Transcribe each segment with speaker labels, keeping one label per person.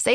Speaker 1: Say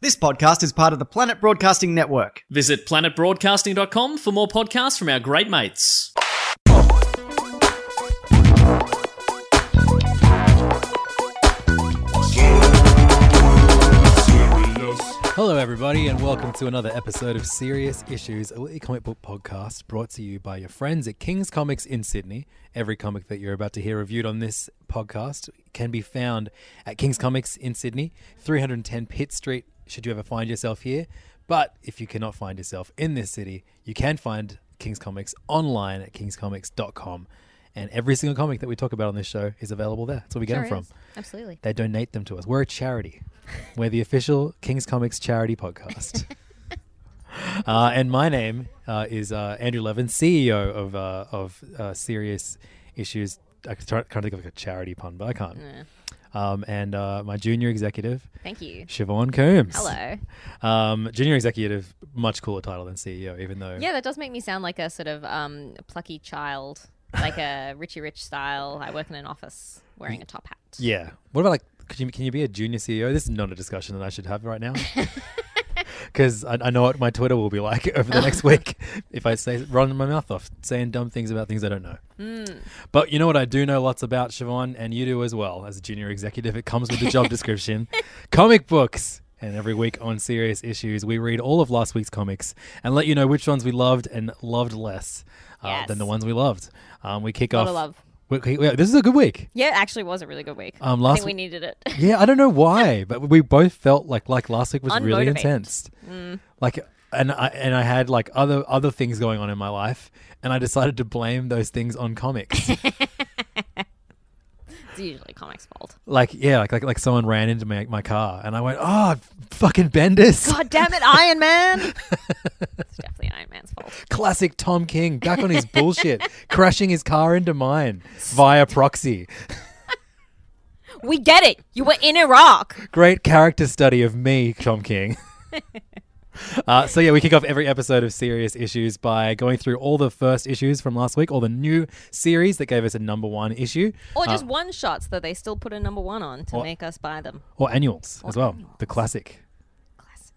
Speaker 2: This podcast is part of the Planet Broadcasting Network.
Speaker 3: Visit planetbroadcasting.com for more podcasts from our great mates.
Speaker 4: Hello, everybody, and welcome to another episode of Serious Issues, a weekly comic book podcast brought to you by your friends at King's Comics in Sydney. Every comic that you're about to hear reviewed on this podcast can be found at King's Comics in Sydney, 310 Pitt Street, should you ever find yourself here. But if you cannot find yourself in this city, you can find King's Comics online at kingscomics.com. And every single comic that we talk about on this show is available there. That's where we get them from.
Speaker 5: Absolutely.
Speaker 4: They donate them to us. We're a charity. We're the official King's Comics charity podcast. uh, and my name uh, is uh, Andrew Levin, CEO of uh, of uh, Serious Issues. I can try, trying to think of like a charity pun, but I can't. Um, and uh, my junior executive,
Speaker 5: Thank you.
Speaker 4: Siobhan Coombs.
Speaker 5: Hello.
Speaker 4: Um, junior executive, much cooler title than CEO, even though
Speaker 5: Yeah, that does make me sound like a sort of um, plucky child, like a Richie Rich style. I work in an office wearing a top hat.
Speaker 4: Yeah. What about like? Could you, can you be a junior CEO? This is not a discussion that I should have right now. Because I, I know what my Twitter will be like over the next week if I say run my mouth off, saying dumb things about things I don't know.
Speaker 5: Hmm.
Speaker 4: But you know what I do know lots about, Siobhan, and you do as well. As a junior executive, it comes with the job description comic books. And every week on Serious Issues, we read all of last week's comics and let you know which ones we loved and loved less uh,
Speaker 5: Yes.
Speaker 4: than the ones we loved. Um, we kick
Speaker 5: Lot
Speaker 4: off.
Speaker 5: of love.
Speaker 4: we- we- yeah, this is a good week.
Speaker 5: Yeah, it actually was a really good week.
Speaker 4: Um,
Speaker 5: I
Speaker 4: last
Speaker 5: think we
Speaker 4: w-
Speaker 5: needed it.
Speaker 4: Yeah, I don't know why, but we both felt like like last week was really
Speaker 5: Unmotivated.
Speaker 4: intense. Like and I and I had like other other things going on in my life and I decided to blame those things on comics.
Speaker 5: it's usually comics' fault.
Speaker 4: like yeah, like like like someone ran into my my car and I went, "Oh, fucking Bendis."
Speaker 5: God damn it, Iron Man! it's definitely Iron Man's fault.
Speaker 4: Classic Tom King back on his bullshit, crashing his car into mine via proxy.
Speaker 5: We get it. You were in Iraq.
Speaker 4: great character study of me, Tom King. Uh, so yeah, we kick off every episode of Serious Issues by going through all the first issues from last week, all the new series that gave us a number one issue,
Speaker 5: Or just one shots that they still put a number one on to
Speaker 4: Or-
Speaker 5: make us buy them.
Speaker 4: or annuals as well, the classic,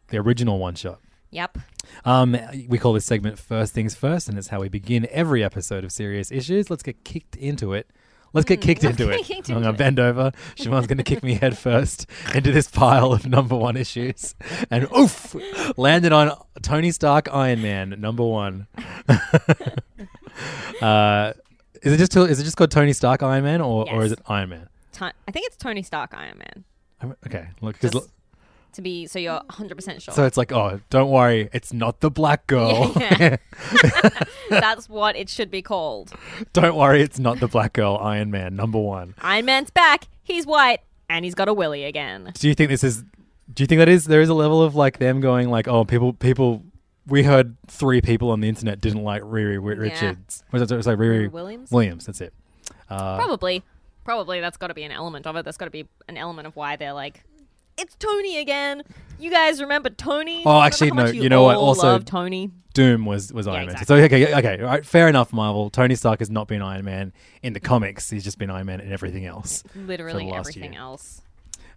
Speaker 4: the original one shot.
Speaker 5: Yep.
Speaker 4: Um, we call this segment First Things First, and it's how we begin every episode of Serious Issues. Let's get kicked into it. Let's get kicked into it.
Speaker 5: kicked
Speaker 4: I'm
Speaker 5: Mm-hmm. into
Speaker 4: going to bend over. Siobhan's going to kick me head first into this pile of number one issues. And oof, landed on Tony Stark Iron Man, number one. uh, is, it just, is it just called Tony Stark Iron Man, or, or is
Speaker 5: Yes.
Speaker 4: it Iron Man?
Speaker 5: Ti- I think it's Tony Stark Iron Man.
Speaker 4: I'm- Okay, look, 'cause
Speaker 5: Just-
Speaker 4: lo-
Speaker 5: To be so you're 100% sure.
Speaker 4: so it's like, oh, don't worry, it's not the black girl.
Speaker 5: Yeah. That's what it should be called.
Speaker 4: Don't worry, it's not the black girl, Iron Man, number one.
Speaker 5: Iron Man's back. He's white, and he's got a willy again.
Speaker 4: Do you think this is do you think that is there is a level of like them going like, oh people people we heard three people on the internet didn't like Riri Wi- Richards. Was it, it was like Riri
Speaker 5: Riri Williams?
Speaker 4: Williams, that's it. Uh.
Speaker 5: Probably, probably that's got to be an element of it. That's got to be an element of why they're like, it's Tony again. You guys remember Tony?
Speaker 4: Oh,
Speaker 5: Remember
Speaker 4: actually,
Speaker 5: how
Speaker 4: no,
Speaker 5: much
Speaker 4: you know what?
Speaker 5: all
Speaker 4: Also-
Speaker 5: love Tony.
Speaker 4: Doom was was Iron Man. So okay, okay, all right, fair enough. Marvel. Tony Stark has not been Iron Man in the comics. He's just been Iron Man in everything else.
Speaker 5: Literally
Speaker 4: last
Speaker 5: everything
Speaker 4: year.
Speaker 5: else.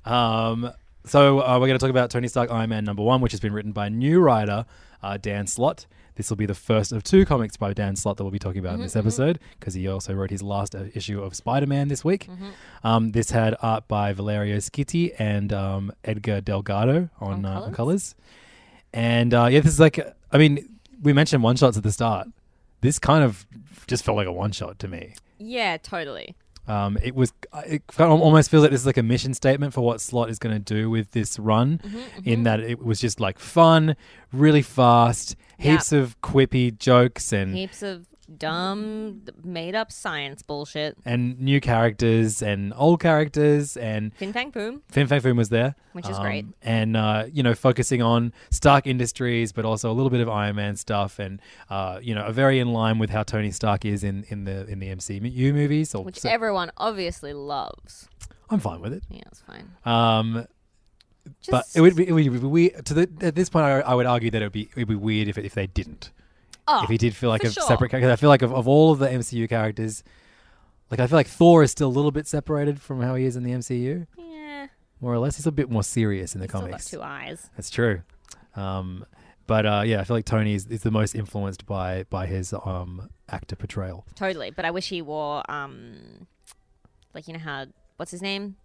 Speaker 4: Um, so uh, we're going to talk about Tony Stark Iron Man number one, which has been written by new writer uh, Dan Slott. This will be the first of two comics by Dan Slott that we'll be talking about in this episode because he also wrote his last uh, issue of Spider Man this week. Um, this had art by Valerio Schitti and um, Edgar Delgado on, uh, on colors. And uh, yeah, this is like, I mean, we mentioned one shots at the start. This kind of just felt like a one shot to me.
Speaker 5: Yeah, totally.
Speaker 4: Um, it was. It kind of almost feels like this is like a mission statement for what Slot is going to do with this run,
Speaker 5: Mm-hmm,
Speaker 4: in that it was just like fun, really fast, heaps of quippy jokes and
Speaker 5: Heaps of dumb, made up science bullshit.
Speaker 4: and new characters and old characters and
Speaker 5: Fin Fang Poom.
Speaker 4: Fin Fang Foom was there,
Speaker 5: Which is great.
Speaker 4: and uh, you know focusing on Stark Industries, but also a little bit of Iron Man stuff, and uh, you know, very in line with how Tony Stark is in, in the in the MCU movies. Or
Speaker 5: which
Speaker 4: so-
Speaker 5: everyone obviously loves.
Speaker 4: I'm fine with it.
Speaker 5: Yeah, it's fine.
Speaker 4: Um,
Speaker 5: Just,
Speaker 4: But it would be, it would be weird. To the, at this point, I, I would argue that it would be it would be weird if, it, if they didn't.
Speaker 5: Oh,
Speaker 4: if he did feel like
Speaker 5: for
Speaker 4: a
Speaker 5: sure.
Speaker 4: separate character, I feel like of, of all of the MCU characters, like I feel like Thor is still a little bit separated from how he is in the MCU,
Speaker 5: yeah,
Speaker 4: more or less. He's a bit more serious in the
Speaker 5: still got
Speaker 4: comics.
Speaker 5: two eyes.
Speaker 4: That's true. Um, but uh, yeah, I feel like Tony is, is the most influenced by by his um, actor portrayal.
Speaker 5: Totally, but I wish he wore um, like you know how what's his name?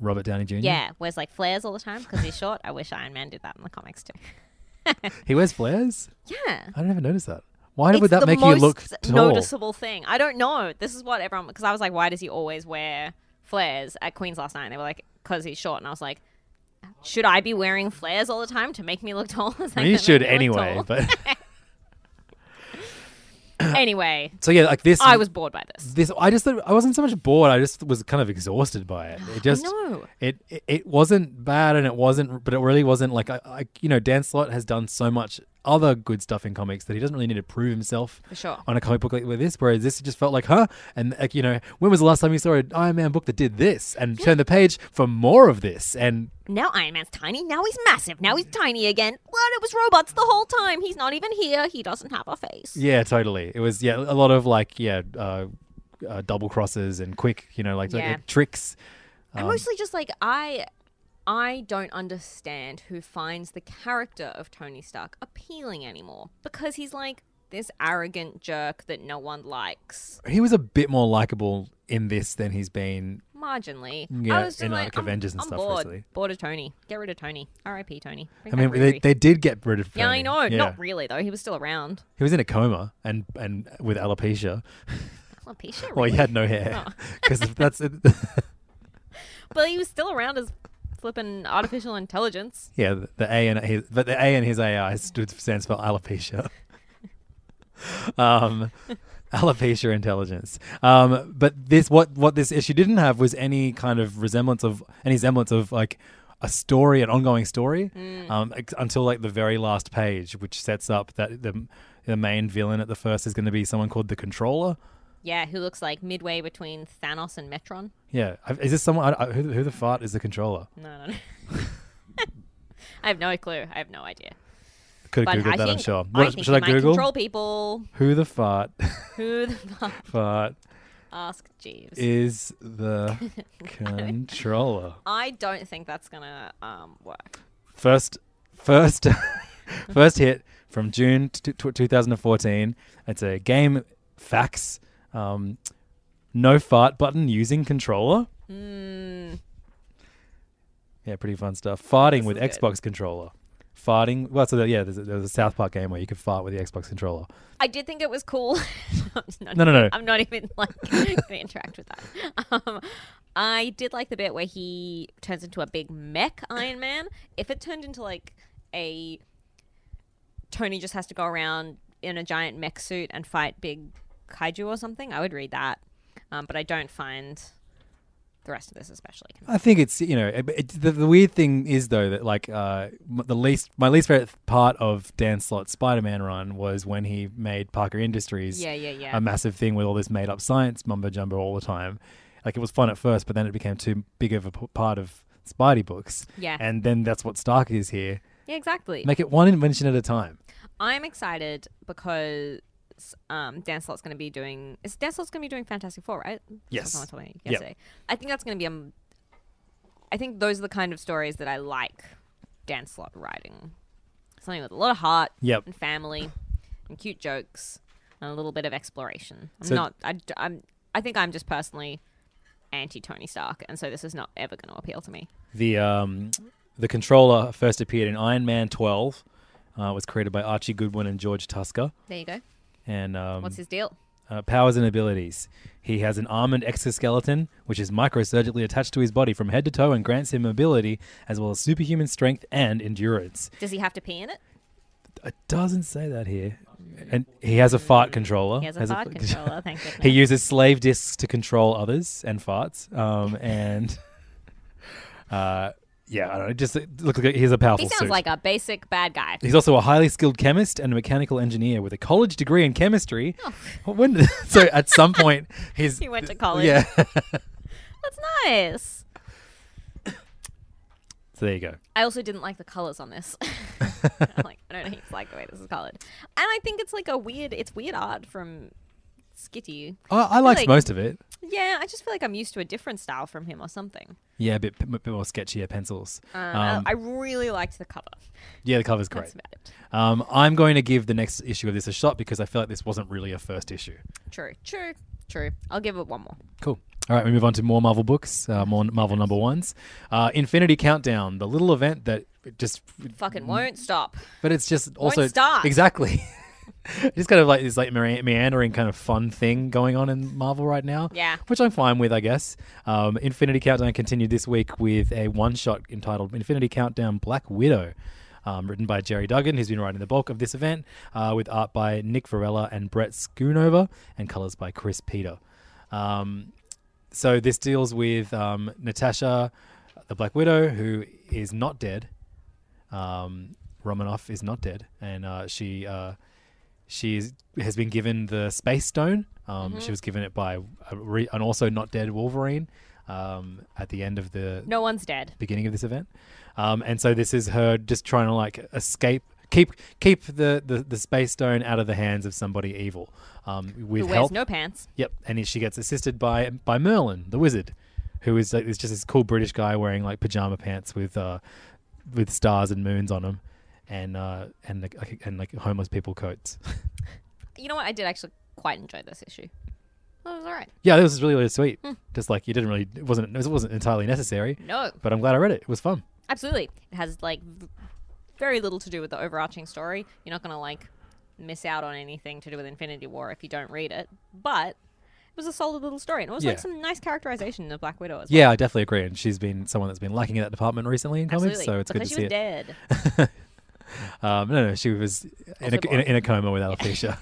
Speaker 4: Robert Downey Jr.
Speaker 5: Yeah, wears like flares all the time because he's short. I wish Iron Man did that in the comics too.
Speaker 4: he wears flares.
Speaker 5: Yeah.
Speaker 4: I don't even notice that. Why
Speaker 5: It's
Speaker 4: would that
Speaker 5: the
Speaker 4: make you
Speaker 5: most
Speaker 4: look tall?
Speaker 5: noticeable thing. I don't know. This is what everyone because I was like, why does he always wear flares at Queens last night? And they were like, because he's short, and I was like, should I be wearing flares all the time to make me look tall? Is that
Speaker 4: I mean, you
Speaker 5: gonna
Speaker 4: should
Speaker 5: make me look
Speaker 4: anyway.
Speaker 5: tall?
Speaker 4: But
Speaker 5: anyway,
Speaker 4: so yeah, like this.
Speaker 5: I was bored by this.
Speaker 4: this i just thought i wasn't so much bored i just was kind of exhausted by it it just
Speaker 5: know.
Speaker 4: It, it it wasn't bad and it wasn't but it really wasn't like i, I you know dan slott has done so much other good stuff in comics that he doesn't really need to prove himself
Speaker 5: sure.
Speaker 4: on a comic book like with this whereas this just felt like huh and like you know when was the last time you saw an iron man book that did this and turned the page for more of this and
Speaker 5: Now Iron Man's tiny. Now he's massive. Now he's tiny again. What? It was robots the whole time. He's not even here. He doesn't have a face.
Speaker 4: yeah totally it was yeah a lot of like yeah uh, uh double crosses and quick you know like, like,
Speaker 5: Yeah.
Speaker 4: tricks
Speaker 5: And
Speaker 4: Um,
Speaker 5: mostly just like I, I don't understand who finds the character of Tony Stark appealing anymore because he's like this arrogant jerk that no one likes
Speaker 4: he was a bit more likable in this than he's been
Speaker 5: marginally.
Speaker 4: Yeah,
Speaker 5: I was just
Speaker 4: in,
Speaker 5: like,
Speaker 4: like,
Speaker 5: I'm-
Speaker 4: Avengers and
Speaker 5: I'm
Speaker 4: stuff,
Speaker 5: Bored.
Speaker 4: basically.
Speaker 5: Bored of Tony. Get rid of Tony. R.I.P. Tony. Bring
Speaker 4: I
Speaker 5: back
Speaker 4: mean, they,
Speaker 5: Riri.
Speaker 4: they did get rid of.
Speaker 5: yeah, I
Speaker 4: Tony.
Speaker 5: know.
Speaker 4: Yeah.
Speaker 5: Not really though. He was still around.
Speaker 4: He was in a coma and and with alopecia.
Speaker 5: Alopecia.
Speaker 4: Well, he
Speaker 5: really? Oh.
Speaker 4: had no hair because that's it.
Speaker 5: But he was still around as flipping artificial intelligence.
Speaker 4: yeah. The, the A and his but the A and his AI stood stands for alopecia. um, alopecia intelligence. Um, but this what what this issue didn't have was any kind of resemblance of any semblance of like. A story, an ongoing story,
Speaker 5: Mm.
Speaker 4: um, ex- until like the very last page, which sets up that the the main villain at the first is going to be someone called the Controller,
Speaker 5: Yeah, who looks like midway between Thanos and Metron.
Speaker 4: Yeah, I- is this someone? I, I- who, who the fart is the controller?
Speaker 5: No, no, no. I have no clue. I have no idea.
Speaker 4: Could
Speaker 5: But
Speaker 4: have googled
Speaker 5: I
Speaker 4: that.
Speaker 5: think,
Speaker 4: I'm sure.
Speaker 5: I
Speaker 4: What,
Speaker 5: think
Speaker 4: should
Speaker 5: he
Speaker 4: I
Speaker 5: might
Speaker 4: Google
Speaker 5: control people.
Speaker 4: who the fart
Speaker 5: Who the fuck?
Speaker 4: fart
Speaker 5: Ask Jeeves.
Speaker 4: is the controller?
Speaker 5: I don't think that's gonna um, work.
Speaker 4: First, first, first hit from June t- t- 2014. It's a game fax. Um, no fart button using controller.
Speaker 5: Hmm.
Speaker 4: Yeah, pretty fun stuff. Farting with
Speaker 5: is good.
Speaker 4: Xbox controller. Farting. Well, so that, yeah, there's a, there was a South Park game where you could fart with the Xbox controller.
Speaker 5: I did think it was cool. I'm not
Speaker 4: No, no,
Speaker 5: even-
Speaker 4: no.
Speaker 5: I'm not even like gonna interact with that. Um, I did like the bit where he turns into a big mech Iron Man. If it turned into like a Tony just has to go around in a giant mech suit and fight big kaiju or something, I would read that. Um, but I don't find the rest of this especially.
Speaker 4: I think it's you know it, it, the, the weird thing is though that like uh, m- the least my least favorite part of Dan Slott's Spider Man run was when he made Parker Industries
Speaker 5: Yeah, yeah, yeah.
Speaker 4: a massive thing with all this made up science mumbo jumbo all the time. Like it was fun at first, but then it became too big of a p- part of Spidey books.
Speaker 5: Yeah.
Speaker 4: And then that's what Stark is here.
Speaker 5: Yeah, exactly.
Speaker 4: Make it one invention at a time.
Speaker 5: I'm excited because um, Dan Slott's going to be doing. Is Dan Slott's going to be doing Fantastic Four, right? That's what
Speaker 4: Yes.
Speaker 5: Someone told me
Speaker 4: Yep.
Speaker 5: yesterday. I think that's going to be. Um, I think those are the kind of stories that I like Dan Slott writing. Something with a lot of heart
Speaker 4: Yep.
Speaker 5: and family and cute jokes and a little bit of exploration. I'm
Speaker 4: So-
Speaker 5: not. I, d- I'm. I think I'm just personally anti Tony Stark, and so this is not ever going to appeal to me.
Speaker 4: The um, the controller first appeared in Iron Man 12. Uh, was created by Archie Goodwin and George Tusker.
Speaker 5: There you go.
Speaker 4: And um,
Speaker 5: What's his deal?
Speaker 4: uh, powers and abilities. He has an armored exoskeleton, which is microsurgically attached to his body from head to toe and grants him mobility as well as superhuman strength and endurance.
Speaker 5: Does he have to pee in it?
Speaker 4: It doesn't say that here. And he has a fart controller.
Speaker 5: He has a
Speaker 4: Has a
Speaker 5: fart
Speaker 4: fart-
Speaker 5: controller. Thank goodness.
Speaker 4: He uses slave discs to control others and farts. Um, and uh, yeah, I don't know. Just uh, look like he's a powerful.
Speaker 5: He sounds
Speaker 4: suit.
Speaker 5: like a basic bad guy.
Speaker 4: He's also a highly skilled chemist and a mechanical engineer with a college degree in chemistry. When, so at some point, his
Speaker 5: Oh. He went to college.
Speaker 4: Yeah.
Speaker 5: That's nice.
Speaker 4: So there you go.
Speaker 5: I also didn't like the colors on this. I'm like I don't know, it's like the way this is colored, and I think it's like a weird. It's weird art from Skitty.
Speaker 4: I, I
Speaker 5: feel
Speaker 4: liked
Speaker 5: like-
Speaker 4: most of it.
Speaker 5: Yeah, I just feel like I'm used to a different style from him or something.
Speaker 4: Yeah, a bit, a bit more sketchier pencils.
Speaker 5: Um,
Speaker 4: Um,
Speaker 5: I, I really liked the cover.
Speaker 4: yeah, the cover's
Speaker 5: That's
Speaker 4: great.
Speaker 5: about it.
Speaker 4: Um, I'm going to give the next issue of this a shot because I feel like this wasn't really a first issue.
Speaker 5: True, true, true. I'll give it one more.
Speaker 4: Cool. All right, we move on to more Marvel books, uh, more Marvel number ones. Uh, Infinity Countdown, the little event that just,
Speaker 5: Fucking won't stop.
Speaker 4: but it's just also
Speaker 5: stop.
Speaker 4: exactly. Just kind of like this like mea- meandering kind of fun thing going on in Marvel right now.
Speaker 5: Yeah.
Speaker 4: Which I'm fine with, I guess. Um, Infinity Countdown continued this week with a one shot entitled Infinity Countdown Black Widow, um, written by Jerry Duggan, who's been writing the bulk of this event, uh, with art by Nick Varela and Brett Schoonover, and colors by Chris Peter. Um, so this deals with um, Natasha, the Black Widow, who is not dead. Um, Romanoff is not dead, and uh, she. Uh, she is, has been given the space stone. Um,
Speaker 5: Mm-hmm.
Speaker 4: She was given it by a re- an also not dead Wolverine um, at the end of the
Speaker 5: No one's dead.
Speaker 4: beginning of this event, um, and so this is her just trying to like escape, keep keep the, the, the space stone out of the hands of somebody evil um, with
Speaker 5: Who wears
Speaker 4: help.
Speaker 5: no pants?
Speaker 4: Yep, and she gets assisted by by Merlin, the wizard, who is like is just this cool British guy wearing like pajama pants with uh, with stars and moons on him, and uh, and like, and like homeless people coats.
Speaker 5: You know what? I did actually quite enjoy this issue. That was all right.
Speaker 4: Yeah, this was really, really sweet. Just like you didn't really, it wasn't, it wasn't entirely necessary.
Speaker 5: Hmm. No.
Speaker 4: But I'm glad I read it. It was fun.
Speaker 5: Absolutely. It has like v- very little to do with the overarching story. You're not going to like miss out on anything to do with Infinity War if you don't read it. But it was a solid little story. And it was like
Speaker 4: Yeah.
Speaker 5: some nice characterization of Black Widow as well.
Speaker 4: Yeah, I definitely agree. And she's been someone that's been lacking in that department recently in comics,
Speaker 5: Absolutely.
Speaker 4: so it's
Speaker 5: because
Speaker 4: good to
Speaker 5: she
Speaker 4: see
Speaker 5: was
Speaker 4: it.
Speaker 5: dead.
Speaker 4: Um, no, no, she was in a,
Speaker 5: Also
Speaker 4: in a, in a coma with alopecia.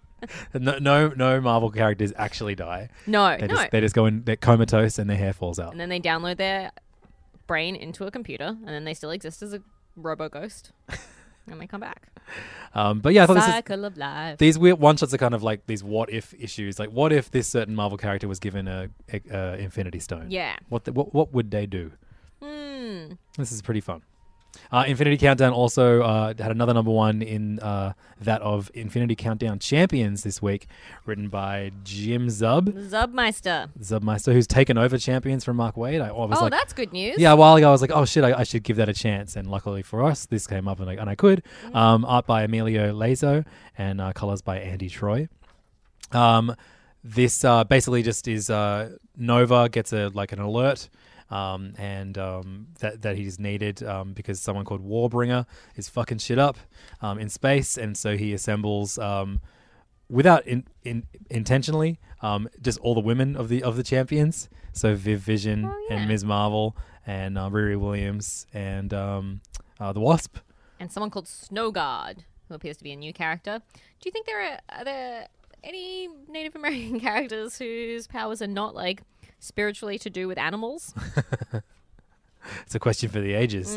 Speaker 4: no, no, no Marvel characters actually die.
Speaker 5: No,
Speaker 4: They
Speaker 5: no.
Speaker 4: just they just go in they're comatose and their hair falls out.
Speaker 5: and then they download their brain into a computer, and then they still exist as a robo ghost. and they come back.
Speaker 4: Um, but yeah, I thought this is,
Speaker 5: Cycle of life.
Speaker 4: these weird one shots are kind of like these what if issues. Like, what if this certain Marvel character was given a, a, a Infinity Stone?
Speaker 5: Yeah. Hmm.
Speaker 4: What the, what what would they do? This is pretty fun. Uh, Infinity Countdown also uh, had another number one in uh, that of Infinity Countdown Champions this week, written by Jim Zub
Speaker 5: Zubmeister.
Speaker 4: Zubmeister, who's taken over Champions from Mark Wade. I I was
Speaker 5: Oh,
Speaker 4: like,
Speaker 5: that's good news.
Speaker 4: yeah, a while ago, I was like, oh shit, I, I should give that a chance. And luckily for us, this came up and I, and I could. Um, art by Emilio Lazo and uh, colors by Andy Troy. Um, this uh, basically just is uh, Nova gets a like an alert. Um, and um, that that he's needed um, because someone called Warbringer is fucking shit up um, in space, and so he assembles um, without in, in intentionally um, just all the women of the of the champions so viv vision
Speaker 5: Oh,
Speaker 4: and ms marvel and uh, riri williams and um, uh, the wasp
Speaker 5: and someone called Snow God, who appears to be a new character. Do you think there are, are there any Native American characters whose powers are not like spiritually to do with animals?
Speaker 4: it's a question for the ages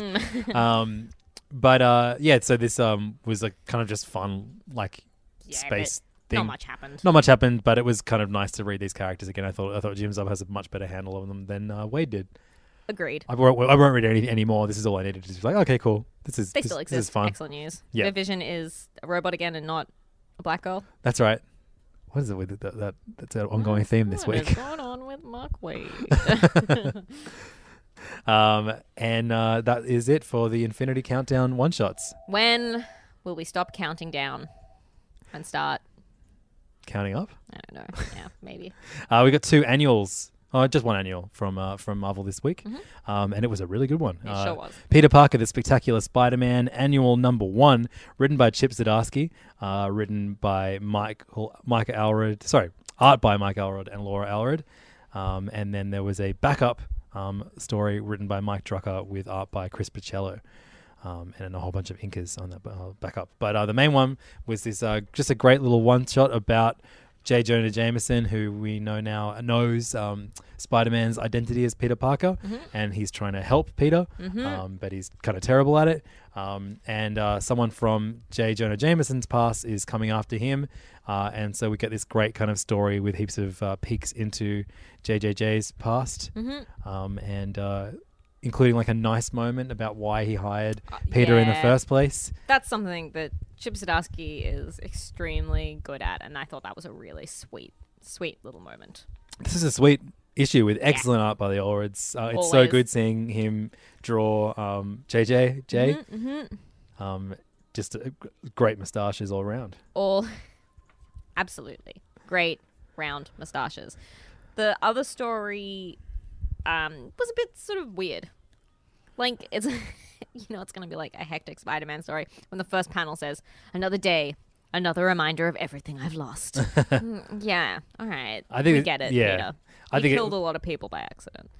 Speaker 5: Mm.
Speaker 4: um, but uh, yeah so this um, was like kind of just fun like
Speaker 5: Yeah,
Speaker 4: space
Speaker 5: but
Speaker 4: thing
Speaker 5: Not much happened.
Speaker 4: Not much happened, but it was kind of nice to read these characters again. I thought I thought Jim Zub has a much better handle of them than uh, Wade did.
Speaker 5: Agreed.
Speaker 4: I won't, I won't read anything anymore. This is all I needed to just be like, okay, cool. This is,
Speaker 5: They
Speaker 4: this,
Speaker 5: still
Speaker 4: this
Speaker 5: exist.
Speaker 4: is fun.
Speaker 5: Excellent news.
Speaker 4: Yeah.
Speaker 5: Their vision is a robot again and not a black girl.
Speaker 4: That's right. What is it with that? that that's an ongoing theme this
Speaker 5: What is
Speaker 4: week.
Speaker 5: going on with Mark Wade?
Speaker 4: Um, and uh, that is it for the Infinity Countdown one shots.
Speaker 5: when will we stop counting down and start?
Speaker 4: Counting up.
Speaker 5: I don't know. Yeah, maybe.
Speaker 4: Uh, we got two annuals. Oh, just one annual from uh, from Marvel this week, um, and it was a really good one. It
Speaker 5: Mm-hmm. sure was.
Speaker 4: Peter Parker: The Spectacular Spider-Man, annual number one, written by Chip Zdarsky, uh, written by Michael Micah Alred. Sorry, art by Mike Alred and Laura Alred, um, and then there was a backup um, story written by Mike Drucker with art by Chris Pacello. Um, and a whole bunch of inkers on that uh, backup, but uh, the main one was this uh, just a great little one shot about J. Jonah Jameson, who we know now knows um, Spider Man's identity as Peter Parker, and he's trying to help Peter, um, but he's kind of terrible at it. Um, and uh, someone from J. Jonah Jameson's past is coming after him. Uh, and so we get this great kind of story with heaps of uh, peeks into JJJ's past, um, and uh, including like a nice moment about why he hired Peter in the
Speaker 5: Uh, yeah.
Speaker 4: first place.
Speaker 5: That's something that Chip Zdarsky is extremely good at, and I thought that was a really sweet, sweet little moment.
Speaker 4: This is a sweet issue with excellent art by the Allreds. Uh, it's so
Speaker 5: Always.
Speaker 4: good seeing him draw um, JJ J.
Speaker 5: Mm-hmm,
Speaker 4: Um, just uh, g- great moustaches all around.
Speaker 5: All absolutely great round mustaches. The other story um, was a bit sort of weird. Like it's, you know, it's gonna be like a hectic Spider-Man story when the first panel says, "Another day, another reminder of everything I've lost." Mm, yeah, all right,
Speaker 4: I think
Speaker 5: we
Speaker 4: it-
Speaker 5: get it.
Speaker 4: yeah.
Speaker 5: Peter.
Speaker 4: I
Speaker 5: You
Speaker 4: think it-
Speaker 5: killed a lot of people by accident.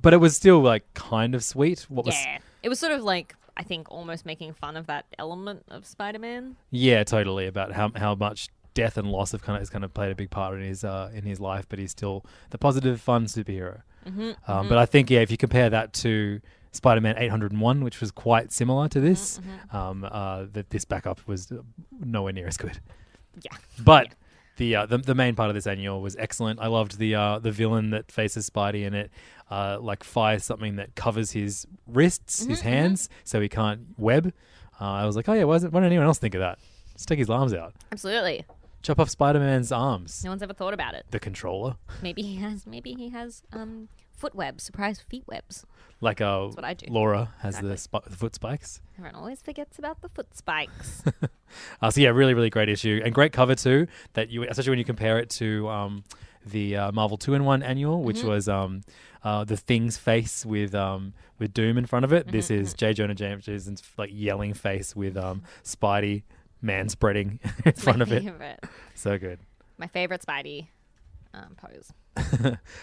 Speaker 4: But it was still like kind of sweet. What was?
Speaker 5: Yeah. It was sort of like, I think, almost making fun of that element of Spider Man.
Speaker 4: Yeah, totally. About how how much death and loss have kind of has kind of played a big part in his uh, in his life, but he's still the positive, fun superhero. um, But I think yeah, if you compare that to Spider-Man 801, which was quite similar to this, um, uh, that this backup was uh, nowhere near as good.
Speaker 5: Yeah.
Speaker 4: But the, uh, the the main part of this annual was excellent. I loved the uh, the villain that faces Spidey and it uh, like fires something that covers his wrists,
Speaker 5: Mm-hmm,
Speaker 4: his hands, so he can't web. Uh, I was like, oh yeah, why, isn't, why didn't anyone else think of that? Just take his arms out,
Speaker 5: Absolutely.
Speaker 4: chop off Spider Man's arms.
Speaker 5: No one's ever thought about it.
Speaker 4: The controller,
Speaker 5: Maybe he has, maybe he has um, foot webs, surprise feet webs.
Speaker 4: like uh,
Speaker 5: what I do.
Speaker 4: Laura has the, sp- the foot spikes.
Speaker 5: Everyone always forgets about the foot spikes.
Speaker 4: Uh, so yeah, really, really great issue and great cover too. That you, especially when you compare it to um, the uh, Marvel Two in One Annual, which was um, uh, the Thing's face with um, with Doom in front of it. This is J. Jonah Jameson's like yelling face with um, Spidey man spreading in front of it.
Speaker 5: favorite.
Speaker 4: So good.
Speaker 5: My favorite Spidey um, pose.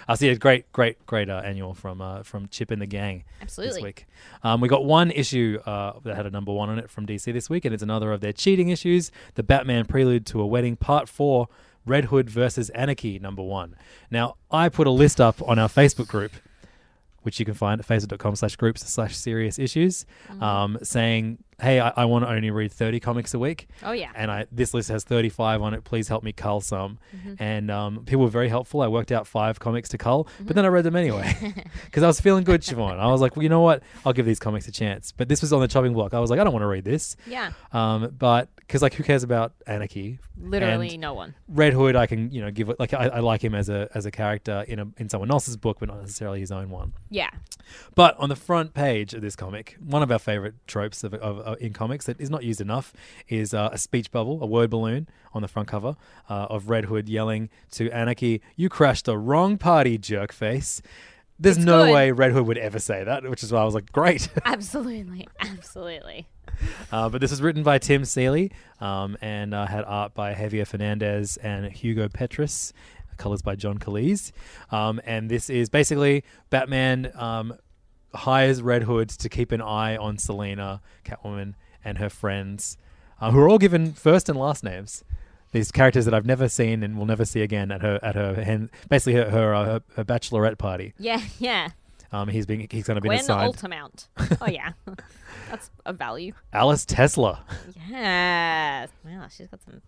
Speaker 4: I see a great, great, great uh, annual from uh, from Chip and the Gang this
Speaker 5: Absolutely.
Speaker 4: week. Um, we got one issue uh, that had a number one on it from DC this week, and it's another of their cheating issues: the Batman Prelude to a Wedding, Part Four, Red Hood versus Anarchy, number one. Now, I put a list up on our Facebook group which you can find at facebook.com slash groups slash serious issues,
Speaker 5: Mm-hmm.
Speaker 4: um, saying, hey, I, I want to only read 30 comics a week.
Speaker 5: Oh, yeah.
Speaker 4: And I this list has 35 on it. Please help me cull some.
Speaker 5: Mm-hmm.
Speaker 4: And um, people were very helpful. I worked out five comics to cull, but
Speaker 5: Mm-hmm.
Speaker 4: then I read them anyway because I was feeling good, Siobhan. I was like, well, you know what? I'll give these comics a chance. But this was on the chopping block. I was like, I don't want to read this.
Speaker 5: Yeah.
Speaker 4: Um, but because like, who cares about anarchy?
Speaker 5: Literally
Speaker 4: And-
Speaker 5: no one.
Speaker 4: Red Hood, I can you know give it like I, I like him as a as a character in a in someone else's book, but not necessarily his own one.
Speaker 5: Yeah.
Speaker 4: But on the front page of this comic, one of our favorite tropes of, of, of- in comics that is not used enough is uh, a speech bubble, a word balloon on the front cover uh, of Red Hood yelling to Anarchy, "You crashed the wrong party, jerkface." There's
Speaker 5: It's
Speaker 4: no
Speaker 5: good.
Speaker 4: way Red Hood would ever say that, which is why I was like, "Great."
Speaker 5: Absolutely. Absolutely.
Speaker 4: Uh, but this was written by Tim Seeley um, and uh, had art by Javier Fernandez and Hugo Petrus, colors by John Calise. Um, and this is basically Batman um, hires Red Hood to keep an eye on Selina, Catwoman, and her friends, uh, who are all given first and last names. These characters that I've never seen and will never see again at her at her hen, basically her her, uh, her her bachelorette party.
Speaker 5: Yeah. Yeah.
Speaker 4: Um, he's being he's going to be
Speaker 5: Gwen
Speaker 4: assigned
Speaker 5: Altamount. Oh, yeah. That's a value.
Speaker 4: Alice Tesla.
Speaker 5: Yes. Wow, she's got some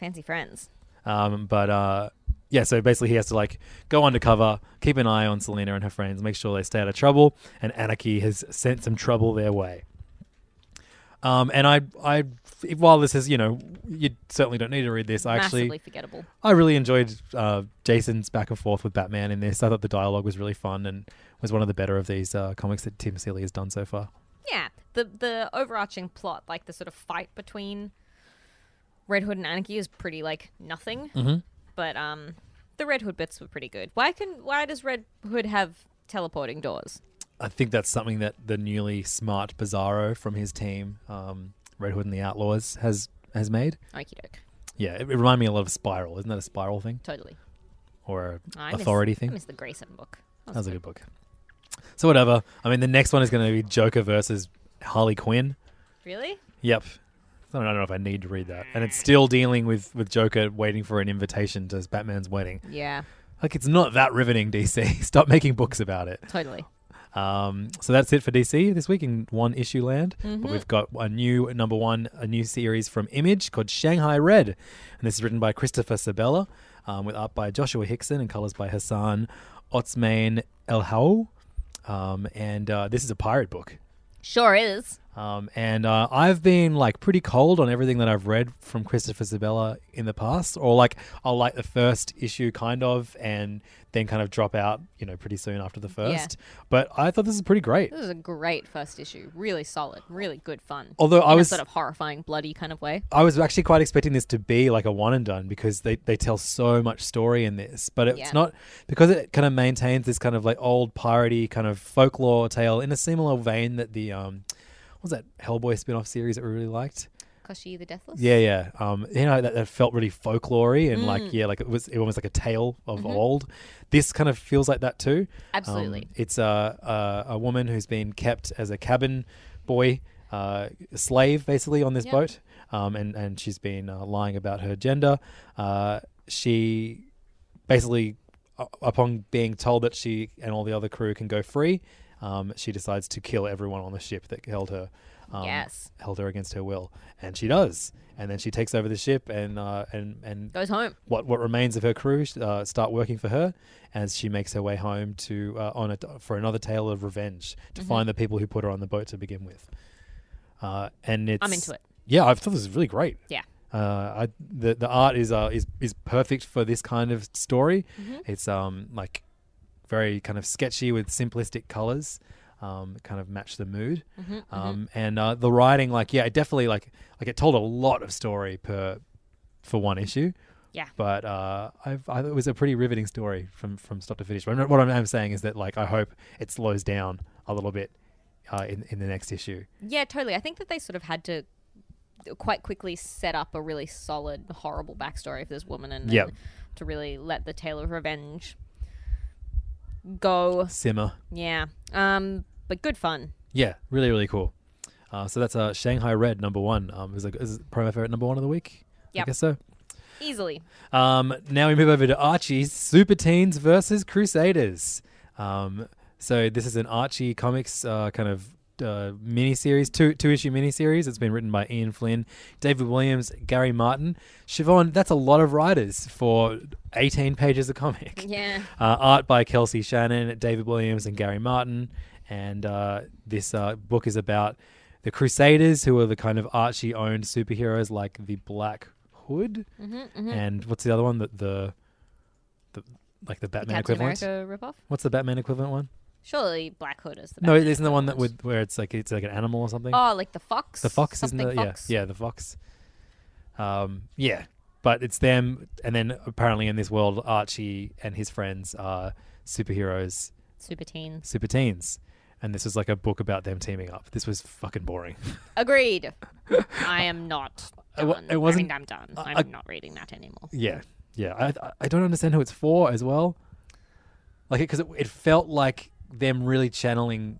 Speaker 5: fancy friends.
Speaker 4: Um, but uh, yeah, so basically he has to like go undercover, keep an eye on Selena and her friends, make sure they stay out of trouble, and Anarchy has sent some trouble their way. Um, and I, I, while this is, you know, you certainly don't need to read this. I
Speaker 5: Massively
Speaker 4: actually,
Speaker 5: forgettable.
Speaker 4: I really enjoyed uh, Jason's back and forth with Batman in this. I thought the dialogue was really fun and was one of the better of these uh, comics that Tim Seeley has done so far.
Speaker 5: Yeah, the the overarching plot, like the sort of fight between Red Hood and Anarchy, is pretty like nothing.
Speaker 4: Mm-hmm.
Speaker 5: But um, the Red Hood bits were pretty good. Why can why does Red Hood have teleporting doors?
Speaker 4: I think that's something that the newly smart Bizarro from his team, um, Red Hood and the Outlaws, has has made.
Speaker 5: Okie doke.
Speaker 4: Yeah, it, it reminded me a lot of Spiral. Isn't that a Spiral thing
Speaker 5: Totally.
Speaker 4: or
Speaker 5: I
Speaker 4: a authority
Speaker 5: miss,
Speaker 4: thing? Uh,
Speaker 5: I miss the Grayson book. Oh, That was
Speaker 4: That was a good book. So whatever. I mean, the next one is going to be Joker versus Harley Quinn.
Speaker 5: Really?
Speaker 4: Yep. I don't, I don't know if I need to read that. And it's still dealing with with Joker waiting for an invitation to Batman's wedding.
Speaker 5: Yeah,
Speaker 4: Like it's not that riveting, DC. Stop making books about it.
Speaker 5: totally.
Speaker 4: Um, so that's it for DC this week in one issue land. But we've got a new number one, a new series from Image called Shanghai Red, and this is written by Christopher Sabella, um, with art by Joshua Hickson and colors by Hassan Otsmain Elhou. Um, and uh, this is a pirate book.
Speaker 5: Sure is.
Speaker 4: Um, and uh, I've been like pretty cold on everything that I've read from Christopher Sabella in the past, or like I'll like the first issue kind of, and then kind of drop out, you know, pretty soon after the first. But I thought this is pretty great.
Speaker 5: This is a great first issue. Really solid. Really good fun.
Speaker 4: Although I
Speaker 5: In a
Speaker 4: was-
Speaker 5: sort of horrifying, bloody kind of way.
Speaker 4: I was actually quite expecting this to be like a one and done because they, they tell so much story in this, but it's
Speaker 5: Yeah.
Speaker 4: not because it kind of maintains this kind of like old piratey kind of folklore tale in a similar vein that the um what was that Hellboy spin off series that we really liked?
Speaker 5: Koshi the Deathless.
Speaker 4: Yeah, yeah. Um, you know that, that felt really folklory and
Speaker 5: Mm.
Speaker 4: like yeah, like it was it was like a tale of old. This kind of feels like that too. Um,
Speaker 5: Mm-hmm. Absolutely.
Speaker 4: it's a, a a woman who's been kept as a cabin boy, uh, slave basically on this boat, um, and and she's been uh, lying about her gender. Uh, she basically, u- upon being told that she and all the other crew can go free, um, she decides to kill everyone on the ship that held her. Um,
Speaker 5: Yes.
Speaker 4: Held her against her will, and she does. And then she takes over the ship, and uh, and and
Speaker 5: Goes home.
Speaker 4: what what remains of her crew uh, start working for her as she makes her way home to uh, on a, for another tale of revenge to
Speaker 5: Mm-hmm.
Speaker 4: find the people who put her on the boat to begin with. Uh, and it's
Speaker 5: into it.
Speaker 4: Yeah, I thought this was really great.
Speaker 5: Yeah.
Speaker 4: Uh, I, the the art is uh, is is perfect for this kind of story. It's um like very kind of sketchy with simplistic colors, um, kind of match the mood. um, and uh, the writing, like yeah, it definitely like like it told a lot of story per for one issue.
Speaker 5: Yeah.
Speaker 4: But uh, I've, I, it was a pretty riveting story from from start to finish. But I'm not- what I'm saying is that like I hope it slows down a little bit uh, in in the next issue.
Speaker 5: Yeah, totally. I think that they sort of had to quite quickly set up a really solid, horrible backstory for this woman and
Speaker 4: Yep.
Speaker 5: and to really let the tale of revenge go.
Speaker 4: Simmer.
Speaker 5: Yeah. Um, but good fun.
Speaker 4: Yeah, really, really cool. Uh, so that's uh, Shanghai Red number one. Um, is, it, is it probably my favorite number one of the week? I
Speaker 5: Yep.
Speaker 4: guess so.
Speaker 5: Easily.
Speaker 4: Um, now we move over to Archie's Super Teens versus Crusaders. Um, so this is an Archie comics uh, kind of uh, mini series, two two issue mini series. It's been written by Ian Flynn, David Williams, Gary Martin, Siobhan. That's a lot of writers for eighteen pages of comic.
Speaker 5: Yeah.
Speaker 4: Uh, art by Kelsey Shannon, David Williams, and Gary Martin. And uh, this uh, book is about the Crusaders, who are the kind of Archie owned superheroes like the Black Hood.
Speaker 5: Mm-hmm,
Speaker 4: And what's the other one? The, the, the like the Batman
Speaker 5: Captain
Speaker 4: equivalent?
Speaker 5: America ripoff.
Speaker 4: What's the Batman equivalent one?
Speaker 5: Surely Black Hood is the
Speaker 4: no,
Speaker 5: Batman
Speaker 4: isn't the one that
Speaker 5: equivalent.
Speaker 4: would where it's like it's like an animal or something.
Speaker 5: Oh, like the fox.
Speaker 4: the fox isn't
Speaker 5: Something
Speaker 4: it? Yeah,
Speaker 5: fox.
Speaker 4: yeah, the fox. Um, yeah, but it's them, and then apparently in this world, Archie and his friends are superheroes
Speaker 5: Super teen.
Speaker 4: super teens. And this was like a book about them teaming up. This was fucking boring.
Speaker 5: Agreed. I am not
Speaker 4: I wa-
Speaker 5: done.
Speaker 4: I
Speaker 5: I,
Speaker 4: Uh, wasn't-
Speaker 5: think I'm done.
Speaker 4: I-
Speaker 5: I'm
Speaker 4: I-
Speaker 5: not reading that anymore.
Speaker 4: yeah, yeah. I- I I don't understand who it's for as well. Like, because it, it felt like them really channeling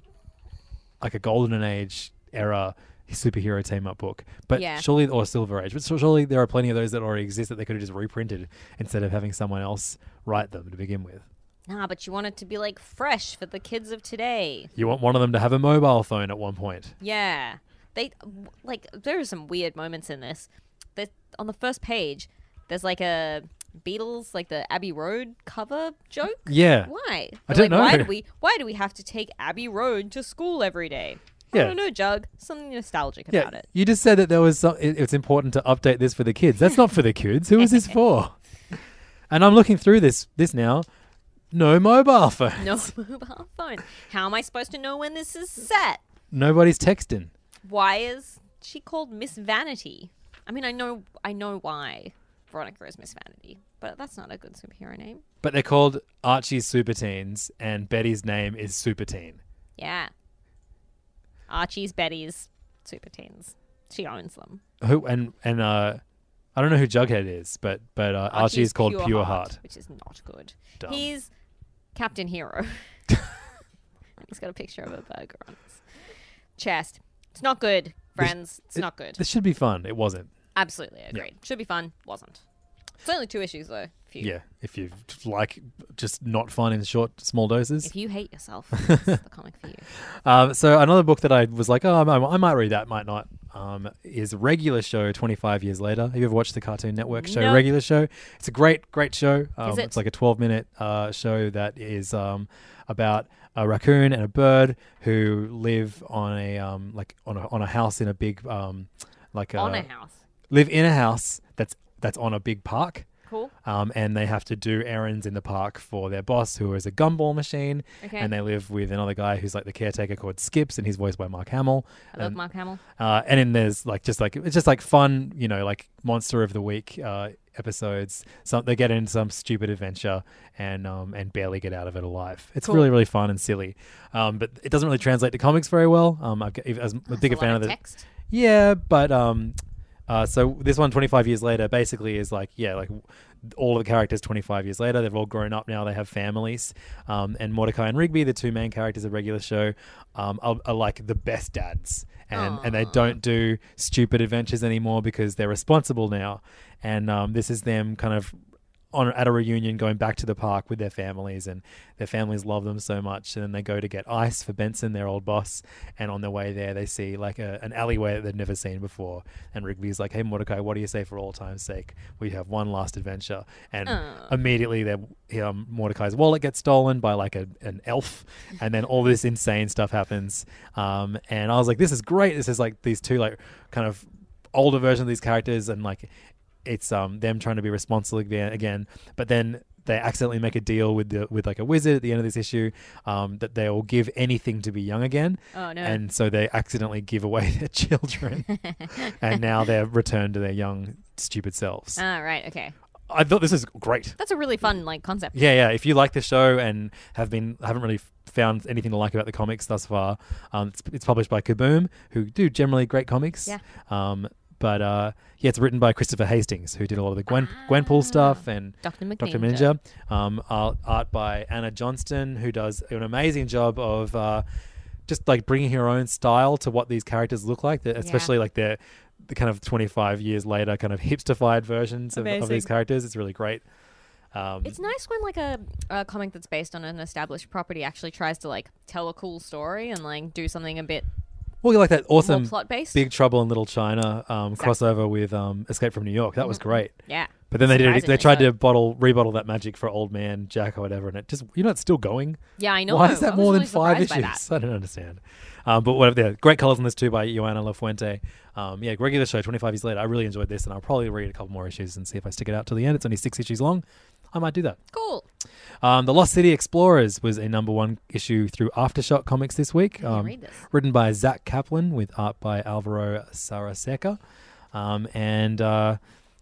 Speaker 4: like a golden age era superhero team up book, but
Speaker 5: Yeah.
Speaker 4: surely or silver age. But sur- surely there are plenty of those that already exist that they could have just reprinted instead of having someone else write them to begin with.
Speaker 5: Nah, but you want it to be like fresh for the kids of today.
Speaker 4: You want one of them to have a mobile phone at one point.
Speaker 5: Yeah. They w- like there are some weird moments in this. That on the first page, there's like a Beatles, like the Abbey Road cover joke?
Speaker 4: Yeah.
Speaker 5: Why?
Speaker 4: I
Speaker 5: They're
Speaker 4: don't
Speaker 5: like,
Speaker 4: know.
Speaker 5: Why do we? Why do we have to take Abbey Road to school every day? I
Speaker 4: Yeah.
Speaker 5: don't know, Jug. Something nostalgic
Speaker 4: Yeah,
Speaker 5: about it.
Speaker 4: you just said that there was some, it, it's important to update this for the kids. That's not for the kids. Who is this for? And I'm looking through this this now. No mobile phone.
Speaker 5: No mobile phone. How am I supposed to know when this is set?
Speaker 4: Nobody's texting.
Speaker 5: Why is she called Miss Vanity? I mean, I know, I know why Veronica is Miss Vanity, but that's not a good superhero name.
Speaker 4: But they're called Archie's Super Teens, and Betty's name is Super Teen.
Speaker 5: Yeah. Archie's, Betty's, Super Teens. She owns them.
Speaker 4: Who and and uh, I don't know who Jughead is, but but uh, Archie is called Pure, Heart.
Speaker 5: which is not good.
Speaker 4: Dumb.
Speaker 5: He's Captain Hero. He's got a picture of a burger on his chest. It's not good, friends. It's not good.
Speaker 4: This should be fun. It wasn't.
Speaker 5: Absolutely agreed. Should be fun. Wasn't. It's only two issues though. If you,
Speaker 4: Yeah, if you like, just not fun in short, small doses.
Speaker 5: If you hate yourself, that's the comic for you.
Speaker 4: Um, so another book that I was like, oh, I might, I might read that, might not, um, is Regular Show. Twenty five years later, have you ever watched the Cartoon Network show
Speaker 5: Nope.
Speaker 4: Regular Show? It's a great, great show. Um,
Speaker 5: it?
Speaker 4: It's like a twelve minute uh, show that is um, about a raccoon and a bird who live on a um, like on a, on a house in a big um, like
Speaker 5: On a house.
Speaker 4: live in a house that's that's on a big park.
Speaker 5: Cool.
Speaker 4: Um, and they have to do errands in the park for their boss, who is a gumball machine.
Speaker 5: Okay.
Speaker 4: And they live with another guy who's like the caretaker called Skips, and he's voiced by Mark Hamill.
Speaker 5: I love
Speaker 4: and,
Speaker 5: Mark Hamill.
Speaker 4: uh, and then there's like just like it's just like fun, you know, like monster of the week uh, episodes. Some they get in some stupid adventure and um, and barely get out of it alive. It's really really fun and silly, um, but it doesn't really translate to comics very well. Um, I've got, as a bigger
Speaker 5: That's Oh, a
Speaker 4: fan
Speaker 5: lot
Speaker 4: of the
Speaker 5: text.
Speaker 4: yeah, but um, uh, so this one, 25 years later, basically is like, yeah, like w- all of the characters 25 years later, they've all grown up now, they have families. Um, and Mordecai and Rigby, the two main characters of regular show, um, are, are like the best dads. And, and they don't do stupid adventures anymore because they're responsible now. And um, this is them kind of on at a reunion going back to the park with their families and their families love them so much and then they go to get ice for Benson their old boss and on the way there they see like a, an alleyway that they've never seen before and Rigby's like hey Mordecai what do you say for all time's sake we have one last adventure and immediately their um, Mordecai's wallet gets stolen by like a, an elf and then all this insane stuff happens um, and I was like this is great this is like these two like kind of older version of these characters and like it's um them trying to be responsible again, again but then they accidentally make a deal with the with like a wizard at the end of this issue um, that they will give anything to be young again
Speaker 5: Oh, no.
Speaker 4: and so they accidentally give away their children and now they're returned to their young stupid selves
Speaker 5: Ah, right. Okay.
Speaker 4: i thought this is great
Speaker 5: That's a really fun like concept.
Speaker 4: yeah, yeah. If you like the show and have been haven't really found anything to like about the comics thus far, um, it's, it's published by Kaboom, who do generally great comics.
Speaker 5: Yeah.
Speaker 4: Um, but uh, yeah, it's written by Christopher Hastings, who did a lot of the Gwen
Speaker 5: Ah.
Speaker 4: Gwenpool stuff and
Speaker 5: Dr.
Speaker 4: Dr.
Speaker 5: McNinja.
Speaker 4: Ninja. Um, art, art by Anna Johnston, who does an amazing job of uh, just like bringing her own style to what these characters look like, the- especially like the the kind of 25 years later kind of hipsterfied versions of, of these
Speaker 5: Amazing.
Speaker 4: characters. It's really great. Um,
Speaker 5: It's nice when like a, a comic that's based on an established property actually tries to like tell a cool story and like do something a bit
Speaker 4: Well, you like that awesome
Speaker 5: plot-based?
Speaker 4: Big Trouble in Little China um, crossover with um, Escape from New York. That was great.
Speaker 5: Mm-hmm. yeah.
Speaker 4: But then they did. it- They
Speaker 5: Surprisingly
Speaker 4: tried
Speaker 5: so.
Speaker 4: to bottle rebottle that magic for Old Man Jack or whatever, and it just you know it's still going.
Speaker 5: Yeah, I know.
Speaker 4: Why is that
Speaker 5: I was
Speaker 4: more than
Speaker 5: really
Speaker 4: five
Speaker 5: surprised by
Speaker 4: issues?
Speaker 5: that.
Speaker 4: I don't understand. Um, but whatever. Yeah, great colors on this too by Joanna Lafuente. Um, yeah, regular show. Twenty five years later, I really enjoyed this, and I'll probably read a couple more issues and see if I stick it out to the end. It's only six issues long. I might do that.
Speaker 5: Cool.
Speaker 4: Um, the Lost City Explorers was a number one issue through Aftershock Comics this week. Um,
Speaker 5: read this.
Speaker 4: Written by Zach Kaplan with art by Alvaro Saraseca. Um, and uh,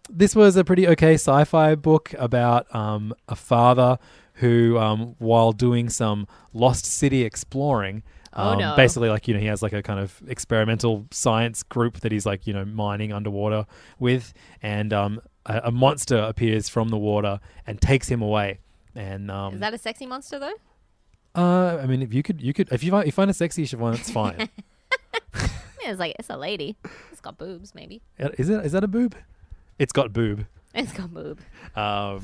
Speaker 4: this was a pretty okay sci fi book about um, a father who, um, while doing some Lost City exploring,
Speaker 5: Oh,
Speaker 4: um,
Speaker 5: no.
Speaker 4: Basically, like you know, he has like a kind of experimental science group that he's like you know mining underwater with, and um, a, a monster appears from the water and takes him away. And um,
Speaker 5: Is that a sexy monster though?
Speaker 4: uh, I mean, if you could, you could, if you find, you find a sexy issue one, it's fine.
Speaker 5: Yeah, it's like it's a lady. It's got boobs, maybe.
Speaker 4: Uh, is it? Is that a boob? It's got boob.
Speaker 5: It's got boob.
Speaker 4: Um,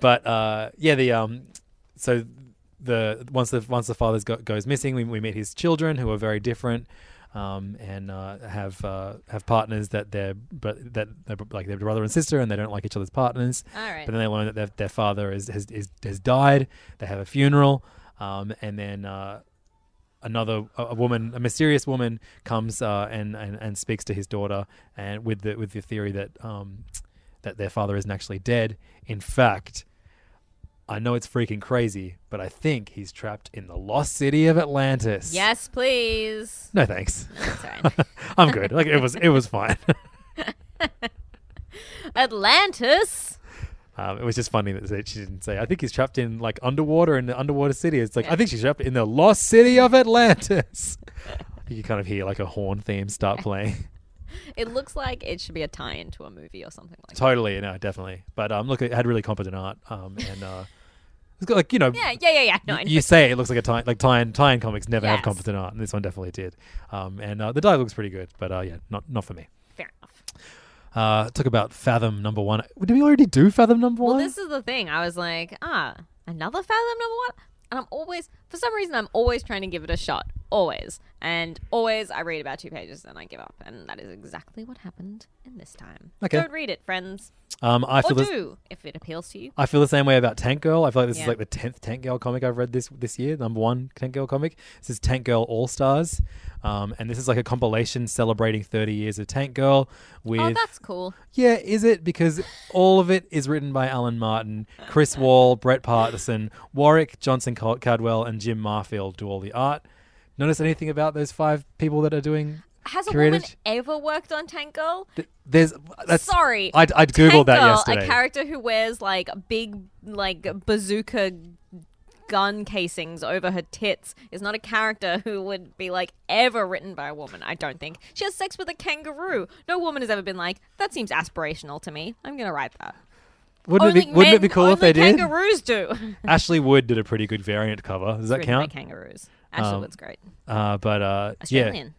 Speaker 4: but uh, yeah, the um, so the once the once the father's go, goes missing, we, we meet his children who are very different. um, and uh, have uh, have partners that they're but that they're like their brother and sister, and they don't like each other's partners.
Speaker 5: All right.
Speaker 4: But then they learn that their, their father is, has is, has died. They have a funeral, um, and then. Uh, another a, a woman, a mysterious woman, comes uh, and, and and speaks to his daughter, and with the with the theory that um, that their father isn't actually dead. In fact, I know it's freaking crazy, but I think he's trapped in the lost city of Atlantis.
Speaker 5: Yes, please.
Speaker 4: No thanks.
Speaker 5: That's all right.
Speaker 4: I'm good. Like it was it was fine.
Speaker 5: Atlantis.
Speaker 4: Um, it was just funny that they- she didn't say. I think he's trapped in like underwater in the underwater city. It's like I think she's trapped in the lost city of Atlantis. you can kind of hear like a horn theme start playing.
Speaker 5: It looks like it should be a tie-in to a movie or something like. that.
Speaker 4: Totally, no, definitely. But um, look, it had really competent art. Um, and uh, it's got like you know,
Speaker 5: Yeah, yeah, yeah, yeah. No, I
Speaker 4: y-
Speaker 5: know.
Speaker 4: you say it looks like a tie, like tie and tie and comics never have
Speaker 5: Yes.
Speaker 4: competent art, and this one definitely did. Um, and uh, the dialogue looks pretty good, but uh, yeah, not not for me.
Speaker 5: fair enough.
Speaker 4: Uh, talk about Fathom number one. Did we already do Fathom number
Speaker 5: Well,
Speaker 4: one?
Speaker 5: this is the thing. I was like, ah, another Fathom number one? And I'm always, for some reason, I'm always trying to give it a shot. Always. And always I read about two pages and I give up. And that is exactly what happened in this time.
Speaker 4: Okay.
Speaker 5: Don't read it, friends.
Speaker 4: um, I
Speaker 5: Or
Speaker 4: feel this,
Speaker 5: do, if it appeals to you.
Speaker 4: I feel the same way about Tank Girl. I feel like this is
Speaker 5: Yeah.
Speaker 4: like the tenth Tank Girl comic I've read this this year. Number one Tank Girl comic. This is Tank Girl All Stars, um, and this is like a compilation celebrating 30 years of Tank Girl. With
Speaker 5: Oh, that's cool.
Speaker 4: yeah, is it because all of it is written by Alan Martin, Chris Wall, Brett Partison, Warwick Johnson Cal- Cardwell, and Jim Marfield do all the art. Notice anything about those five people that are doing?
Speaker 5: Has a
Speaker 4: curated?
Speaker 5: woman ever worked on Tank Girl?
Speaker 4: Th- There's that's
Speaker 5: Sorry.
Speaker 4: I'd, I'd googled
Speaker 5: Tank
Speaker 4: that
Speaker 5: Girl,
Speaker 4: yesterday.
Speaker 5: A character who wears like big like bazooka gun casings over her tits is not a character who would be like ever written by a woman, I don't think. She has sex with a kangaroo. No woman has ever been like, that seems aspirational to me. I'm gonna write that.
Speaker 4: wouldn't it be,
Speaker 5: Only
Speaker 4: wouldn't it
Speaker 5: men-
Speaker 4: be cool if
Speaker 5: only
Speaker 4: they did?
Speaker 5: kangaroos do.
Speaker 4: Ashley Wood did a pretty good variant cover. Does that
Speaker 5: Written by
Speaker 4: count?
Speaker 5: kangaroos. Ashley Wood's great.
Speaker 4: Uh, but uh, yeah,
Speaker 5: Australian.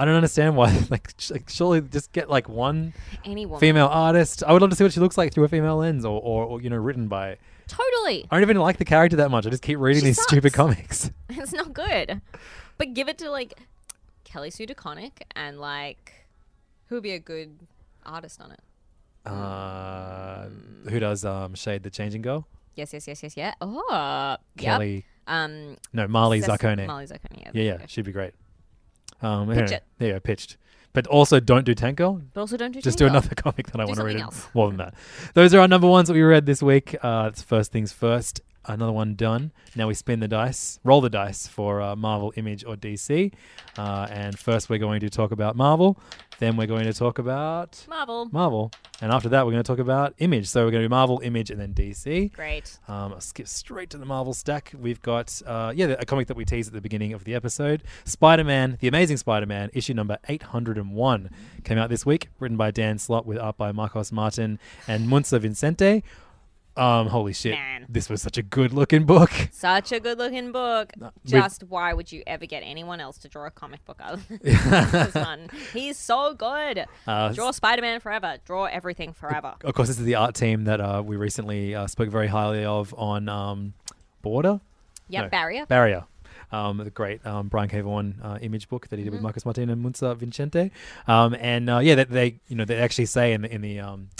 Speaker 4: I don't understand why. Like, sh- like, surely just get like one
Speaker 5: Any woman.
Speaker 4: female artist. I would love to see what she looks like through a female lens, or, or, or you know, written by.
Speaker 5: Totally.
Speaker 4: I don't even like the character that much. I just keep reading
Speaker 5: She
Speaker 4: these stupid
Speaker 5: sucks.
Speaker 4: comics.
Speaker 5: It's not good. But give it to like Kelly Sue DeConnick and like who would be a good artist on it?
Speaker 4: Uh, who does um, Shade the Changing Girl?
Speaker 5: Yes, yes, yes, yes, yeah. Oh, yep.
Speaker 4: Kelly.
Speaker 5: Um,
Speaker 4: No, Marley
Speaker 5: Cec-
Speaker 4: Zarcone.
Speaker 5: Molly Zarcone. Yeah,
Speaker 4: Yeah, yeah,
Speaker 5: there you go.
Speaker 4: she'd be great. Um,
Speaker 5: Pitch
Speaker 4: yeah,
Speaker 5: it.
Speaker 4: There you go, pitched. But also, don't do Tank Girl.
Speaker 5: But also, don't do
Speaker 4: just do
Speaker 5: Tango.
Speaker 4: another comic that I want to read
Speaker 5: something
Speaker 4: in-
Speaker 5: else.
Speaker 4: more than that. Those are our number ones that we read this week. Uh, it's first things first. Another one done. Now we spin the dice, roll the dice for uh, Marvel, Image, or DC. Uh, and first, we're going to talk about Marvel. Then we're going to talk about
Speaker 5: Marvel.
Speaker 4: Marvel. And after that, we're going to talk about Image. So we're going to do Marvel, Image, and then DC.
Speaker 5: Great.
Speaker 4: Um, I'll skip straight to the Marvel stack. We've got, uh, yeah, a comic that we teased at the beginning of the episode Spider Man, The Amazing Spider Man, issue number 801, came out this week, written by Dan Slott with art by Marcos Martin and Munza Vincente. Um, holy shit.
Speaker 5: Man.
Speaker 4: This was such a good looking book.
Speaker 5: Such a good-looking book. Just why would you ever get anyone else to draw a comic book other than this one? He's so good.
Speaker 4: Uh,
Speaker 5: draw Spider-Man forever. Draw everything forever.
Speaker 4: Of course, this is the art team that uh, we recently uh, spoke very highly of on um, Border.
Speaker 5: Yeah,
Speaker 4: No,
Speaker 5: barrier.
Speaker 4: Barrier. Um, the great um, Brian K. Vaughan uh, image book that he did
Speaker 5: Mm-hmm.
Speaker 4: with Marcus Martin and Munza Vincente. Um, and uh, yeah, that they you know they actually say in the in the um,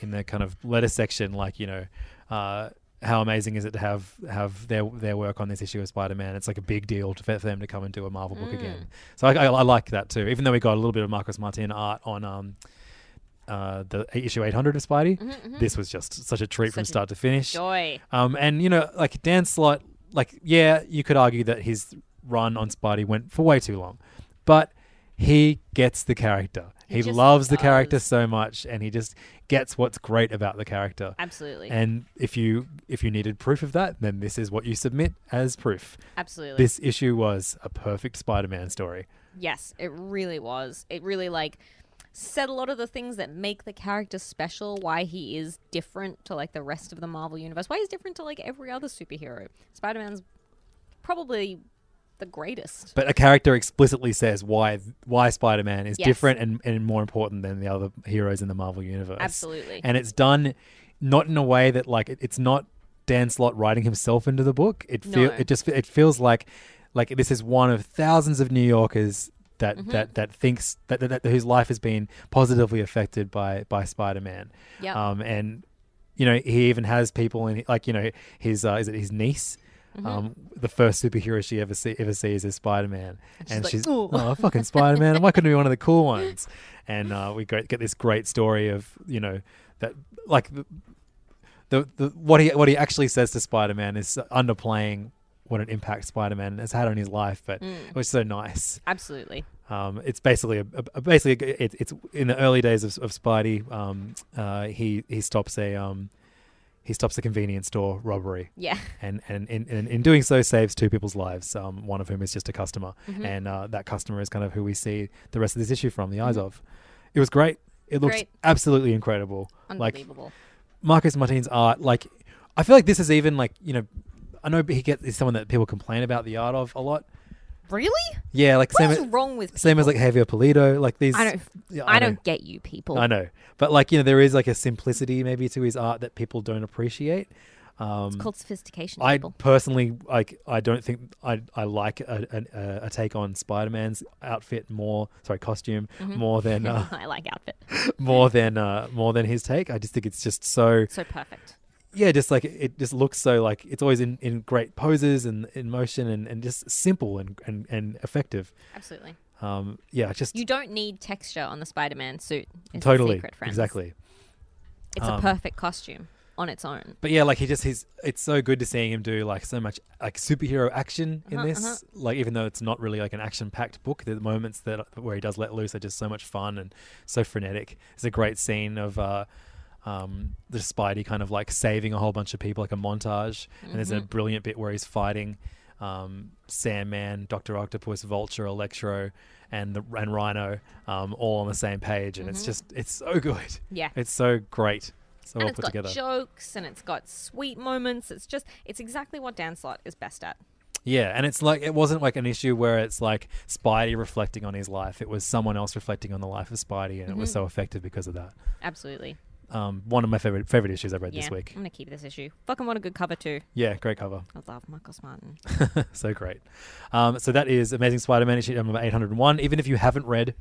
Speaker 4: in the kind of letter section like you know. Uh, how amazing is it to have have their their work on this issue of Spider Man? It's like a big deal to, for them to come and do a Marvel book
Speaker 5: Mm.
Speaker 4: again. So I, I, I like that too. Even though we got a little bit of Marcus Martin art on um, uh, the issue 800 of Spidey, this was just such a treat from
Speaker 5: Mm-hmm, Such a
Speaker 4: start to finish.
Speaker 5: Joy.
Speaker 4: Um, and you know, like Dan Slott, like yeah, you could argue that his run on Spidey went for way too long, but he gets the character. He,
Speaker 5: just
Speaker 4: loves the
Speaker 5: does.
Speaker 4: character so much, and he just gets what's great about the character.
Speaker 5: Absolutely.
Speaker 4: And if you if you needed proof of that, then this is what you submit as proof.
Speaker 5: Absolutely.
Speaker 4: This issue was a perfect Spider-Man story.
Speaker 5: Yes, it really was. It really like said a lot of the things that make the character special, why he is different to like the rest of the Marvel universe, why he's different to like every other superhero. Spider-Man's probably the greatest.
Speaker 4: But a character explicitly says why why Spider Man is
Speaker 5: Yes.
Speaker 4: different and, and more important than the other heroes in the Marvel universe.
Speaker 5: Absolutely.
Speaker 4: And it's done not in a way that like it- it's not Dan Slott writing himself into the book. It feel
Speaker 5: No.
Speaker 4: it just it feels like like this is one of thousands of New Yorkers that
Speaker 5: Mm-hmm.
Speaker 4: that that thinks that, that, that whose life has been positively affected by by Spider Man.
Speaker 5: Yep.
Speaker 4: Um, and you know he even has people in like you know his uh, is it his niece.
Speaker 5: Mm-hmm.
Speaker 4: Um, the first superhero she ever see, ever sees is Spider Man, and
Speaker 5: like,
Speaker 4: she's
Speaker 5: "Ooh."
Speaker 4: oh fucking Spider Man! Am I going to be one of the cool ones? And uh, we get, get this great story of you know that like the, the, the what he what he actually says to Spider Man is underplaying what an impact Spider Man has had on his life, but
Speaker 5: Mm.
Speaker 4: it was so nice.
Speaker 5: Absolutely.
Speaker 4: Um, it's basically a, a- a- basically it, it's in the early days of, of Spidey. Um, uh, he he stops a um, he stops a convenience store robbery.
Speaker 5: Yeah.
Speaker 4: And and in, in, in doing so saves two people's lives, um, one of whom is just a customer,
Speaker 5: Mm-hmm.
Speaker 4: and uh, that customer is kind of who we see the rest of this issue from the eyes of. It was great. It looks
Speaker 5: Mm-hmm. Great.
Speaker 4: absolutely incredible. Like
Speaker 5: Unbelievable.
Speaker 4: Marcus Martin's art, like I feel like this is even like you know, I know he gets is someone that people complain about the art of a lot.
Speaker 5: really?
Speaker 4: Yeah, like
Speaker 5: What
Speaker 4: same
Speaker 5: is
Speaker 4: as,
Speaker 5: wrong with people?
Speaker 4: same as like Javier Polito, like these.
Speaker 5: I don't
Speaker 4: Yeah,
Speaker 5: I,
Speaker 4: know.
Speaker 5: don't get you people.
Speaker 4: I know, but like you know, there is like a simplicity maybe to his art that people don't appreciate. Um,
Speaker 5: It's called sophistication
Speaker 4: I
Speaker 5: people.
Speaker 4: personally like. I don't think I I like a, a, a- a take on Spider Man's outfit more. Sorry, costume more than uh,
Speaker 5: I Mm-hmm. like outfit.
Speaker 4: more than uh, more than his take. I just think it's just so
Speaker 5: So perfect.
Speaker 4: yeah, just like it just looks so like it's always in, in great poses and in motion and, and just simple and, and, and effective.
Speaker 5: Absolutely.
Speaker 4: Um, yeah, just
Speaker 5: You don't need texture on the Spider-Man suit. It's the
Speaker 4: totally
Speaker 5: secret, friends.
Speaker 4: exactly.
Speaker 5: It's
Speaker 4: Um,
Speaker 5: a perfect costume on its own.
Speaker 4: But yeah, like he just he's it's so good to seeing him do like so much like superhero action
Speaker 5: Uh-huh,
Speaker 4: in this. Like even though it's not really like an action packed book, the moments that where he does let loose are just so much fun and so frenetic. It's a great scene of uh um, the Spidey kind of like saving a whole bunch of people, like a montage. And there's
Speaker 5: Mm-hmm.
Speaker 4: a brilliant bit where he's fighting um, Sandman, Doctor Octopus, Vulture, Electro, and the and Rhino, um, all on the same page. And it's just it's so good.
Speaker 5: Mm-hmm. Yeah.
Speaker 4: it's so great. So
Speaker 5: and
Speaker 4: well
Speaker 5: it's
Speaker 4: put
Speaker 5: got
Speaker 4: together.
Speaker 5: jokes and it's got sweet moments. It's just it's exactly what Dan Slott is best at.
Speaker 4: Yeah, and it's like it wasn't like an issue where it's like Spidey reflecting on his life. It was someone else reflecting on the life of Spidey, and it
Speaker 5: Mm-hmm.
Speaker 4: was so effective because of that.
Speaker 5: Absolutely.
Speaker 4: Um, one of my favorite favorite issues I've read
Speaker 5: Yeah.
Speaker 4: this week.
Speaker 5: I'm gonna keep this issue. Fucking want a good cover too.
Speaker 4: Yeah, great cover,
Speaker 5: I love Michael Martin.
Speaker 4: so great. Um, so that is Amazing Spider-Man issue number eight hundred and one. Even if you haven't read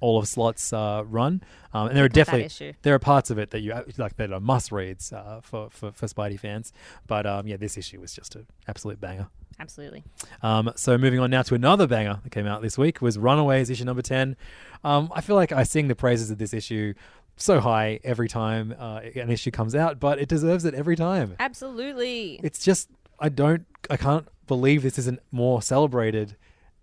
Speaker 4: all of Slot's uh, run, um, and there are
Speaker 5: issue.
Speaker 4: definitely there are parts of it that you uh, like that are must reads uh, for, for for Spidey fans. But um, yeah, this issue was just an absolute banger.
Speaker 5: Absolutely.
Speaker 4: Um, so moving on now to another banger that came out this week was Runaways issue number ten. Um, I feel like I sing the praises of this issue so high every time uh, an issue comes out, but it deserves it every time.
Speaker 5: Absolutely.
Speaker 4: It's just I don't I can't believe this isn't more celebrated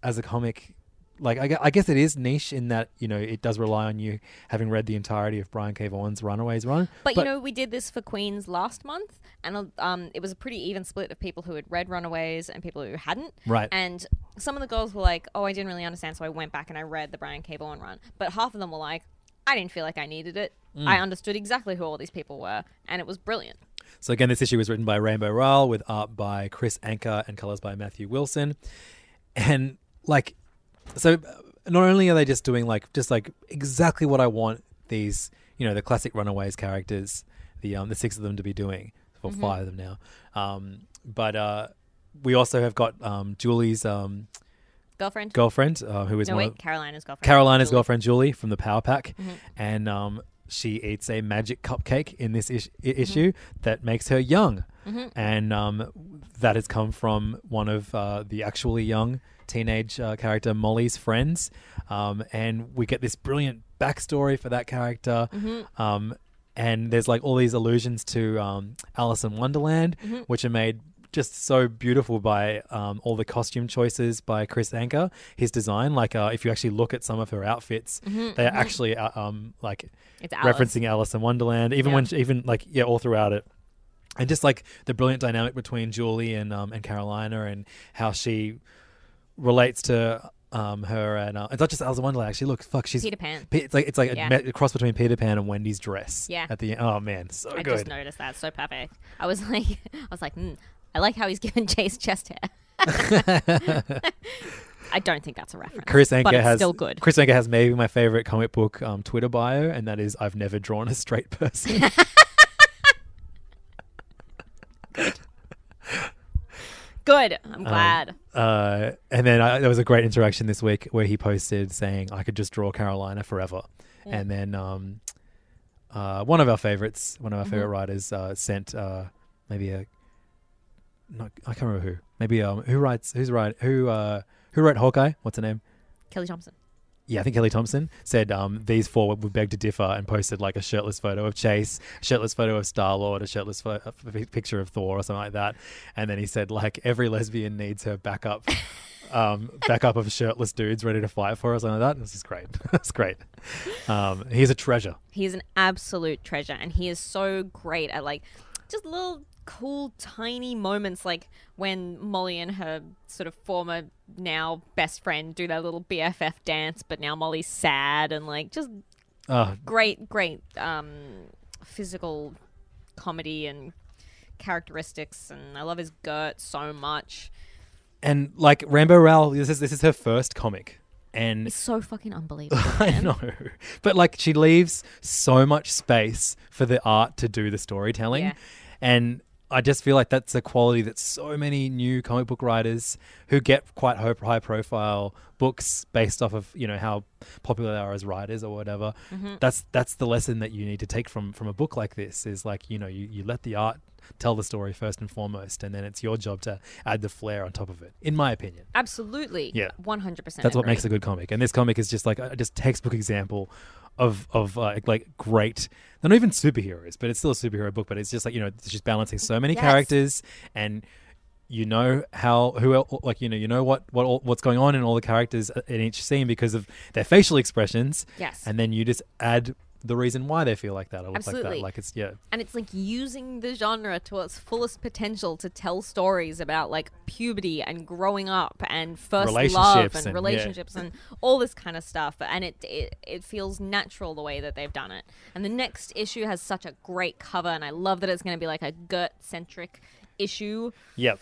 Speaker 4: as a comic. Like I, gue- I guess it is niche in that you know it does rely on you having read the entirety of Brian K. Vaughan's Runaways run.
Speaker 5: But, you know, we did this for Queens last month, and um, it was a pretty even split of people who had read Runaways and people who hadn't.
Speaker 4: Right.
Speaker 5: And some of the girls were like, "Oh, I didn't really understand," so I went back and I read the Brian K. Vaughan run. But half of them were like, "I didn't feel like I needed it.
Speaker 4: Mm.
Speaker 5: I understood exactly who all these people were, and it was brilliant."
Speaker 4: So again, this issue was written by Rainbow Rowell with art by Chris Anker and colors by Matthew Wilson. And like, so not only are they just doing like just like exactly what I want these you know the classic Runaways characters, the um the six of them to be doing, or
Speaker 5: Mm-hmm.
Speaker 4: five of them now. Um, but uh, we also have got um Julie's um
Speaker 5: Girlfriend.
Speaker 4: girlfriend uh, who is
Speaker 5: no
Speaker 4: one
Speaker 5: wait,
Speaker 4: of,
Speaker 5: Carolina's girlfriend.
Speaker 4: Carolina's
Speaker 5: Julie. Mm-hmm.
Speaker 4: girlfriend Julie from the Power Pack, and um, she eats a magic cupcake in this is- i-
Speaker 5: Mm-hmm.
Speaker 4: issue that makes her young, and um, that has come from one of uh, the actually young teenage uh, character Molly's friends, um, and we get this brilliant backstory for that character.
Speaker 5: Mm-hmm.
Speaker 4: Um, and there's like all these allusions to um, Alice in Wonderland,
Speaker 5: Mm-hmm.
Speaker 4: which are made just so beautiful by um, all the costume choices by Chris Anker. His design, like uh, if you actually look at some of her outfits, they are actually uh, um, like
Speaker 5: Mm-hmm, It's Alice.
Speaker 4: referencing Alice in Wonderland. Even when, even like yeah, all throughout it and just like the brilliant dynamic between Julie and um, and Carolina and how she relates to um, her and uh, it's not just Alice in Wonderland. Actually, look, fuck, she's
Speaker 5: Peter Pan.
Speaker 4: Pe- it's like it's like a
Speaker 5: Yeah.
Speaker 4: me- a, cross between Peter Pan and Wendy's dress.
Speaker 5: Yeah.
Speaker 4: At the end. oh man, so
Speaker 5: I
Speaker 4: good.
Speaker 5: just noticed that. So perfect. I was like, I was like, mm, I like how he's given Jay's chest hair. I don't think that's a reference.
Speaker 4: Chris Anker
Speaker 5: but it's
Speaker 4: has
Speaker 5: still good.
Speaker 4: Chris Anker has maybe my favorite comic book um, Twitter bio, and that is I've never drawn a straight person.
Speaker 5: Good.
Speaker 4: Uh-huh.
Speaker 5: I'm glad.
Speaker 4: Uh, and then I, there was a great interaction this week where he posted saying, "I could just draw Carolina forever." And then um, uh, one of our favorites, one of our
Speaker 5: Mm-hmm.
Speaker 4: favorite writers, uh, sent uh, maybe a not, I can't remember who. Maybe um, who writes who's right who uh, who wrote Hawkeye? What's her name?
Speaker 5: Kelly Thompson.
Speaker 4: yeah, I think Kelly Thompson said um, these four would would beg to differ and posted like a shirtless photo of Chase, shirtless photo of Star Lord, a shirtless pho- a f- picture of Thor or something like that. And then he said like every lesbian needs her backup, um, backup of shirtless dudes ready to fight for us, something like that. This is great. It's great. Um, he's a treasure.
Speaker 5: He's an absolute treasure, and he is so great at like just little cool tiny moments, like when Molly and her sort of former now best friend do their little BFF dance, but now Molly's sad and like just
Speaker 4: Uh,
Speaker 5: great, great um, physical comedy and characteristics, and I love his girt so much.
Speaker 4: and like Rambo Rowell, this is this is her first comic, and
Speaker 5: It's so fucking unbelievable.
Speaker 4: I
Speaker 5: man.
Speaker 4: know. But like she leaves so much space for the art to do the storytelling.
Speaker 5: Yeah.
Speaker 4: And I just feel like that's a quality that so many new comic book writers who get quite ho- high profile books based off of, you know, how popular they are as writers or whatever. That's that's the lesson that you need to take from from a book like this is like, you know, you, you let the art tell the story first and foremost and then it's your job to add the flair on top of it, in my opinion.
Speaker 5: Absolutely.
Speaker 4: Yeah.
Speaker 5: One hundred percent.
Speaker 4: That's what makes a good comic. And this comic is just like a just textbook example of of uh, like great. They're not even superheroes, but it's still a superhero book. But it's just like you know, it's just balancing so many
Speaker 5: Yes.
Speaker 4: characters and. You know how who el- like you know you know what what all, what's going on in all the characters uh, in each scene because of their facial expressions.
Speaker 5: Yes.
Speaker 4: and then you just add the reason why they feel like that or look like
Speaker 5: Absolutely.
Speaker 4: that. Like it's yeah,
Speaker 5: and it's like using the genre to its fullest potential to tell stories about like puberty and growing up and first love
Speaker 4: Relationships and-
Speaker 5: and,
Speaker 4: yeah.
Speaker 5: relationships and all this kind of stuff and it, it it feels natural the way that they've done it and the next issue has such a great cover and i love that it's going to be like a gut centric issue
Speaker 4: yep.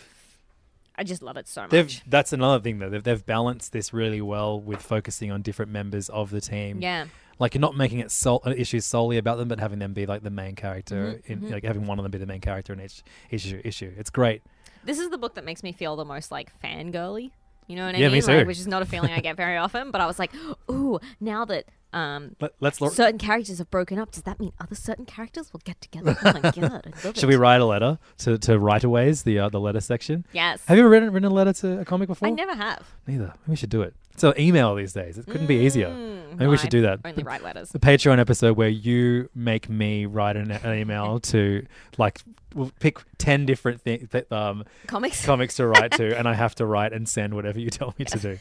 Speaker 5: i just love it so much
Speaker 4: They've, that's another thing though. They've, they've balanced this really well with focusing on different members of the team.
Speaker 5: Yeah.
Speaker 4: like you're not making it sol- an issue solely about them, but having them be like the main character,
Speaker 5: Mm-hmm,
Speaker 4: in, like having one of them be the main character in each issue. Issue. It's great.
Speaker 5: this is the book that makes me feel the most like fangirly. You know what I
Speaker 4: Yeah,
Speaker 5: mean?
Speaker 4: me
Speaker 5: Like,
Speaker 4: too.
Speaker 5: which is not a feeling I get very often, but I was like, ooh, now that um,
Speaker 4: Let, let's. Lo-
Speaker 5: certain characters have broken up, does that mean other certain characters will get together? Oh my god, I love
Speaker 4: should
Speaker 5: it.
Speaker 4: we write a letter to to writeaways the uh, the letter section?
Speaker 5: Yes.
Speaker 4: Have you ever written, written a letter to a comic before?
Speaker 5: I never have.
Speaker 4: Neither. We should do it. So email these days. It couldn't be easier. Maybe
Speaker 5: I
Speaker 4: we should do that.
Speaker 5: Only write letters.
Speaker 4: the Patreon episode where you make me write an, e-, an email to like we'll pick 10 different things um,
Speaker 5: Comics?
Speaker 4: comics to write to and I have to write and send whatever you tell me to do.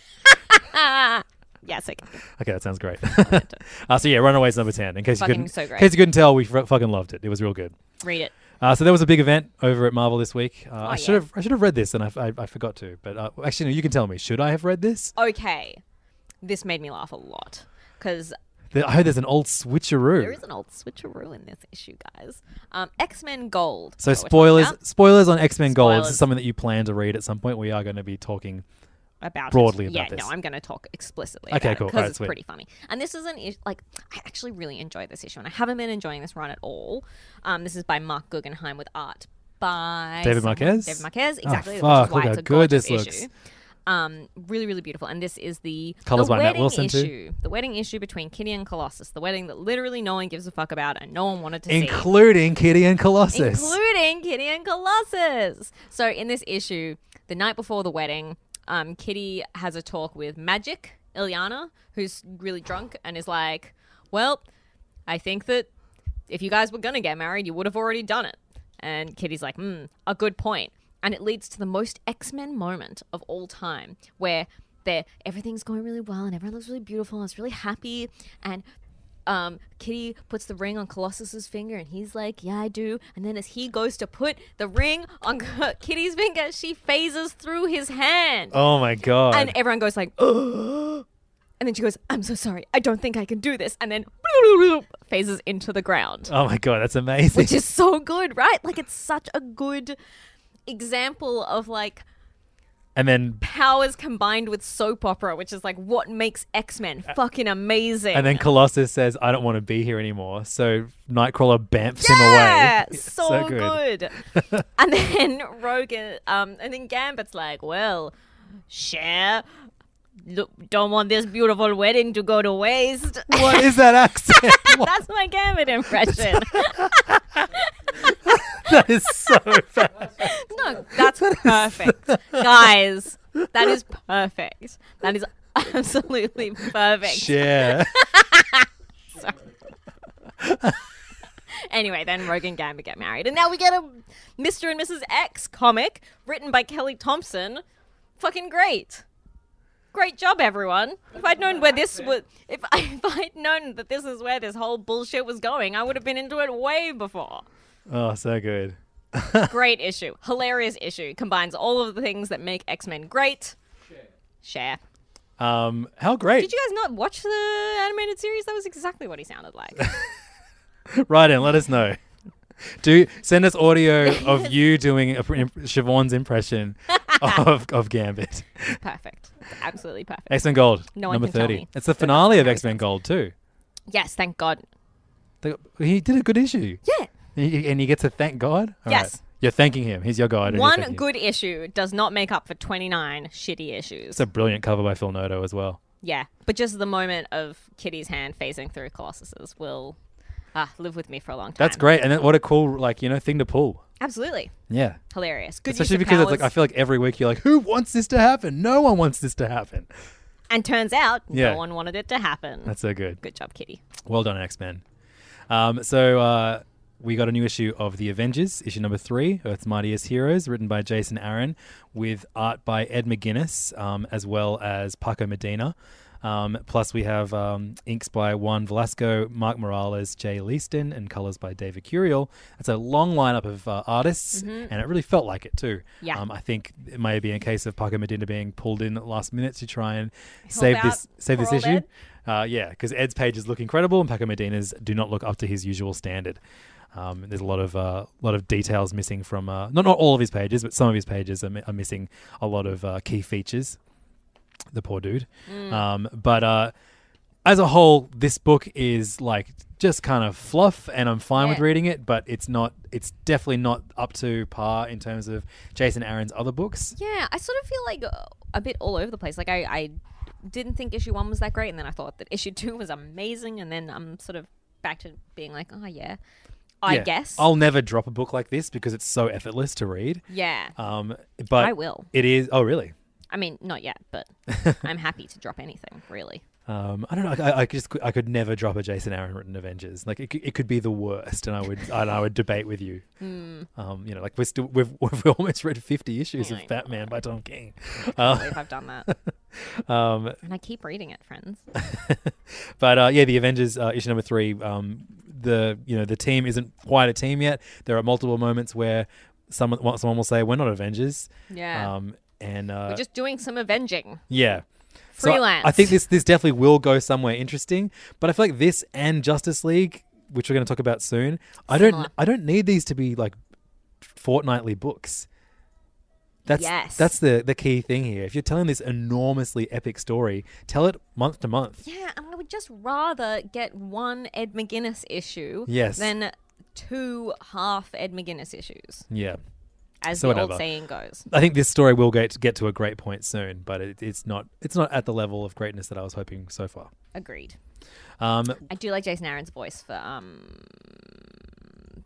Speaker 5: Ah, yes, okay.
Speaker 4: Okay, that sounds great. uh, so yeah, Runaways number 10 in case you
Speaker 5: Fucking
Speaker 4: couldn't
Speaker 5: so great.
Speaker 4: in case you couldn't tell we f- fucking loved it. It was real good.
Speaker 5: Read it.
Speaker 4: Uh, so there was a big event over at Marvel this week. Uh, I should
Speaker 5: Oh, yeah.
Speaker 4: have I should have read this and I, I, I forgot to. But uh, actually, no, you can tell me. Should I have read this?
Speaker 5: Okay. This made me laugh a lot because
Speaker 4: The- I heard there's an old switcheroo.
Speaker 5: there is an old switcheroo in this issue, guys. Um, X Men Gold.
Speaker 4: So
Speaker 5: is what we're talking
Speaker 4: spoilers,
Speaker 5: about.
Speaker 4: spoilers on X Men Gold. This
Speaker 5: Spoilers.
Speaker 4: is something that you plan to read at some point. We are going to be talking.
Speaker 5: about it.
Speaker 4: broadly about
Speaker 5: yeah,
Speaker 4: this.
Speaker 5: no, I'm going to talk explicitly.
Speaker 4: Okay,
Speaker 5: about
Speaker 4: cool.
Speaker 5: Because
Speaker 4: Alright,
Speaker 5: it's
Speaker 4: sweet.
Speaker 5: pretty funny, and this is an is- like I actually really enjoy this issue, and I haven't been enjoying this run at all. Um, this is by Mark Guggenheim with art by
Speaker 4: David
Speaker 5: someone-
Speaker 4: Marquez?
Speaker 5: David Marquez,
Speaker 4: Oh,
Speaker 5: exactly. which is
Speaker 4: fuck,
Speaker 5: why
Speaker 4: look
Speaker 5: it's
Speaker 4: how
Speaker 5: a
Speaker 4: good this
Speaker 5: gorgeous
Speaker 4: looks.
Speaker 5: issue. Um, really, really beautiful, and this is the
Speaker 4: Colours
Speaker 5: the
Speaker 4: by Matt
Speaker 5: wedding
Speaker 4: Wilson, too.
Speaker 5: issue, the wedding issue between Kitty and Colossus, the wedding that literally no one gives a fuck about, and no one wanted to see
Speaker 4: including Kitty and Colossus.
Speaker 5: including Kitty and Colossus. So in this issue, the night before the wedding, um, Kitty has a talk with Magic Ilyana, who's really drunk and is like, "Well, I think that if you guys were gonna get married, you would have already done it." And Kitty's like, "Hmm, a good point." And it leads to the most X Men moment of all time, where they're everything's going really well and everyone looks really beautiful and it's really happy and um, Kitty puts the ring on Colossus's finger, and he's like, "Yeah, I do." And then as he goes to put the ring on Kitty's finger, she phases through his hand,
Speaker 4: oh my god!
Speaker 5: and everyone goes like, "Ugh." and then she goes, "I'm so sorry, I don't think I can do this," and then phases into the ground,
Speaker 4: oh my god, that's amazing.
Speaker 5: which is so good, right? Like it's such a good example of like
Speaker 4: and then
Speaker 5: powers combined with soap opera, which is like what makes X Men fucking amazing.
Speaker 4: Uh, and then Colossus says, "I don't want to be here anymore." So Nightcrawler bamfs
Speaker 5: yeah,
Speaker 4: him away.
Speaker 5: so, good. and then Rogan, um, and then Gambit's like, well, share. Don't want this beautiful wedding to go to waste.
Speaker 4: What is that accent? What-
Speaker 5: That's my Gambit impression.
Speaker 4: that is so bad.
Speaker 5: No, that's perfect. Guys, that is perfect. That is absolutely perfect.
Speaker 4: Share.
Speaker 5: Anyway, then Rogan Gamba get married. And now we get a Mr. and Mrs. X comic written by Kelly Thompson. Fucking great. Great job, everyone. If I'd known where this was, if, I, if I'd known that this is where this whole bullshit was going, I would have been into it way before.
Speaker 4: Oh, so good.
Speaker 5: Great issue. Hilarious issue. Combines all of the things that make X Men great. Share.
Speaker 4: Um, how great.
Speaker 5: Did you guys not watch the animated series? That was exactly what he sounded like.
Speaker 4: Right in. Let us know. Do send us audio of you doing a, Siobhan's impression of, of Gambit.
Speaker 5: perfect. Absolutely perfect.
Speaker 4: X Men Gold,
Speaker 5: No one
Speaker 4: number
Speaker 5: can tell
Speaker 4: thirty.
Speaker 5: me.
Speaker 4: It's the finale of X Men Gold too.
Speaker 5: Yes, thank God.
Speaker 4: They- He did a good issue.
Speaker 5: Yeah.
Speaker 4: And you- and you get to thank God. All
Speaker 5: Yes.
Speaker 4: you're thanking him. He's your God. and you're
Speaker 5: One
Speaker 4: thanking him.
Speaker 5: good issue does not make up for 29 shitty issues.
Speaker 4: It's a brilliant cover by Phil Noto as well.
Speaker 5: yeah, but just the moment of Kitty's hand phasing through Colossus's will ah, live with me for a long time.
Speaker 4: That's great. And then what a cool like you know thing to pull.
Speaker 5: Absolutely.
Speaker 4: Yeah.
Speaker 5: Hilarious. Good
Speaker 4: Especially
Speaker 5: use of
Speaker 4: because it's like I
Speaker 5: powers.
Speaker 4: feel like every week you're like, who wants this to happen? No one wants this to happen.
Speaker 5: And turns out
Speaker 4: Yeah.
Speaker 5: no one wanted it to happen.
Speaker 4: That's so good.
Speaker 5: Good job, Kitty.
Speaker 4: Well done, X Men. Um, so uh, we got a new issue of The Avengers, issue number three, Earth's Mightiest Heroes, written by Jason Aaron, with art by Ed McGuinness, um, as well as Paco Medina. Um, plus, we have um, inks by Juan Velasco, Mark Morales, Jay Leaston, and colors by David Curiel. It's a long lineup of uh, artists, and it really felt like it too.
Speaker 5: Yeah.
Speaker 4: Um, I think it may be a case of Paco Medina being pulled in at the last minute to try and save
Speaker 5: out
Speaker 4: this save
Speaker 5: for
Speaker 4: this
Speaker 5: old
Speaker 4: issue.
Speaker 5: Ed.
Speaker 4: Uh, yeah, because Ed's pages look incredible, and Paco Medina's do not look up to his usual standard. Um, there's a lot of uh, lot of details missing from uh, not not all of his pages, but some of his pages are, mi- are missing a lot of uh, key features. The poor dude.
Speaker 5: Mm.
Speaker 4: Um, but uh, as a whole, this book is like just kind of fluff, and I'm fine with
Speaker 5: Yeah.
Speaker 4: reading it. But it's not. It's definitely not up to par in terms of Jason Aaron's other books.
Speaker 5: Yeah, I sort of feel like uh, a bit all over the place. Like I, I didn't think issue one was that great, and then I thought that issue two was amazing, and then I'm sort of back to being like, oh yeah, I
Speaker 4: Yeah.
Speaker 5: guess.
Speaker 4: I'll never drop a book like this because it's so effortless to read.
Speaker 5: yeah.
Speaker 4: Um, but
Speaker 5: I will.
Speaker 4: It is. Oh, really?
Speaker 5: I mean, not yet, but I'm happy to drop anything, really.
Speaker 4: Um, I don't know. I, I could just could- I could never drop a Jason Aaron written Avengers. Like it, could- it could be the worst, and I would and I would debate with you.
Speaker 5: Hmm.
Speaker 4: Um, you know, like we're still we've we've almost read fifty issues
Speaker 5: I
Speaker 4: of
Speaker 5: know.
Speaker 4: Batman by Tom King. Uh,
Speaker 5: I believe I've done
Speaker 4: Oh.
Speaker 5: that.
Speaker 4: Um,
Speaker 5: And I keep reading it, friends.
Speaker 4: But uh, yeah, the Avengers uh, issue number three. Um, the you know the team isn't quite a team yet. There are multiple moments where someone one- someone will say we're not Avengers.
Speaker 5: Yeah.
Speaker 4: Um, and uh,
Speaker 5: We're just doing some avenging.
Speaker 4: yeah. So I-
Speaker 5: Freelance.
Speaker 4: I, think this this definitely will go somewhere interesting. But I feel like this and Justice League, which we're going to talk about soon, I don't
Speaker 5: Similar.
Speaker 4: I don't need these to be like fortnightly books. That's
Speaker 5: Yes.
Speaker 4: that's the the key thing here. If you're telling this enormously epic story, tell it month to month.
Speaker 5: Yeah, and I would just rather get one Ed McGuinness issue
Speaker 4: Yes.
Speaker 5: than two half Ed McGuinness issues,
Speaker 4: yeah.
Speaker 5: as
Speaker 4: So
Speaker 5: the
Speaker 4: whatever.
Speaker 5: old saying goes.
Speaker 4: I think this story will get get to a great point soon, but it, it's not it's not at the level of greatness that I was hoping so far.
Speaker 5: Agreed.
Speaker 4: Um,
Speaker 5: I do like Jason Aaron's voice for um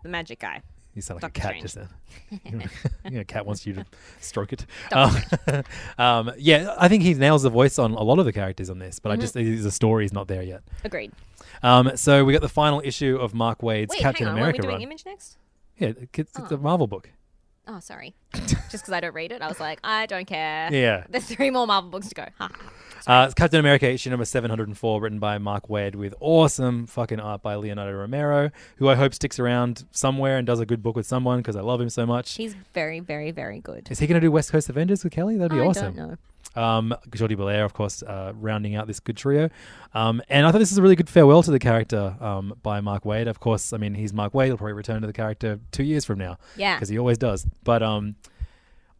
Speaker 5: the magic guy.
Speaker 4: you sound like
Speaker 5: Doctor
Speaker 4: a cat
Speaker 5: Strange.
Speaker 4: just now. you know, cat wants you to stroke it. Um, um, yeah, I think he nails the voice on a lot of the characters on this, but
Speaker 5: Mm-hmm.
Speaker 4: I just the story's not there yet.
Speaker 5: Agreed.
Speaker 4: Um, so we got the final issue of Mark Wade's
Speaker 5: Wait,
Speaker 4: Captain
Speaker 5: hang on.
Speaker 4: America
Speaker 5: are we doing
Speaker 4: run.
Speaker 5: image next?
Speaker 4: yeah, it's, it's a Marvel book.
Speaker 5: Oh, sorry. Just because I don't read it, I was like, I don't care.
Speaker 4: Yeah.
Speaker 5: There's three more Marvel books to go. Ha.
Speaker 4: Uh, it's Captain America issue number 704, written by Mark Waid, with awesome fucking art by Leonardo Romero, who I hope sticks around somewhere and does a good book with someone because I love him so much.
Speaker 5: He's very, very, very good.
Speaker 4: Is he going to do West Coast Avengers with Kelly? That'd be
Speaker 5: I
Speaker 4: awesome.
Speaker 5: don't know.
Speaker 4: Um, Jordi Belair, of course, uh, rounding out this good trio. Um, and I thought this is a really good farewell to the character um, by Mark Waid. Of course, I mean, he's Mark Waid. He'll probably return to the character two years from now
Speaker 5: Yeah.
Speaker 4: because he always does. But um,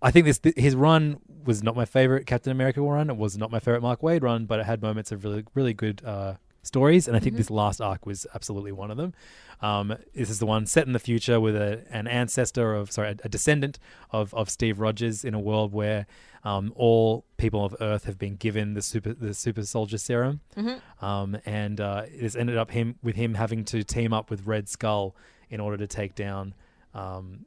Speaker 4: I think this th- his run was not my favorite Captain America run. It was not my favorite Mark Wade run, but it had moments of really really good uh, stories, and I think this last arc was absolutely one of them. Um, this is the one set in the future with a, an ancestor of sorry a, a descendant of of Steve Rogers in a world where um, all people of Earth have been given the super the super soldier serum, um, and uh, this ended up him with him having to team up with Red Skull in order to take down. Um,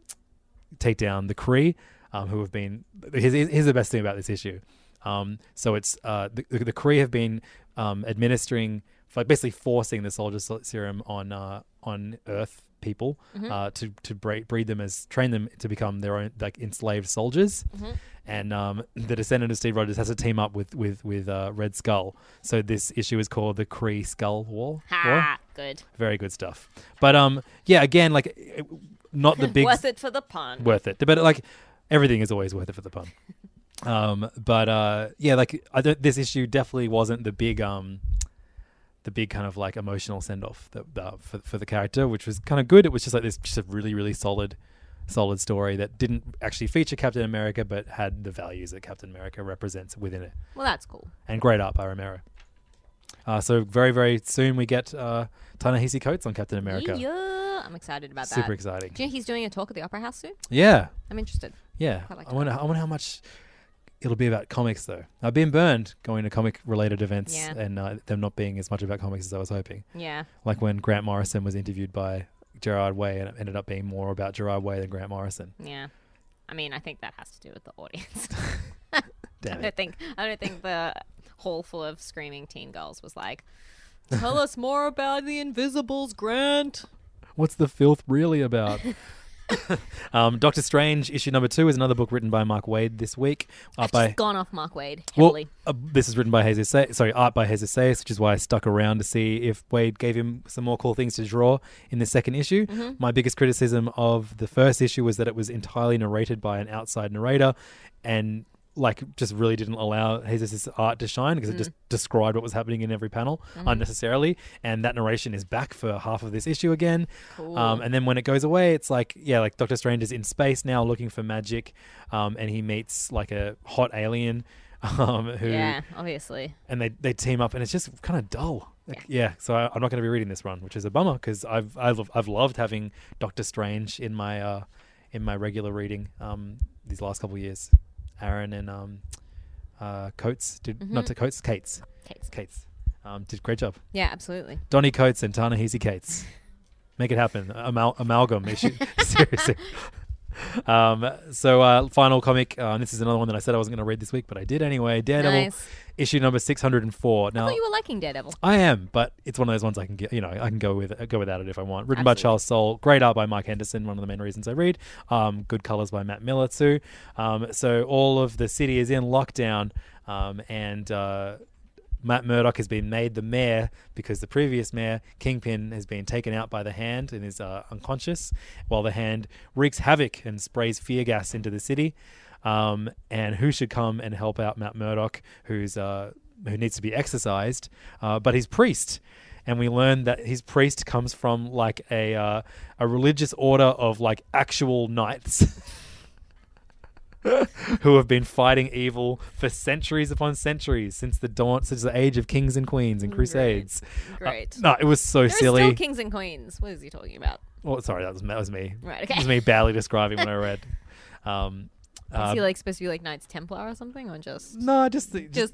Speaker 4: take down the Kree, um, who have been. Here's, here's the best thing about this issue. Um, so it's uh, the, the, the Kree have been um, administering, like basically forcing the soldier sol- serum on uh, on Earth people uh, to to breed, breed them as train them to become their own like enslaved soldiers. And um, the descendant of Steve Rogers has to team up with with with uh, Red Skull. So this issue is called the Kree Skull War. War?
Speaker 5: Ha! Good.
Speaker 4: Very good stuff. But um, yeah, again, like it- not the big
Speaker 5: Worth it for the pun.
Speaker 4: worth it. But like everything is always worth it for the pun. Um, but uh, yeah, like I don't, this issue definitely wasn't the big um, the big kind of like emotional send off that, that for, for the character, which was kind of good. It was just like this, just a really really solid solid story that didn't actually feature Captain America, but had the values that Captain America represents within it
Speaker 5: Well, that's cool.
Speaker 4: and great art by Romero. Uh, so very very soon we get uh, Ta-Nehisi Coates on Captain America.
Speaker 5: Yeah, I'm excited about that.
Speaker 4: Super exciting.
Speaker 5: Do you know he's doing a talk at the Opera House soon?
Speaker 4: Yeah,
Speaker 5: I'm interested.
Speaker 4: Yeah, I,
Speaker 5: Quite like
Speaker 4: wonder. I wonder how much it'll be about comics, though. I've been burned going to comic-related events
Speaker 5: Yeah.
Speaker 4: and uh, them not being as much about comics as I was hoping.
Speaker 5: Yeah.
Speaker 4: Like when Grant Morrison was interviewed by Gerard Way, and it ended up being more about Gerard Way than Grant Morrison.
Speaker 5: Yeah. I mean, I think that has to do with the audience. I
Speaker 4: Damn
Speaker 5: don't
Speaker 4: it!
Speaker 5: think I don't think the hall full of screaming teen girls was like, "Tell us more about the Invisibles, Grant."
Speaker 4: What's the filth really about? um, Doctor Strange issue number two is another book written by Mark Wade this week. Art by
Speaker 5: Just gone off Mark Wade
Speaker 4: Well,
Speaker 5: heavily.
Speaker 4: uh, this is written by Jesus. Say- Sorry, art by Jesus Sayas, which is why I stuck around to see if Wade gave him some more cool things to draw in the second issue. My biggest criticism of the first issue was that it was entirely narrated by an outside narrator, and like just really didn't allow Jesus' art to shine because it just described what was happening in every panel unnecessarily. And that narration is back for half of this issue again. Um, and then when it goes away, it's like yeah, like Doctor Strange is in space now looking for magic, um, and he meets like a hot alien um, who
Speaker 5: yeah, obviously.
Speaker 4: and they, they team up, and it's just kind of dull. Like, yeah. so I, I'm not going to be reading this run, which is a bummer because I've I love, I've loved having Doctor Strange in my uh, in my regular reading um, these last couple of years. Aaron and um, uh, Coates did not to Coates Cates
Speaker 5: Kate's.
Speaker 4: Mm-hmm. Cates um, did a great job.
Speaker 5: Yeah, absolutely.
Speaker 4: Donny Coates and Ta-Nehisi Cates. Make it happen. Amal- amalgam issue. Seriously. Um, so, uh, final comic. Uh, and this is another one that I said I wasn't going to read this week, but I did anyway. Daredevil,
Speaker 5: Nice.
Speaker 4: issue number 604. Now,
Speaker 5: I thought you were liking Daredevil.
Speaker 4: I am, but it's one of those ones I can get. You know, I can go with go without it if I want. Written by Charles Soule, great art by Mike Henderson. One of the main reasons I read. Um, good colors by Matt Miller too. Um, so all of the city is in lockdown, um, and uh, Matt Murdock has been made the mayor because the previous mayor Kingpin has been taken out by the hand and is uh, unconscious, while the hand wreaks havoc and sprays fear gas into the city. Um, and who should come and help out Matt Murdock, who's uh, who needs to be exercised, uh, but his priest. And we learn that his priest comes from like a uh, a religious order of like actual knights. who have been fighting evil for centuries upon centuries since the dawn since the age of kings and queens and crusades Uh,
Speaker 5: Great.
Speaker 4: no it was so
Speaker 5: There are
Speaker 4: silly
Speaker 5: still kings and queens. What is he talking about?
Speaker 4: oh sorry that was, that was me
Speaker 5: Right,
Speaker 4: it was
Speaker 5: okay.
Speaker 4: me badly describing what i read um
Speaker 5: Is
Speaker 4: uh,
Speaker 5: he like supposed to be like Knights Templar or something, or just
Speaker 4: no just, the- just
Speaker 5: just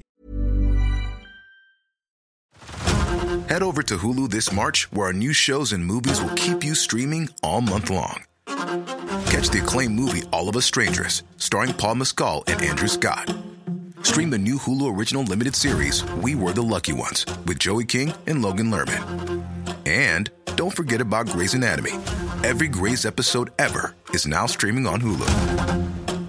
Speaker 6: Head over to Hulu this March, where our new shows and movies will keep you streaming all month long. Catch the acclaimed movie All of Us Strangers, starring Paul Mescal and Andrew Scott. Stream the new Hulu original limited series We Were the Lucky Ones with Joey King and Logan Lerman. And don't forget about Grey's Anatomy. Every Grey's episode ever is now streaming on Hulu.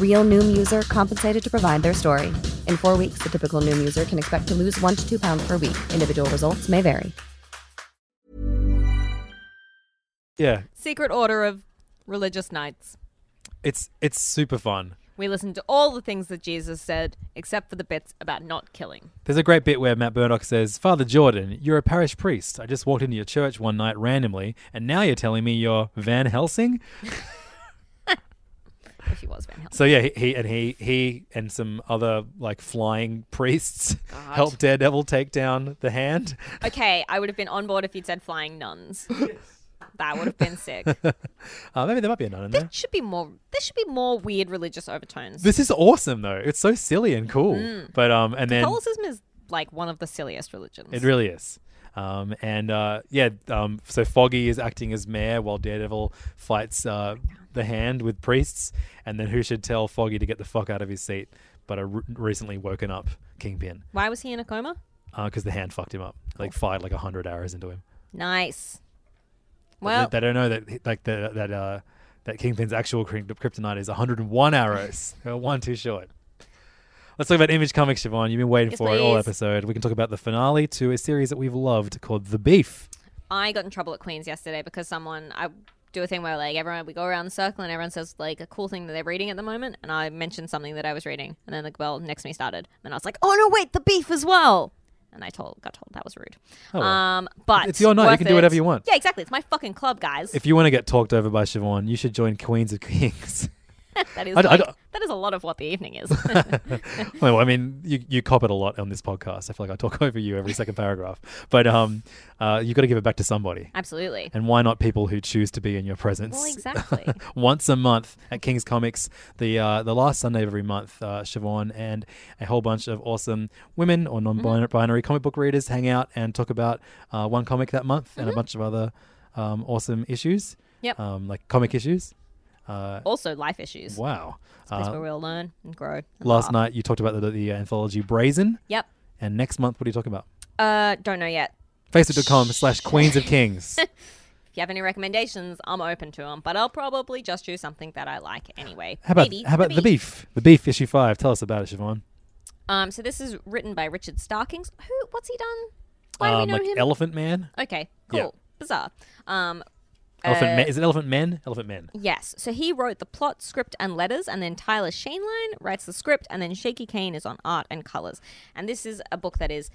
Speaker 7: Real Noom user compensated to provide their story. In four weeks, the typical Noom user can expect to lose one to two pounds per week. Individual results may vary.
Speaker 4: Yeah,
Speaker 5: Secret Order of Religious Knights.
Speaker 4: it's it's super fun.
Speaker 5: We listened to all the things that Jesus said, except for the bits about not killing.
Speaker 4: There's a great bit where Matt Burdock says, Father Jordan, you're a parish priest. I just walked into your church one night randomly, and now you're telling me you're Van Helsing?
Speaker 5: If he was Van Helsing.
Speaker 4: So yeah, he, he and he he and some other like flying priests help Daredevil take down the hand.
Speaker 5: Okay, I would have been on board if you'd said flying nuns. That would have been sick.
Speaker 4: Uh, maybe there might be a nun in there.
Speaker 5: should be more. There should be more weird religious overtones.
Speaker 4: This is awesome though. It's so silly and cool. But um and then
Speaker 5: Catholicism is like one of the silliest religions.
Speaker 4: It really is. Um, and uh, yeah, um, so Foggy is acting as mayor while Daredevil fights uh, the hand with priests. And then who should tell Foggy to get the fuck out of his seat but a re- recently woken up Kingpin
Speaker 5: Why was he in a coma?
Speaker 4: because the hand fucked him up, like fired like 100 arrows into him.
Speaker 5: Nice.
Speaker 4: But they-
Speaker 5: Well,
Speaker 4: they, don't know that like the, that uh, that Kingpin's actual kryp- kryptonite is 101 arrows. They're one too short. Let's talk about Image Comics, Siobhan. You've been waiting
Speaker 5: Yes,
Speaker 4: for it all
Speaker 5: please.
Speaker 4: episode. We can talk about the finale to a series that we've loved called The Beef.
Speaker 5: I got in trouble at Queens yesterday because someone I do a thing where like everyone we go around the circle and everyone says like a cool thing that they're reading at the moment, and I mentioned something that I was reading, and then the girl next to me started, and I was like, oh no, wait, the beef as well. And I told got told that was rude.
Speaker 4: Oh, well.
Speaker 5: Um, but
Speaker 4: It's your night. You
Speaker 5: worth
Speaker 4: can do whatever you want.
Speaker 5: Yeah, exactly. It's my fucking club, guys.
Speaker 4: If you want to get talked over by Siobhan, you should join Queens of Kings.
Speaker 5: that is
Speaker 4: I d- I
Speaker 5: like-
Speaker 4: d-
Speaker 5: that is a lot of what the evening is.
Speaker 4: well, I mean, you, you cop it a lot on this podcast. I feel like I talk over you every second paragraph. But um, uh, you've got to give it back to somebody.
Speaker 5: Absolutely.
Speaker 4: And why not people who choose to be in your presence?
Speaker 5: Well, exactly.
Speaker 4: Once a month at King's Comics, the uh, the last Sunday of every month, uh, Siobhan and a whole bunch of awesome women or
Speaker 5: Mm-hmm.
Speaker 4: non binary comic book readers hang out and talk about uh, one comic that month and a bunch of other um, awesome issues,
Speaker 5: Mm-hmm. Yep.
Speaker 4: um, like comic issues. Uh,
Speaker 5: also, life issues.
Speaker 4: wow.
Speaker 5: Place
Speaker 4: Uh,
Speaker 5: where we'll learn and grow. and
Speaker 4: last
Speaker 5: laugh.
Speaker 4: night you talked about the, the anthology Brazen,
Speaker 5: Yep.
Speaker 4: and next month, what are you talking about?
Speaker 5: Uh, don't know yet.
Speaker 4: Facebook.com slash Queens of Kings.
Speaker 5: If you have any recommendations, I'm open to them, but I'll probably just do something that I like anyway.
Speaker 4: How about,
Speaker 5: Maybe
Speaker 4: how about the, beef? The beef issue five. Tell us about it, Siobhan.
Speaker 5: Um, so this is written by Richard Starkings. Who? What's he done? Why do we
Speaker 4: um,
Speaker 5: know
Speaker 4: like
Speaker 5: him?
Speaker 4: Elephant Man.
Speaker 5: okay, cool,
Speaker 4: Yeah.
Speaker 5: bizarre. Um,
Speaker 4: Elephant
Speaker 5: uh,
Speaker 4: Men. Is it Elephant Men? Elephant Men.
Speaker 5: Yes. So he wrote the plot, script, and letters, and then Tyler Shaneline writes the script, and then Shaky Kane is on art and colors. And this is a book that is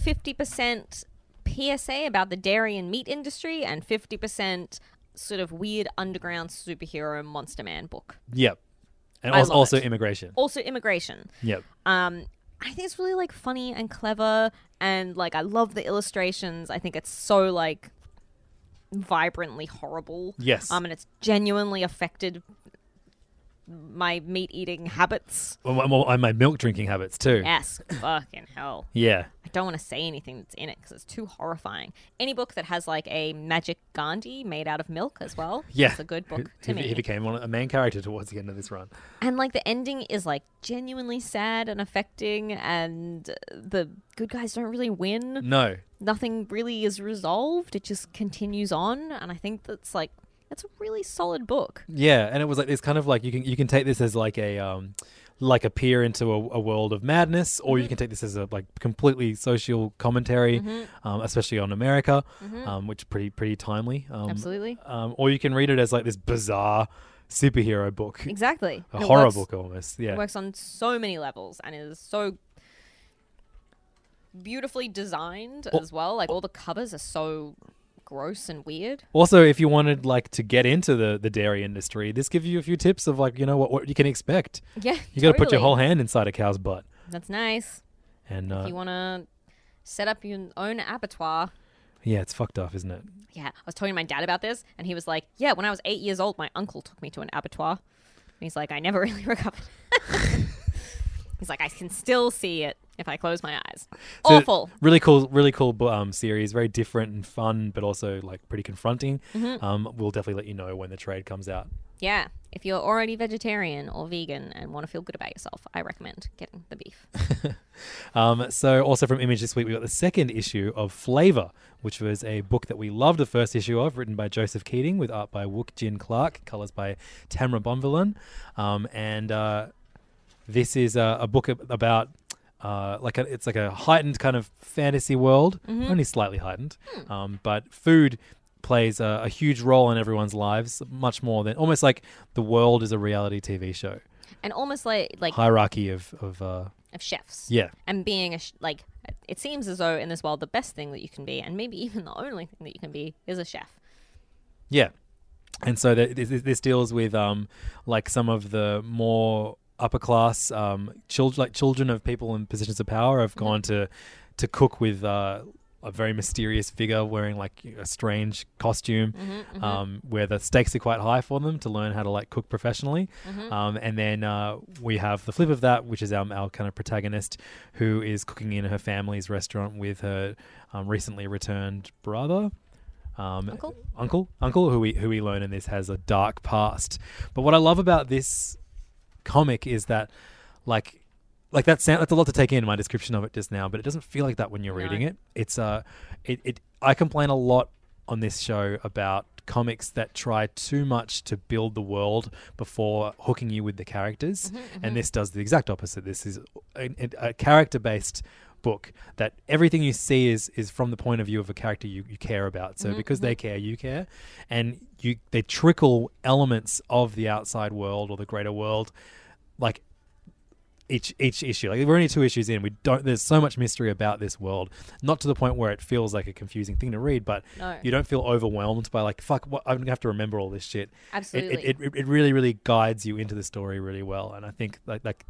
Speaker 5: 50% PSA about the dairy and meat industry, and 50% sort of weird underground superhero monster man book.
Speaker 4: Yep. And
Speaker 5: I
Speaker 4: also,
Speaker 5: love
Speaker 4: also
Speaker 5: it.
Speaker 4: immigration.
Speaker 5: Also, immigration.
Speaker 4: Yep.
Speaker 5: Um, I think it's really like funny and clever, and like I love the illustrations. I think it's so like vibrantly horrible.
Speaker 4: Yes.
Speaker 5: Um, and it's genuinely affected my meat eating habits.
Speaker 4: Well, well, well, and my milk drinking habits too.
Speaker 5: Yes, fucking hell.
Speaker 4: Yeah.
Speaker 5: I don't want to say anything that's in it because it's too horrifying. Any book that has like a magic Gandhi made out of milk as well,
Speaker 4: Yeah.
Speaker 5: it's a good
Speaker 4: He-
Speaker 5: book
Speaker 4: he,
Speaker 5: to me.
Speaker 4: He became one, a main character towards the end of this run.
Speaker 5: And like the ending is like genuinely sad and affecting, and the good guys don't really win.
Speaker 4: No.
Speaker 5: nothing really is resolved. It just continues on, and I think that's like that's a really solid book.
Speaker 4: Yeah, and it was like it's kind of like you can you can take this as like a um like a peer into a, a world of madness, or
Speaker 5: Mm-hmm.
Speaker 4: you can take this as a like completely social commentary,
Speaker 5: Mm-hmm.
Speaker 4: um, especially on America, um, which pretty pretty timely. Um,
Speaker 5: Absolutely.
Speaker 4: Um, or you can read it as like this bizarre superhero book,
Speaker 5: Exactly.
Speaker 4: a
Speaker 5: And it
Speaker 4: horror
Speaker 5: works-
Speaker 4: book almost. Yeah,
Speaker 5: It works on so many levels and is so beautifully designed
Speaker 4: Oh.
Speaker 5: as well. Like all the covers are so gross and weird.
Speaker 4: Also, if you wanted like to get into the the dairy industry, this gives you a few tips of like you know what, what you can expect.
Speaker 5: Yeah,
Speaker 4: you got to put your
Speaker 5: totally.
Speaker 4: whole hand inside a cow's butt,
Speaker 5: That's nice.
Speaker 4: and uh,
Speaker 5: If you want to set up your own abattoir.
Speaker 4: yeah, it's fucked up, isn't it?
Speaker 5: Yeah, I was talking to my dad about this, and he was like, "Yeah, when I was eight years old, my uncle took me to an abattoir." And he's like, "I never really recovered." He's like, I can still see it if I close my eyes.
Speaker 4: So
Speaker 5: Awful.
Speaker 4: Really cool, really cool um, series. Very different and fun, but also like pretty confronting.
Speaker 5: Mhm.
Speaker 4: Um, we'll definitely let you know when the trade comes out.
Speaker 5: Yeah. If you're already vegetarian or vegan and want to feel good about yourself, I recommend getting the beef.
Speaker 4: Um, so, also from Image this week, we got the second issue of Flavor, which was a book that we loved the first issue of, written by Joseph Keating, with art by Wook Jin Clark, colors by Tamra Bonvillain. Um, and uh, this is a, a book ab- about. Uh, like a, it's like a heightened kind of fantasy world,
Speaker 8: Mhm.
Speaker 4: only slightly heightened. Um, but food plays a, a huge role in everyone's lives, much more than almost like the world is a reality TV show.
Speaker 5: And almost like like
Speaker 4: hierarchy of of uh,
Speaker 5: of chefs.
Speaker 4: Yeah.
Speaker 5: And being a sh- like it seems as though in this world the best thing that you can be and maybe even the only thing that you can be is a chef.
Speaker 4: Yeah, and so th- this, this deals with um, like some of the more upper class um, children, like children of people in positions of power, have gone to to cook with uh, a very mysterious figure wearing like a strange costume,
Speaker 8: Mhm, mhm.
Speaker 4: Um, where the stakes are quite high for them to learn how to like cook professionally.
Speaker 8: Mhm.
Speaker 4: Um, and then uh, we have the flip of that, which is our, our kind of protagonist who is cooking in her family's restaurant with her um, recently returned brother um, uncle, uncle, uncle, who we who we learn in this has a dark past. But what I love about this comic is that, like, like that sound. That's a lot to take in. My description of it just now, but it doesn't feel like that when you're reading it. It's uh, it, it I complain a lot on this show about comics that try too much to build the world before hooking you with the characters
Speaker 8: mhm.
Speaker 4: and this does the exact opposite this is a, a- a character based book that everything you see is is from the point of view of a character you, you care about so
Speaker 8: Mhm,
Speaker 4: because they care you care and you they trickle elements of the outside world or the greater world like each each issue. Like we're only two issues in. We don't. There's so much mystery about this world. Not to the point where it feels like a confusing thing to read, but
Speaker 8: No.
Speaker 4: you don't feel overwhelmed by like fuck. What, I'm gonna have to remember all this shit. It-
Speaker 8: Absolutely.
Speaker 4: It, it, it really really guides you into the story really well, and I think like like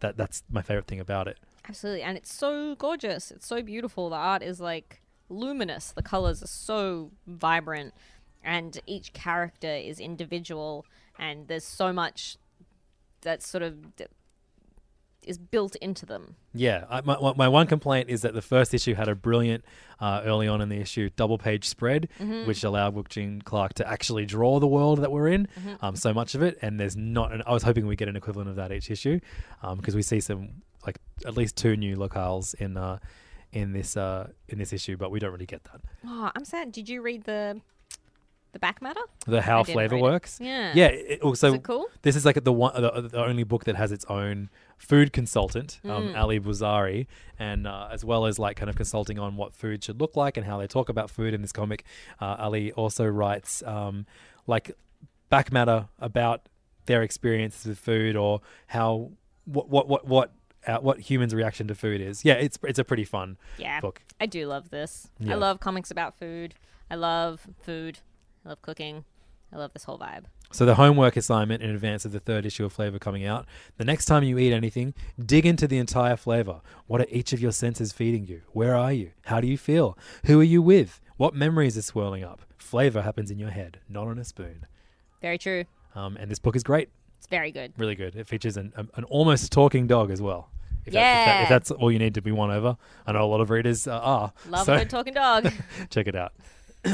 Speaker 4: that that's my favorite thing about it.
Speaker 5: Absolutely. And it's so gorgeous. It's so beautiful. The art is like luminous. The colors are so vibrant. And each character is individual. And there's so much that sort of d- is built into them.
Speaker 4: Yeah, I, my, my- my one complaint is that the first issue had a brilliant, uh, early on in the issue, double page spread,
Speaker 8: Mhm.
Speaker 4: which allowed Wook Jin Clark to actually draw the world that we're in,
Speaker 8: Mhm.
Speaker 4: um, so much of it. And there's not, and I was hoping we'd get an equivalent of that each issue, because we see some, like, at least two new locales in. Uh, in this uh, in this issue, but we don't really get that.
Speaker 5: Oh, I'm sad. Did you read the the back matter?
Speaker 4: The
Speaker 5: I
Speaker 4: how
Speaker 5: didn't
Speaker 4: flavor
Speaker 5: read it.
Speaker 4: works.
Speaker 5: Yeah.
Speaker 4: Yeah. It, also,
Speaker 5: Is it cool?
Speaker 4: This is like the one, the, the only book that has its own food consultant, um,
Speaker 8: Mm.
Speaker 4: Ali Buzari, and uh, as well as like kind of consulting on what food should look like and how they talk about food in this comic. Uh, Ali also writes um, like back matter about their experiences with food or how what what what what. Uh, what humans' reaction to food is? Yeah, it's it's a pretty fun
Speaker 5: Yeah.
Speaker 4: book.
Speaker 5: I do love this.
Speaker 4: Yeah.
Speaker 5: I love comics about food. I love food. I love cooking. I love this whole vibe.
Speaker 4: So the homework assignment in advance of the third issue of Flavor coming out. The next time you eat anything, dig into the entire flavor. What are each of your senses feeding you? Where are you? How do you feel? Who are you with? What memories are swirling up? Flavor happens in your head, not on a spoon.
Speaker 5: Very true.
Speaker 4: Um, and this book is great,
Speaker 5: It's very good.
Speaker 4: really good. It features an, um, an almost talking dog as well. If, that,
Speaker 5: Yeah.
Speaker 4: if, that, if that's all you need to be won over, I know a lot of readers uh, are.
Speaker 5: Love
Speaker 4: so-
Speaker 5: a good talking dog.
Speaker 4: check it out.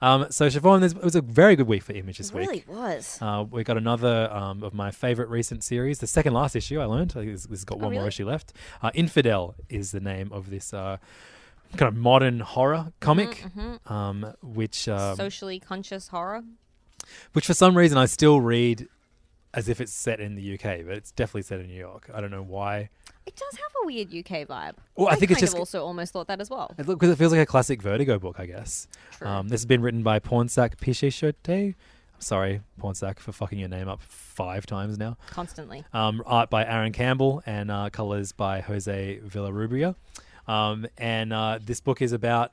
Speaker 4: um, so Siobhan, this, it was a very good week for Image this
Speaker 5: It really
Speaker 4: week.
Speaker 5: was.
Speaker 4: Uh, we got another um, of my favorite recent series, the second last issue. I learned I think this, this has got
Speaker 8: Oh,
Speaker 4: one more
Speaker 8: really?
Speaker 4: issue left. Uh, Infidel is the name of this uh, kind of modern horror comic,
Speaker 5: mhm.
Speaker 4: Um, which um,
Speaker 5: Socially conscious horror.
Speaker 4: which for some reason I still read as if it's set in the UK, but it's definitely set in New York. I don't know why.
Speaker 5: It does have a weird UK vibe.
Speaker 4: Well, I think it's
Speaker 5: kind of
Speaker 4: just-
Speaker 5: also almost thought that as well.
Speaker 4: It, look, 'cause it feels like a classic Vertigo book, I guess. Um, this has been written by Pornsack Picheshote. I'm sorry, Pornsack, for fucking your name up five times now.
Speaker 5: Constantly.
Speaker 4: Um, art by Aaron Campbell and uh, colors by Jose Villarubia. Um, and uh, this book is about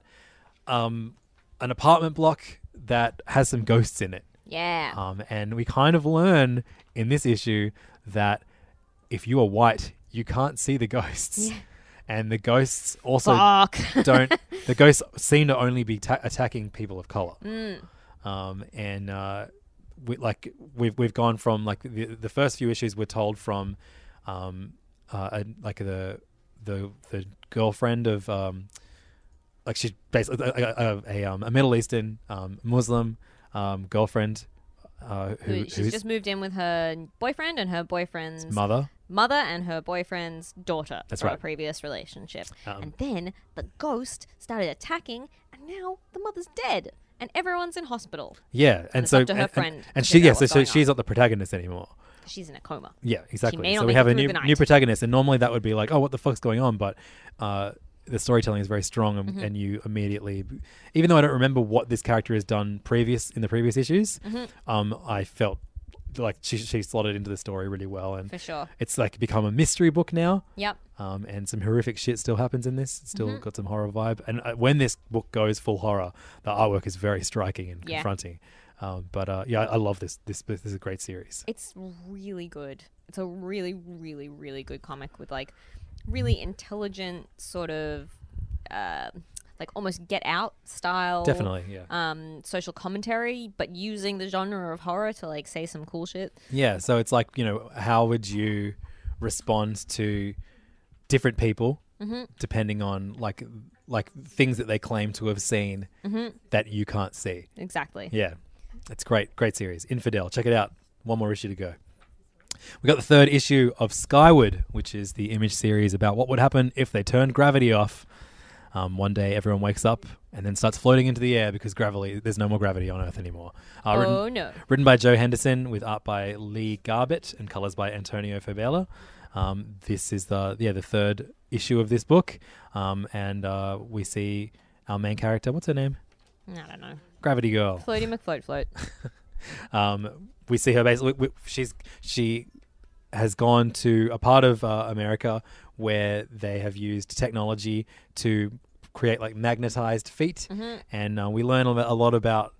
Speaker 4: um, an apartment block that has some ghosts in it.
Speaker 5: Yeah.
Speaker 4: Um, and we kind of learn in this issue that if you are white, you can't see the ghosts.
Speaker 8: Yeah.
Speaker 4: And the ghosts also
Speaker 8: Fuck.
Speaker 4: don't. The ghosts seem to only be ta- attacking people of color.
Speaker 8: Mm.
Speaker 4: Um, and uh, we, like we've we've gone from like the, the first few issues we're told from um, uh, a, like the the the girlfriend of um, like she's basically a, a, a, um, a Middle Eastern um, Muslim um, girlfriend uh, who,
Speaker 5: Who, she's
Speaker 4: who's
Speaker 5: just moved in with her boyfriend and her boyfriend's
Speaker 4: mother.
Speaker 5: mother and her boyfriend's daughter
Speaker 4: That's
Speaker 5: from a
Speaker 4: right.
Speaker 5: previous relationship.
Speaker 4: Um,
Speaker 5: and then the ghost started attacking, and now the mother's dead, and everyone's in hospital.
Speaker 4: yeah, and,
Speaker 5: it's
Speaker 4: so
Speaker 5: up to her
Speaker 4: and, and-
Speaker 5: friend
Speaker 4: and,
Speaker 5: to
Speaker 4: she
Speaker 5: figure
Speaker 4: yeah,
Speaker 5: out
Speaker 4: so
Speaker 5: what's
Speaker 4: so
Speaker 5: going
Speaker 4: she's
Speaker 5: on.
Speaker 4: not the protagonist anymore.
Speaker 5: She's in a coma.
Speaker 4: Yeah, exactly.
Speaker 5: may not
Speaker 4: So we
Speaker 5: make
Speaker 4: have
Speaker 5: it
Speaker 4: a
Speaker 5: through
Speaker 4: new
Speaker 5: the night.
Speaker 4: new protagonist, and normally that would be like, oh, what the fuck's going on? But uh, the storytelling is very strong, and,
Speaker 5: Mhm.
Speaker 4: and you immediately, even though I don't remember what this character has done previous in the previous issues,
Speaker 5: Mhm.
Speaker 4: um, I felt like she she slotted into the story really well, and
Speaker 5: For sure.
Speaker 4: it's like become a mystery book now.
Speaker 5: Yep.
Speaker 4: Um, and some horrific shit still happens in this. It's still
Speaker 5: Mhm.
Speaker 4: got some horror vibe. And uh, when this book goes full horror, the artwork is very striking and
Speaker 5: Yeah.
Speaker 4: confronting. Um, but uh, yeah, I, I love this. This this is a great series.
Speaker 5: It's really good. It's a really, really, really good comic with like really intelligent sort of uh, like almost Get Out style,
Speaker 4: Definitely, yeah.
Speaker 5: Um, social commentary, but using the genre of horror to like say some cool shit.
Speaker 4: Yeah, so it's like you know, how would you respond to different people
Speaker 5: Mhm.
Speaker 4: depending on like like things that they claim to have seen
Speaker 5: Mhm.
Speaker 4: that you can't see?
Speaker 5: Exactly.
Speaker 4: Yeah, it's great, great series. Infidel, check it out. One more issue to go. We got the third issue of Skyward, which is the image series about what would happen if they turned gravity off. Um, one day, everyone wakes up and then starts floating into the air because gravity. There's no more gravity on Earth anymore. Uh, written-
Speaker 5: Oh, no.
Speaker 4: Written by Joe Henderson, with art by Lee Garbett and colors by Antonio Fabella. Um, this is the yeah the third issue of this book, um, and uh, we see our main character. What's her name?
Speaker 5: I don't know.
Speaker 4: Gravity Girl.
Speaker 5: Floaty McFloat float.
Speaker 4: Um, we see her basically. We, she's she has gone to a part of uh, America where they have used technology to create like magnetized feet,
Speaker 8: Mhm.
Speaker 4: and uh, we learn a lo- a lot about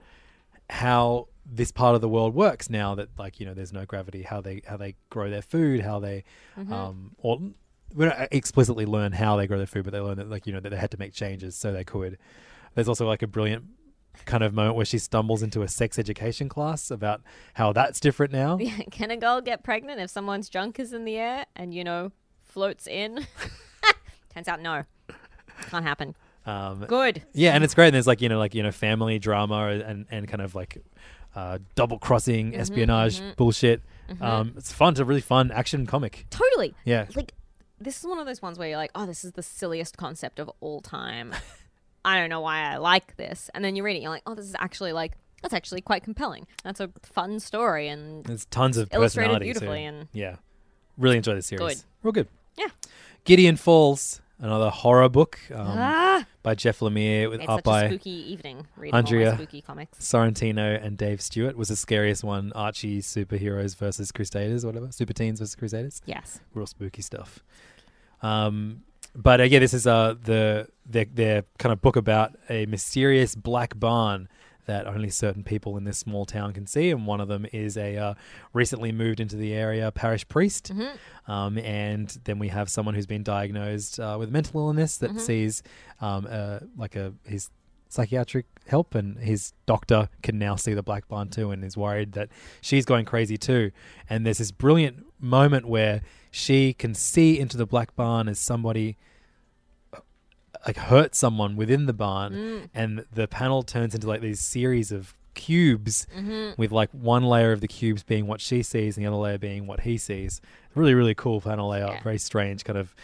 Speaker 4: how this part of the world works now that like you know there's no gravity. How they how they grow their food. How they
Speaker 8: Mhm.
Speaker 4: um, or we don't explicitly learn how they grow their food, but they learn that like you know that they had to make changes so they could. There's also like a brilliant kind of moment where she stumbles into a sex education class about how that's different now.
Speaker 5: Yeah, Can a girl get pregnant if someone's junk is in the air and you know floats in? Turns out no, can't happen.
Speaker 4: Um,
Speaker 5: Good.
Speaker 4: Yeah, and it's great. And there's like you know, like you know, family drama and and kind of like uh, double crossing,
Speaker 5: Mhm,
Speaker 4: espionage
Speaker 5: mhm.
Speaker 4: bullshit.
Speaker 5: Mhm.
Speaker 4: Um, it's fun. It's a really fun action comic.
Speaker 5: Totally.
Speaker 4: Yeah.
Speaker 5: Like this is one of those ones where you're like, oh, this is the silliest concept of all time. I don't know why I like this. And then you read it, you're like, oh, this is actually like that's actually quite compelling. That's a fun story and
Speaker 4: There's tons of
Speaker 5: it's illustrated
Speaker 4: personality too.
Speaker 5: beautifully and
Speaker 4: yeah, really enjoy this series.
Speaker 5: good.
Speaker 4: Real good.
Speaker 5: Yeah.
Speaker 4: Gideon Falls, another horror book um,
Speaker 5: Ah!
Speaker 4: by Jeff Lemire with
Speaker 5: Made
Speaker 4: art
Speaker 5: such a
Speaker 4: by
Speaker 5: spooky evening reading all my
Speaker 4: Andrea
Speaker 5: spooky comics.
Speaker 4: Sorrentino and Dave Stewart was the scariest one. Archie superheroes versus Crusaders, whatever. Super teens versus Crusaders.
Speaker 5: Yes.
Speaker 4: real spooky stuff. Um, but uh, yeah, this is uh, the their, their kind of book about a mysterious black barn that only certain people in this small town can see, and one of them is a uh, recently moved into the area parish priest. Um, and then we have someone who's been diagnosed uh, with mental illness that
Speaker 8: Mhm.
Speaker 4: sees um, uh, like a his psychiatric help, and his doctor can now see the black barn too, and is worried that she's going crazy too. And there's this brilliant moment where she can see into the black barn as somebody uh, like hurt someone within the barn,
Speaker 8: Mm.
Speaker 4: and the panel turns into like these series of cubes
Speaker 8: Mhm.
Speaker 4: with like one layer of the cubes being what she sees and the other layer being what he sees. Really, really cool panel layout. Very strange, kind of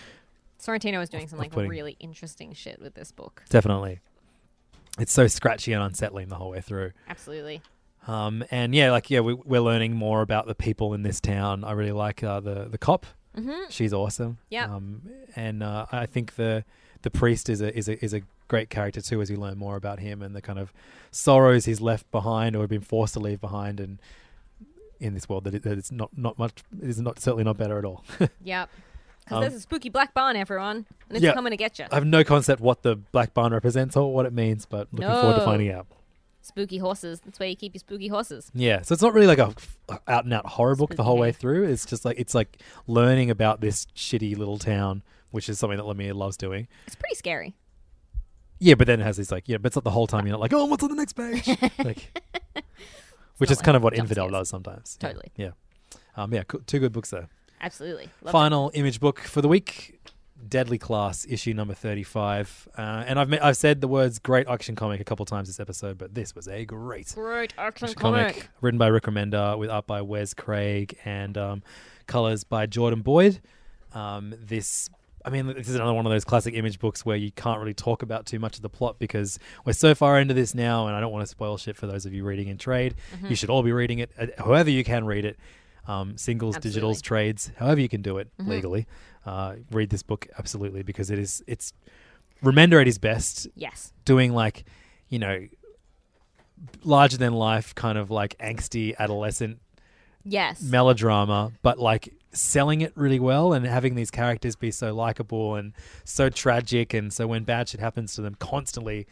Speaker 5: Sorrentino was doing some like
Speaker 4: off-putting.
Speaker 5: really interesting shit with this book.
Speaker 4: definitely. It's so scratchy and unsettling the whole way through.
Speaker 5: Absolutely.
Speaker 4: Um, and yeah, like yeah, we, we're learning more about the people in this town. I really like uh, the the cop.
Speaker 5: Mhm.
Speaker 4: She's awesome.
Speaker 5: Yep.
Speaker 4: Um, and uh, I think the the priest is a is a is a great character too, as we learn more about him and the kind of sorrows he's left behind or been forced to leave behind, and in this world that, it, that it's not not much it is not certainly not better at all.
Speaker 5: Yep. Because
Speaker 4: Um,
Speaker 5: there's a spooky black barn, everyone, and it's
Speaker 4: Yeah.
Speaker 5: coming to get you.
Speaker 4: I have no concept what the black barn represents or what it means, but looking forward to
Speaker 5: No.
Speaker 4: finding out.
Speaker 5: Spooky horses. That's where you keep your spooky horses.
Speaker 4: Yeah, so it's not really like a out and out horror book the whole way through. It's just like it's like learning about this shitty little town, which is something that Lemire loves doing.
Speaker 5: It's pretty scary.
Speaker 4: Yeah, but then it has these like yeah, but it's not the whole time you're not like oh what's on the next page, like, which is kind of what Infidel does sometimes. Yeah.
Speaker 5: Totally.
Speaker 4: Yeah, um, yeah, cool. two good books there.
Speaker 5: Absolutely. Love
Speaker 4: Final image book for the week Deadly Class, issue number 35. Uh, and I've, me- I've said the words great auction comic a couple times this episode, but this was a great,
Speaker 5: Great action comic.
Speaker 4: Written by Rick Remender, with art by Wes Craig, and um, colors by Jordan Boyd. Um, this. I mean, this is another one of those classic image books where you can't really talk about too much of the plot because we're so far into this now, and I don't want to spoil shit for those of you reading in trade.
Speaker 8: Mhm.
Speaker 4: You should all be reading it, uh, however you can read it. Um, singles, digitals, trades, however you can do it
Speaker 8: Mhm.
Speaker 4: legally. Uh, read this book absolutely because it is it's Remender at his best.
Speaker 5: Yes.
Speaker 4: doing like you know larger than life kind of like angsty adolescent
Speaker 5: Yes.
Speaker 4: melodrama, but like selling it really well and having these characters be so likable and so tragic. And so when bad shit happens to them constantly,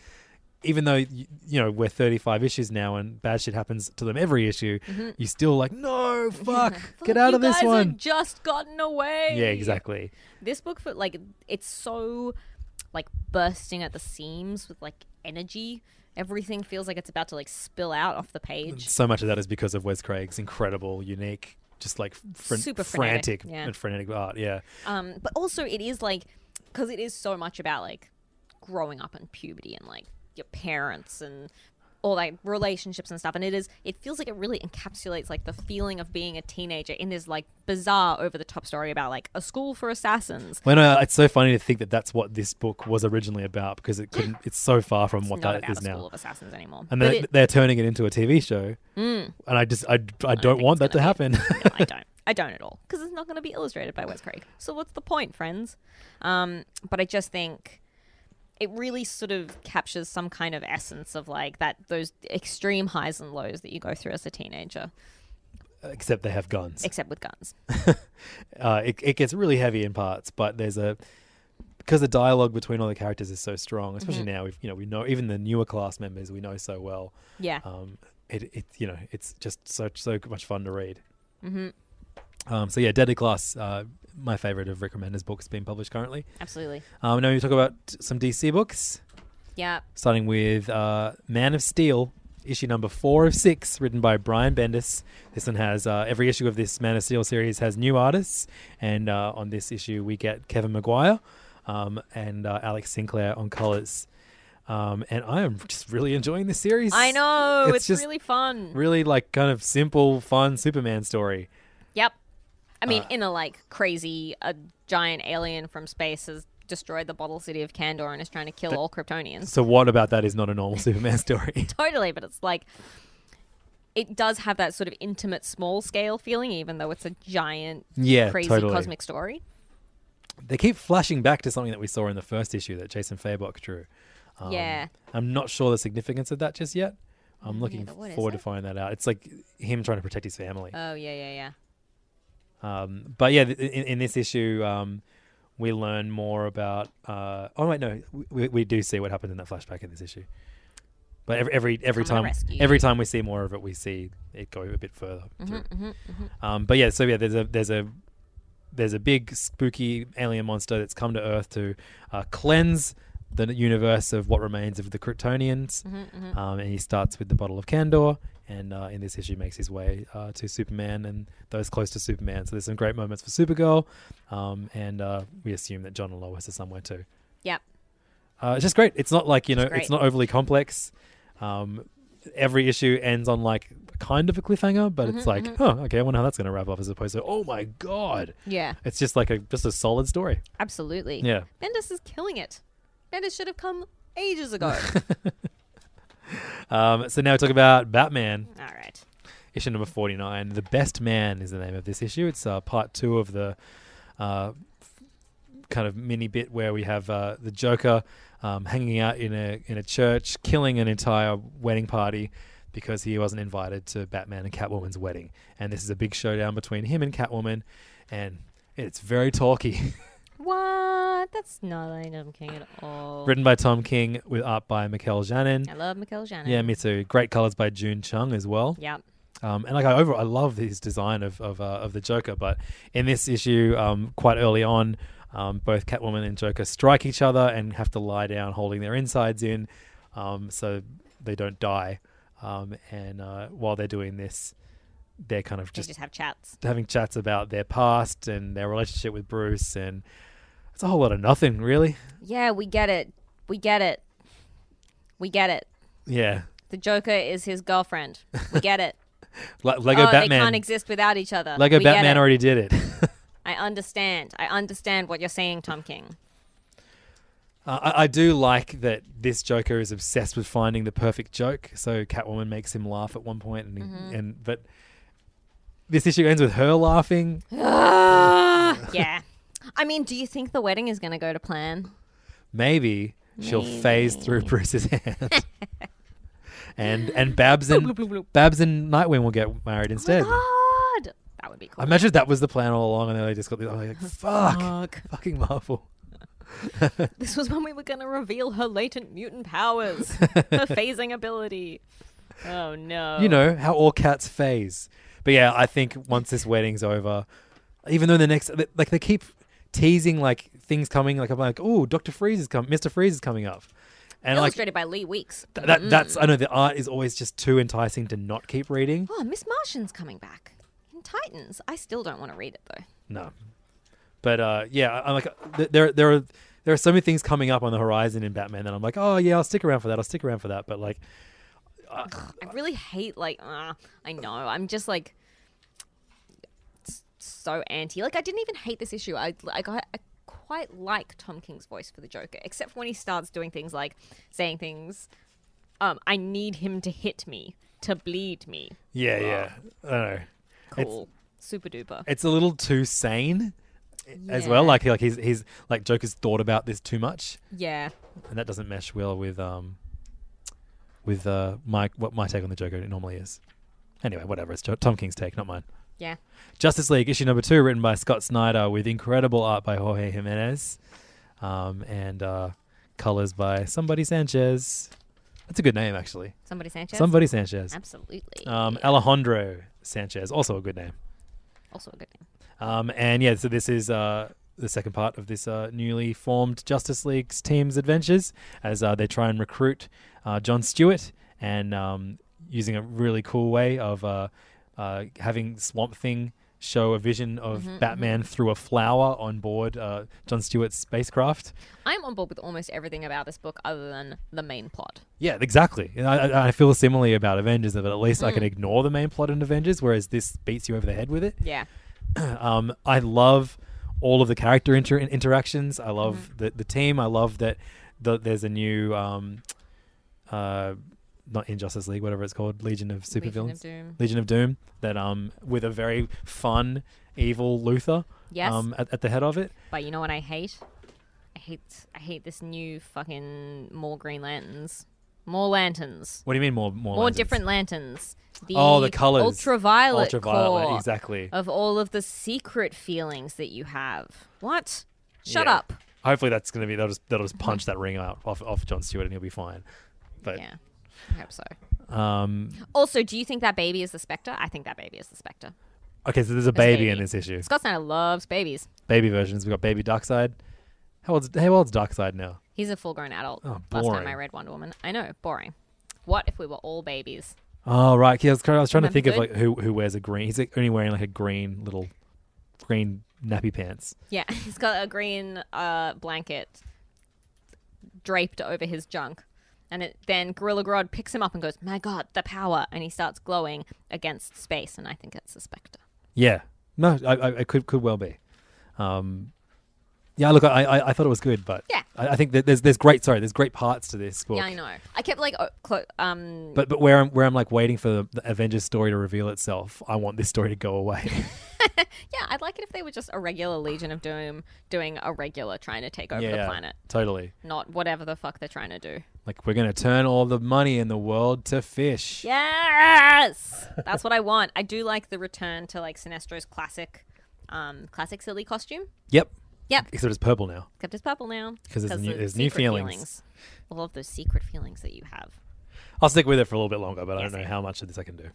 Speaker 4: even though you, you know we're 35 issues now and bad shit happens to them every issue,
Speaker 5: Mhm.
Speaker 4: you still like no fuck, get
Speaker 5: Fuck,
Speaker 4: out
Speaker 5: you
Speaker 4: of this
Speaker 5: guys
Speaker 4: one.
Speaker 5: Have just gotten away.
Speaker 4: Yeah, exactly.
Speaker 5: This book for like it's so like bursting at the seams with like energy. Everything feels like it's about to like spill out off the page.
Speaker 4: So much of that is because of Wes Craig's incredible, unique, just like fran-
Speaker 5: Super
Speaker 4: frantic
Speaker 5: frenetic, yeah.
Speaker 4: and frenetic art. Yeah.
Speaker 5: Um, but also it is like because it is so much about like growing up and puberty and like your parents and all like relationships and stuff. And it is it feels like it really encapsulates like the feeling of being a teenager in this like bizarre over the top story about like a school for assassins.
Speaker 4: Well, no, it's so funny to think that that's what this book was originally about because it couldn't. It's so far from what
Speaker 5: not
Speaker 4: that
Speaker 5: about
Speaker 4: is
Speaker 5: a
Speaker 4: now.
Speaker 5: school of assassins anymore.
Speaker 4: And
Speaker 5: But
Speaker 4: they're,
Speaker 5: it-
Speaker 4: they're turning it into a TV show.
Speaker 5: Mm.
Speaker 4: And I just, I, I, don't want that to happen.
Speaker 5: I don't. I don't at all because it's not going to be illustrated by Wes Craig. So what's the point, friends? Um, but I just think it really sort of captures some kind of essence of like that those extreme highs and lows that you go through as a teenager,
Speaker 4: Except they have guns.
Speaker 5: except with guns.
Speaker 4: uh, it, it gets really heavy in parts, but there's a because the dialogue between all the characters is so strong, especially
Speaker 5: Mhm.
Speaker 4: now. We've, you know, we know even the newer class members we know so well.
Speaker 5: Yeah.
Speaker 4: Um, it, it, you know, it's just so so much fun to read.
Speaker 5: Mm-hmm.
Speaker 4: Um, so yeah, Deadly Class, uh, my favorite of Rick Remender's books being published currently.
Speaker 5: Absolutely.
Speaker 4: Um, now we talk about some DC books,
Speaker 5: Yeah.
Speaker 4: starting with uh, Man of Steel, issue number four of six, written by Brian Bendis. This one has uh, every issue of this Man of Steel series has new artists, and uh, on this issue we get Kevin Maguire um, and uh, Alex Sinclair on colors. Um, and I am just really enjoying this series.
Speaker 5: I know, it's
Speaker 4: just
Speaker 5: really fun.
Speaker 4: Really like kind of simple, fun Superman story.
Speaker 5: Yep. I mean,
Speaker 4: Uh,
Speaker 5: in a like crazy, a giant alien from space has destroyed the bottle city of Kandor and is trying to kill all Kryptonians.
Speaker 4: So what about that is not a normal Superman story?
Speaker 5: totally but it's like it does have that sort of intimate small scale feeling even though it's a giant
Speaker 4: Yeah,
Speaker 5: crazy
Speaker 4: totally.
Speaker 5: cosmic story
Speaker 4: they keep flashing back to something that we saw in the first issue that Jason Faybock drew. Um,
Speaker 5: Yeah.
Speaker 4: I'm not sure the significance of that just yet. I'm looking
Speaker 5: neither. Mm, What is
Speaker 4: forward to finding that out. It's like him trying to protect his family.
Speaker 5: oh yeah yeah yeah
Speaker 4: Um, but yeah, th- in, in this issue, um, we learn more about. Uh, oh wait, no, we- we, we do see what happened in that flashback in this issue. But every every, every
Speaker 8: Come on,
Speaker 4: time
Speaker 8: rescue.
Speaker 4: every time we see more of it, we see it go a bit further.
Speaker 5: Mm-hmm,
Speaker 8: Mhm,
Speaker 4: through.
Speaker 8: mhm, mhm.
Speaker 4: Um, but yeah, so yeah, there's a there's a there's a big spooky alien monster that's come to Earth to uh, cleanse the universe of what remains of the Kryptonians.
Speaker 8: Mhm, mhm.
Speaker 4: Um, and he starts with the bottle of Candor, and uh, in this issue makes his way uh, to Superman and those close to Superman. So there's some great moments for Supergirl, um, and uh, we assume that John and Lois are somewhere too.
Speaker 5: yep
Speaker 4: Uh, it's just great. It's not like you know,
Speaker 5: It's
Speaker 4: it's,
Speaker 5: great.
Speaker 4: not overly complex. Um, every issue ends on like kind of a cliffhanger, but
Speaker 5: Mhm,
Speaker 4: it's like,
Speaker 5: mhm.
Speaker 4: oh, okay, I wonder how that's going to wrap up, as opposed to, oh my god,
Speaker 5: yeah
Speaker 4: it's just like a just a solid story.
Speaker 5: absolutely
Speaker 4: Yeah.
Speaker 5: bendis is killing it bendis should have come ages ago
Speaker 4: Um, so now we talk about Batman.
Speaker 5: all right
Speaker 4: issue number 49 the best man is the name of this issue it's uh, part two of the uh, f- kind of mini bit where we have uh, the joker um, hanging out in a in a church killing an entire wedding party because he wasn't invited to batman and catwoman's wedding and this is a big showdown between him and catwoman and it's very talky
Speaker 5: what that's not Adam King at all
Speaker 4: written by tom king with art by Mikhail janin
Speaker 5: I love Mikhail Janin.
Speaker 4: yeah me too great colors by june chung as well
Speaker 5: yep
Speaker 4: Um, and like I over, I love his design of of, uh, of the Joker, but in this issue, um, quite early on, um, both Catwoman and Joker strike each other and have to lie down, holding their insides in, um, so they don't die. Um, and uh, while they're doing this, they're kind of
Speaker 5: They
Speaker 4: just,
Speaker 5: just have chats.
Speaker 4: having chats about their past and their relationship with Bruce, and it's a whole lot of nothing, really.
Speaker 5: Yeah, we get it. We get it. We get it.
Speaker 4: Yeah,
Speaker 5: The Joker is his girlfriend. We get it.
Speaker 4: Le- Lego
Speaker 5: oh,
Speaker 4: Batman.
Speaker 5: they can't exist without each other.
Speaker 4: Lego
Speaker 5: we get
Speaker 4: Batman
Speaker 5: it.
Speaker 4: already did it.
Speaker 5: I understand. I understand what you're saying, Tom King.
Speaker 4: Uh, I, I do like that this Joker is obsessed with finding the perfect joke. So Catwoman makes him laugh at one point, and he,
Speaker 5: Mhm.
Speaker 4: and but this issue ends with her laughing.
Speaker 5: yeah. I mean, do you think the wedding is going to go to plan?
Speaker 4: Maybe she'll phase through Bruce's hand. And and Babs and
Speaker 5: Bloop, bloop, bloop, bloop.
Speaker 4: Babs and Nightwing will get married instead.
Speaker 5: God, that would be cool.
Speaker 4: I imagine that was the plan all along, and then they just got the I'm like, fuck,
Speaker 5: Fuck.
Speaker 4: fucking Marvel.
Speaker 5: This was when we were going to reveal her latent mutant powers, her phasing ability. Oh no!
Speaker 4: You know how all cats phase. But yeah, I think once this wedding's over, even though the next like they keep teasing like things coming, like I'm like, oh, Doctor Freeze is coming, Mister Freeze is coming up, and like
Speaker 5: illustrated by Lee Weeks.
Speaker 4: th- that
Speaker 5: Mm.
Speaker 4: that's I know the art is always just too enticing to not keep reading.
Speaker 5: Oh, Miss Martian's coming back in Titans. I still don't want to read it though.
Speaker 4: No, but uh, yeah, I- I'm like th- there there are there are so many things coming up on the horizon in Batman that I'm like, oh yeah, I'll stick around for that. I'll stick around for that. But like,
Speaker 5: I really hate like uh, I know. I'm just like s- so anti. Like I didn't even hate this issue. I I got I quite like Tom King's voice for the Joker, except for when he starts doing things like saying things. Um, I need him to hit me to bleed me.
Speaker 4: yeah, yeah, I don't know. It's-
Speaker 5: Cool, super duper.
Speaker 4: it's a little too sane as well.
Speaker 5: Yeah.
Speaker 4: Like like he's he's like Joker's thought about this too much,
Speaker 5: yeah.
Speaker 4: and that doesn't mesh well with um with uh my what my take on the Joker normally is. Anyway, whatever. It's Jo- Tom King's take, not mine.
Speaker 5: Yeah.
Speaker 4: Justice League issue number two, written by Scott Snyder, with incredible art by Jorge Jimenez, um, and uh, colors by somebody Sanchez. That's a good name, actually.
Speaker 5: Somebody Sanchez.
Speaker 4: Somebody Sanchez.
Speaker 5: Absolutely.
Speaker 4: Um, Alejandro Sanchez, also a good name.
Speaker 5: also a good name.
Speaker 4: Um, and yeah, so this is uh, the second part of this uh, newly formed Justice League's team's adventures as uh, they try and recruit uh, John Stewart and um, using a really cool way of uh, uh, having Swamp Thing show a vision of Batman through a flower on board uh, John Stewart's spacecraft.
Speaker 5: I'm on board with almost everything about this book other than the main plot.
Speaker 4: Yeah, exactly. And I, I- I feel similarly about Avengers, but at least I can ignore the main plot in Avengers, whereas this beats you over the head with it.
Speaker 5: Yeah.
Speaker 4: Um, I love all of the character inter- interactions. I love
Speaker 5: Mm-hmm.
Speaker 4: the, the team. I love that the, there's a new, um, uh, not Injustice League, whatever it's called, Legion of
Speaker 5: Legion of
Speaker 4: Supervillains,
Speaker 5: Doom.
Speaker 4: Legion of Doom. That um, with a very fun evil Luthor.
Speaker 5: Yes.
Speaker 4: Um, at, at the head of it.
Speaker 5: But you know what I hate? I hate I hate this new fucking more green lanterns. More lanterns.
Speaker 4: What do you mean more more?
Speaker 5: More
Speaker 4: lenses?
Speaker 5: different lanterns. The
Speaker 4: Oh, the colours.
Speaker 5: Ultraviolet.
Speaker 4: Ultraviolet,
Speaker 5: core
Speaker 4: exactly.
Speaker 5: Of all of the secret feelings that you have. What? Shut
Speaker 4: Yeah.
Speaker 5: up. Mm-hmm.
Speaker 4: Hopefully that's gonna be they'll just they'll just punch that ring out off off John Stewart and he'll be fine. But
Speaker 5: Yeah. I hope so.
Speaker 4: um,
Speaker 5: Also, do you think that baby is the specter? I think that baby is the specter.
Speaker 4: okay, so there's a
Speaker 5: There's a
Speaker 4: baby, in
Speaker 5: baby.
Speaker 4: this issue.
Speaker 5: Scott Snyder loves babies.
Speaker 4: Baby versions. We've got baby Darkseid. How old's how old's Darkseid now?
Speaker 5: He's a full grown adult.
Speaker 4: Oh,
Speaker 5: Last
Speaker 4: boring.
Speaker 5: time I read Wonder Woman. I know, boring. What if we were all babies?
Speaker 4: Oh right, yeah, I was, trying- I was trying to
Speaker 5: Remember
Speaker 4: think of
Speaker 5: food?
Speaker 4: like who who wears a green. He's like, only wearing like a green little green nappy pants.
Speaker 5: Yeah, he's got a green uh, blanket draped over his junk. And it, then Gorilla Grodd picks him up and goes, My God, the power. And he starts glowing against space. And I think it's the Spectre.
Speaker 4: Yeah, no, I, I it could could well be. Um, yeah, look, I, I I thought it was good, but
Speaker 5: Yeah.
Speaker 4: I, I think that there's there's great sorry there's great parts to this book.
Speaker 5: Yeah, I know. I kept like, oh, clo- um,
Speaker 4: But but where I'm where I'm like waiting for the, the Avengers story to reveal itself, I want this story to go away.
Speaker 5: yeah, I'd like it if they were just a regular Legion of Doom doing a regular trying to take over the planet,
Speaker 4: totally.
Speaker 5: not whatever the fuck they're trying to do.
Speaker 4: Like we're gonna turn all the money in the world to fish.
Speaker 5: Yes, that's what I want. I do like the return to like Sinestro's classic, um, classic silly costume.
Speaker 4: Yep.
Speaker 5: Yep.
Speaker 4: Except it's purple now.
Speaker 5: Except it's purple now.
Speaker 4: 'Cause there's new-
Speaker 5: the
Speaker 4: there's new
Speaker 5: secret
Speaker 4: feelings.
Speaker 5: All of those secret feelings that you have.
Speaker 4: I'll stick with it for a little bit longer, but I
Speaker 5: Yeah,
Speaker 4: don't know
Speaker 5: same.
Speaker 4: how much of this I can do.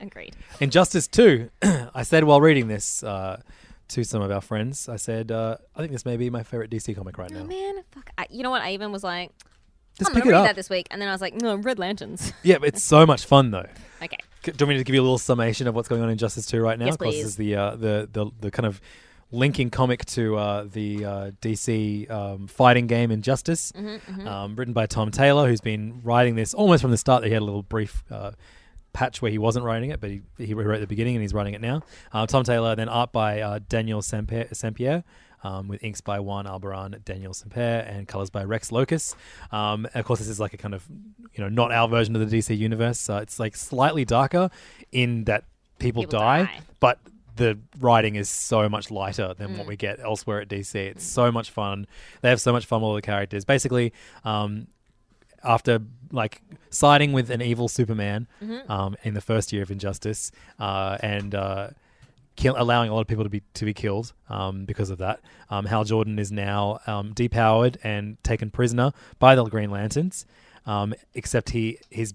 Speaker 5: Agreed.
Speaker 4: Injustice 2, I said while reading this uh, to some of our friends, I said, uh, I think this may be my favorite DC comic right
Speaker 5: Oh
Speaker 4: now.
Speaker 5: man, fuck. I, you know what? I even was like, "Hmm,
Speaker 4: Just
Speaker 5: I'm
Speaker 4: pick
Speaker 5: gonna
Speaker 4: it
Speaker 5: read
Speaker 4: up.
Speaker 5: that this week, and then I was like, no, Red Lanterns.
Speaker 4: Yeah, but it's so much fun though.
Speaker 5: okay.
Speaker 4: Do you want me to give you a little summation of what's going on in Justice Two right now?
Speaker 5: Yes,
Speaker 4: of course, this
Speaker 5: please.
Speaker 4: is the uh, the the the kind of linking comic to uh, the uh, DC um, fighting game Injustice,
Speaker 9: Mm-hmm,
Speaker 8: Mhm, mhm.
Speaker 4: Um, written by Tom Taylor, who's been writing this almost from the start. He had a little brief. Uh, Patch where he wasn't writing it, but he, he wrote at the beginning and he's writing it now. Uh, Tom Taylor, then art by uh, Daniel Sampier, Sampier um, with inks by Juan Albaran, Daniel Sampier, and colors by Rex Locus. Um, of course, this is like a kind of, you know, not our version of the DC universe. Uh, it's like slightly darker in that people,
Speaker 9: People
Speaker 4: die,
Speaker 9: die.
Speaker 4: but the writing is so much lighter than what
Speaker 9: Mm.
Speaker 4: we get elsewhere at DC. It's so much fun. They have so much fun with all the characters. Basically, um, after like siding with an evil Superman
Speaker 9: Mhm.
Speaker 4: um, in the first year of Injustice, uh, and uh, kill, allowing a lot of people to be to be killed um, because of that. Um, Hal Jordan is now um, depowered and taken prisoner by the Green Lanterns. Um, except he his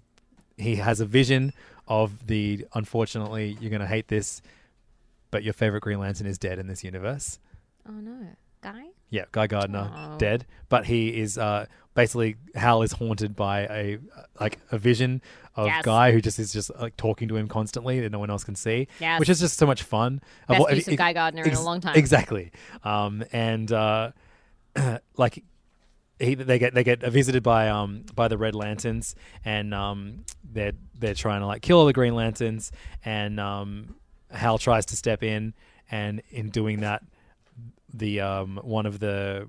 Speaker 4: he has a vision of the unfortunately you're gonna hate this, but your favorite Green Lantern is dead in this universe.
Speaker 5: Oh no, guy.
Speaker 4: Yeah, Guy Gardner
Speaker 5: Oh.
Speaker 4: dead, but he is uh, basically Hal is haunted by a like a vision of
Speaker 9: Yes.
Speaker 4: Guy who just is just like talking to him constantly that no one else can see,
Speaker 9: Yes.
Speaker 4: which is just so much fun.
Speaker 9: Best
Speaker 4: what-
Speaker 9: use of Guy Gardner in a long time.
Speaker 4: Exactly, um, and uh, like he, they get they get visited by um by the Red Lanterns, and um they're they're trying to like kill all the Green Lanterns, and um Hal tries to step in, and in doing that, the um one of the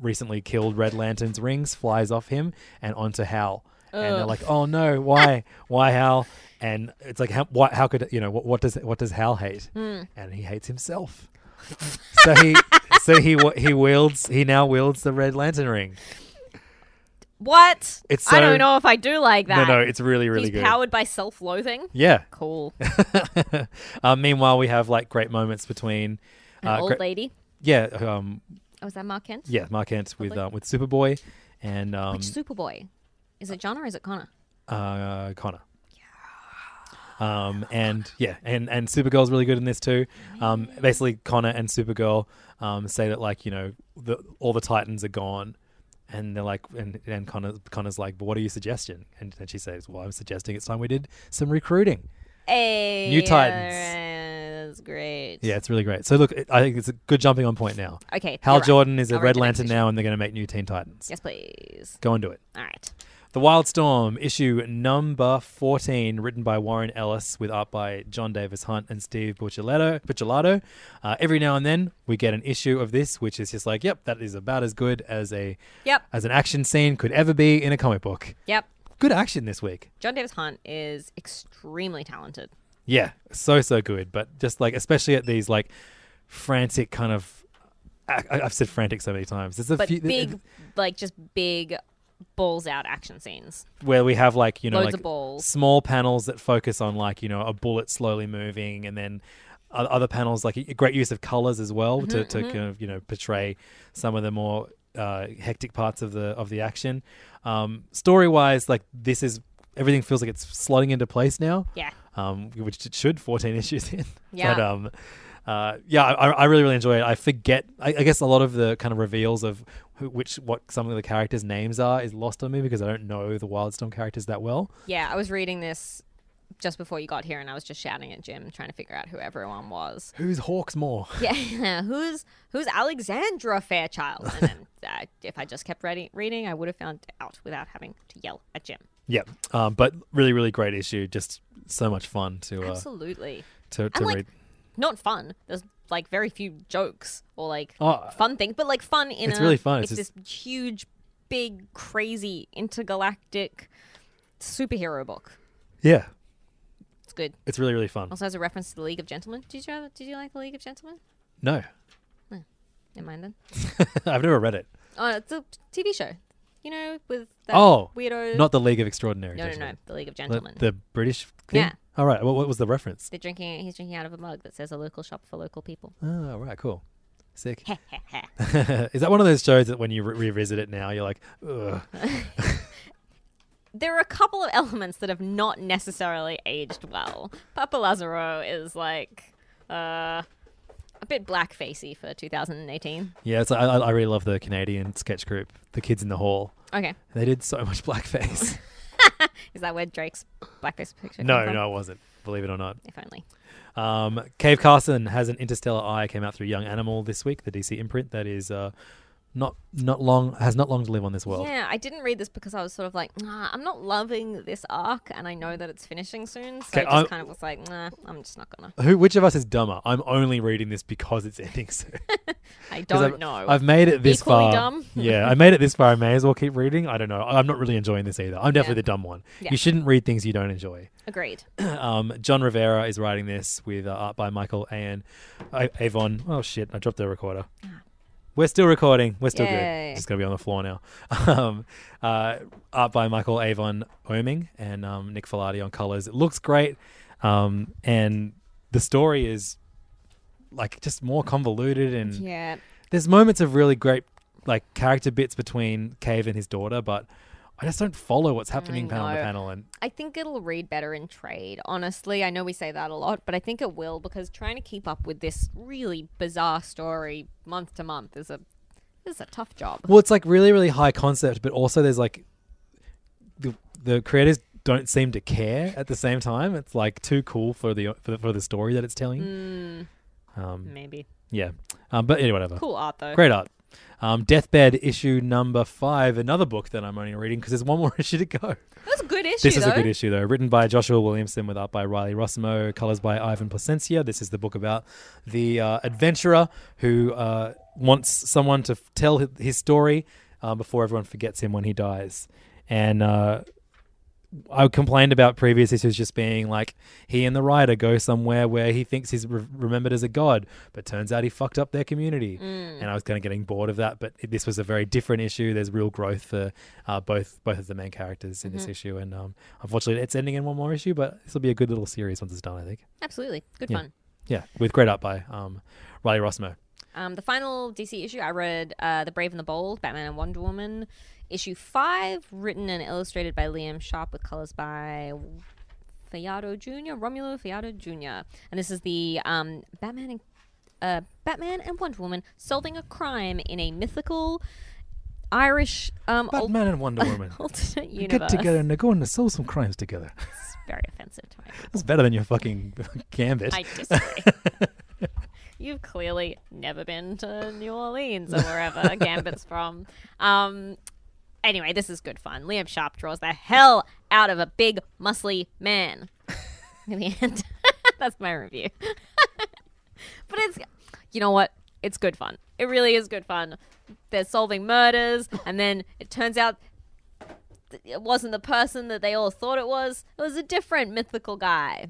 Speaker 4: recently killed Red Lanterns rings flies off him and onto Hal, and they're
Speaker 9: Ugh.
Speaker 4: like, oh no, why why Hal? And it's like how why, how could you know what, what does what does Hal hate?
Speaker 9: Mm.
Speaker 4: And he hates himself. so he so he wi- he wields he now wields the red lantern ring.
Speaker 5: What?
Speaker 4: It's
Speaker 5: I
Speaker 4: so-
Speaker 5: don't know if I do like
Speaker 4: No,
Speaker 5: that.
Speaker 4: no, it's really, really
Speaker 5: He's
Speaker 4: good.
Speaker 5: powered by self-loathing.
Speaker 4: Yeah.
Speaker 5: Cool.
Speaker 4: uh, meanwhile, we have like great moments between
Speaker 5: An
Speaker 4: uh,
Speaker 5: old
Speaker 4: great-
Speaker 5: lady.
Speaker 4: Yeah, um,
Speaker 5: Oh, is that Mark Kent?
Speaker 4: yeah, Mark Kent with uh, with Superboy and um,
Speaker 5: Which Superboy? Is it John or is it Connor?
Speaker 4: uh, Connor. Um, and yeah, and, and Supergirl's really good in this too. Um, basically, Connor and Supergirl um, say that like you know the, all the Titans are gone, and they're like, and, and Connor Connor's like, but what are you suggesting? And then she says, well, I'm suggesting it's time we did some recruiting.
Speaker 5: Hey,
Speaker 4: New Titans.
Speaker 5: alright, That's great.
Speaker 4: Yeah, it's really great. So look, it- I think it's a good jumping on point now.
Speaker 5: Okay,
Speaker 4: Hal
Speaker 5: you're right.
Speaker 4: Jordan is a
Speaker 5: I'll
Speaker 4: Red
Speaker 5: read the next
Speaker 4: Lantern now, and they're going to make new Teen Titans.
Speaker 5: Yes, please.
Speaker 4: Go and do it.
Speaker 5: All right.
Speaker 4: The Wild Storm, issue number 14, written by Warren Ellis with art by John Davis Hunt and Steve Bucciolato. Bucciolato. Uh, every now and then, we get an issue of this, which is just like, yep, that is about as good as a
Speaker 5: Yep.
Speaker 4: as an action scene could ever be in a comic book.
Speaker 5: Yep.
Speaker 4: Good action this week.
Speaker 5: John Davis Hunt is extremely talented.
Speaker 4: Yeah, so so good. But just like, especially at these like frantic kind of, I, I- I've said frantic so many times. There's a
Speaker 5: but
Speaker 4: few
Speaker 5: big, like just big, balls out action scenes.
Speaker 4: where we have like you know
Speaker 5: Loads
Speaker 4: like
Speaker 5: of balls.
Speaker 4: small panels that focus on like you know a bullet slowly moving, and then o- other panels like a great use of colors as well
Speaker 5: Mm-hmm,
Speaker 4: to,
Speaker 9: Mhm,
Speaker 4: to
Speaker 9: mhm.
Speaker 4: kind of you know portray some of the more uh, hectic parts of the of the action. Um, Story wise, like this is everything feels like it's slotting into place now.
Speaker 9: Yeah.
Speaker 4: um, which it should 14 issues in.
Speaker 9: Yeah.
Speaker 4: But um, uh, yeah, I, I really really enjoy it. I forget, I, I guess a lot of the kind of reveals of who, which what some of the characters' names are is lost on me because I don't know the Wildstorm characters that well.
Speaker 5: Yeah, I was reading this just before you got here, and I was just shouting at Jim, trying to figure out who everyone was.
Speaker 4: Who's Hawksmoor?
Speaker 5: Yeah, who's who's Alexandra Fairchild? And then, uh, if I just kept reading, reading, I would have found out without having to yell at Jim.
Speaker 4: Yeah, um, but really really great issue. Just so much fun to uh,
Speaker 5: Absolutely.
Speaker 4: to, to
Speaker 5: And, like,
Speaker 4: read.
Speaker 5: Not fun. There's like very few jokes or like
Speaker 4: Oh,
Speaker 5: fun things, but like fun in
Speaker 4: it's
Speaker 5: a,
Speaker 4: really fun.
Speaker 5: It's,
Speaker 4: It's just-
Speaker 5: this huge, big, crazy intergalactic superhero book.
Speaker 4: Yeah,
Speaker 5: It's good.
Speaker 4: it's really really fun.
Speaker 5: Also has a reference to the League of Gentlemen. Did you did you like the League of Gentlemen?
Speaker 4: No,
Speaker 5: Never mind then.
Speaker 4: I've never read it.
Speaker 5: Oh, it's a TV show. You know, with that
Speaker 4: oh,
Speaker 5: weirdo.
Speaker 4: not the League of Extraordinary.
Speaker 5: No, no, no,
Speaker 4: Gentlemen.
Speaker 5: the League of
Speaker 4: The-
Speaker 5: Gentlemen.
Speaker 4: The, British. Thing?
Speaker 5: Yeah.
Speaker 4: All right. What, what was the reference?
Speaker 5: They're drinking. He's drinking out of a mug that says a local shop for local people.
Speaker 4: Oh, right, cool. Sick. Is that one of those shows that when you re- revisit it now, you're like, ugh.
Speaker 5: There are a couple of elements that have not necessarily aged well. Papa Lazaro is like uh, a bit blackfacey for 2018.
Speaker 4: yeah, it's, I, I I really love the Canadian sketch group, The Kids in the Hall.
Speaker 5: Okay.
Speaker 4: They did so much blackface.
Speaker 5: Is that where Drake's blackface picture?
Speaker 4: no,
Speaker 5: came from?
Speaker 4: no, it wasn't. believe it or not.
Speaker 5: If only.
Speaker 4: Um, Cave Carson has an interstellar eye came out through Young Animal this week, the DC imprint that is uh, not not long has not long to live on this world.
Speaker 5: Yeah, I didn't read this because I was sort of like, nah, I'm not loving this arc, and I know that it's finishing soon, so
Speaker 4: 'Kay,
Speaker 5: I just
Speaker 4: I'm-
Speaker 5: kind of was like, nah, I'm just not gonna.
Speaker 4: Who? Which of us is dumber? I'm only reading this because it's ending soon.
Speaker 5: I
Speaker 4: 'Cause
Speaker 5: don't
Speaker 4: I've,
Speaker 5: know.
Speaker 4: I've made it this
Speaker 5: Equally
Speaker 4: far.
Speaker 5: Dumb.
Speaker 4: yeah, I made it this far. I may as well keep reading. I don't know. I'm not really enjoying this either. I'm definitely the
Speaker 5: Yeah.
Speaker 4: dumb one.
Speaker 5: Yeah.
Speaker 4: You shouldn't read things you don't enjoy.
Speaker 5: Agreed.
Speaker 4: um, John Rivera is writing this with uh, art by Michael Ayan. I- Avon. Oh shit! I dropped the recorder. We're still recording. We're still
Speaker 5: Ah. Yay.
Speaker 4: good. Just gonna be on the floor now. Um, uh, art by Michael Avon Oming and um, Nick Filati on colors. It looks great, um, and the story is like just more convoluted and
Speaker 5: Yeah.
Speaker 4: there's moments of really great like character bits between Cave and his daughter, but I just don't follow what's happening panel to
Speaker 5: know.
Speaker 4: panel. And
Speaker 5: I think it'll read better in trade. Honestly, I know we say that a lot, but I think it will because trying to keep up with this really bizarre story month to month is a is a tough job.
Speaker 4: Well, it's like really, really high concept, but also there's like the the creators don't seem to care at the same time. It's like too cool for the for the, for the story that it's telling.
Speaker 5: Mm,
Speaker 4: Um,
Speaker 5: maybe.
Speaker 4: Yeah, um, but anyway, whatever.
Speaker 5: Cool art, though.
Speaker 4: Great art. Um, Deathbed issue number five, another book that I'm only reading because there's one more issue to go.
Speaker 5: That was a good issue.
Speaker 4: This is
Speaker 5: though.
Speaker 4: a good issue though, written by Joshua Williamson with art by Riley Rossimo, colors by Ivan Placencia. This is the book about the uh, adventurer who uh, wants someone to f- tell hi- his story uh, before everyone forgets him when he dies. And uh, I complained about previous issues just being like he and the writer go somewhere where he thinks he's re- remembered as a god, but turns out he fucked up their community.
Speaker 5: Mm.
Speaker 4: And I was kind of getting bored of that. But it- this was a very different issue. There's real growth for uh, both both of the main characters in this
Speaker 5: Mhm.
Speaker 4: issue. And um, unfortunately, it's ending in one more issue, but this will be a good little series once it's done. I think.
Speaker 5: Absolutely. Good
Speaker 4: yeah.
Speaker 5: fun.
Speaker 4: Yeah, with great art by um, Riley Rossmo.
Speaker 5: Um, the final DC issue, I read uh, The Brave and the Bold, Batman and Wonder Woman, issue five, written and illustrated by Liam Sharp with colors by Fiato Jr., Romulo Fiato Jr. And this is the um, Batman and uh, Batman and Wonder Woman solving a crime in a mythical Irish um, al-
Speaker 4: Batman and Wonder Woman.
Speaker 5: alternate
Speaker 4: You
Speaker 5: universe.
Speaker 4: Get together and they're going to solve some crimes together.
Speaker 5: It's very offensive to me.
Speaker 4: That's better than your fucking gambit.
Speaker 5: I disagree. You've clearly never been to New Orleans or wherever Gambit's from. Um, anyway, this is good fun. Liam Sharp draws the hell out of a big, muscly man. In the end, that's my review. but it's, you know what? It's good fun. It really is good fun. They're solving murders, and then it turns out th- it wasn't the person that they all thought it was. It was a different mythical guy.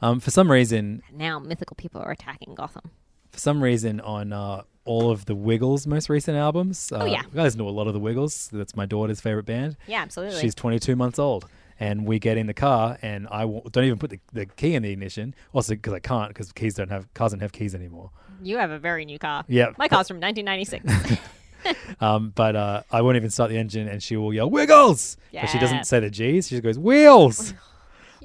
Speaker 4: Um, for some reason,
Speaker 5: Now mythical people are attacking Gotham.
Speaker 4: for some reason on uh, all of the Wiggles' most recent albums. Uh,
Speaker 5: Oh, yeah.
Speaker 4: you guys know a lot of the Wiggles. That's my daughter's favorite band.
Speaker 5: Yeah, absolutely.
Speaker 4: She's 22 months old, and we get in the car, and I w- don't even put the, the key in the ignition. Also, because I can't, because keys don't have cars don't have keys anymore.
Speaker 5: You have a very new car.
Speaker 4: Yeah.
Speaker 5: My car's from 1996.
Speaker 4: Um, but uh, I won't even start the engine, and she will yell "Wiggles," but she
Speaker 5: Yeah.
Speaker 4: doesn't say the G's. She just goes "Wheels,"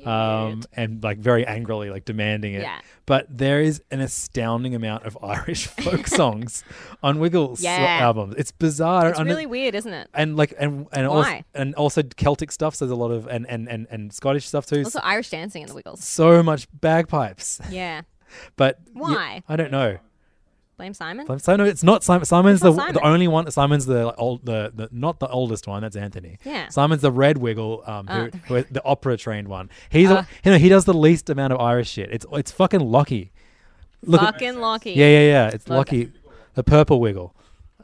Speaker 4: um, and like very angrily, like demanding it.
Speaker 5: Yeah.
Speaker 4: But there is an astounding amount of Irish folk songs on Wiggles
Speaker 5: Yeah.
Speaker 4: albums. It's bizarre.
Speaker 5: it's
Speaker 4: and it-
Speaker 5: really weird, isn't it?
Speaker 4: and like and and also,
Speaker 5: Why?
Speaker 4: and also Celtic stuff. So there's a lot of and and and, and Scottish stuff too.
Speaker 5: Also, Irish dancing in the Wiggles.
Speaker 4: so much bagpipes,
Speaker 5: Yeah.
Speaker 4: but yeah,
Speaker 5: Why?
Speaker 4: I don't know.
Speaker 5: Blame Simon.
Speaker 4: But Simon, it's not Simon. Simon's
Speaker 5: It's not
Speaker 4: the,
Speaker 5: Simon.
Speaker 4: the only one. Simon's the like, old, the, the not the oldest one. That's Anthony.
Speaker 5: Yeah.
Speaker 4: Simon's the red wiggle, um, who,
Speaker 5: Ah, the Uh.
Speaker 4: who- the opera trained one. He's the- you know he does the least amount of Irish shit. It's it's fucking Lockie. Look, at-
Speaker 5: Fucking Lockie.
Speaker 4: yeah, yeah, yeah. It's
Speaker 5: Look.
Speaker 4: Lockie, the purple wiggle.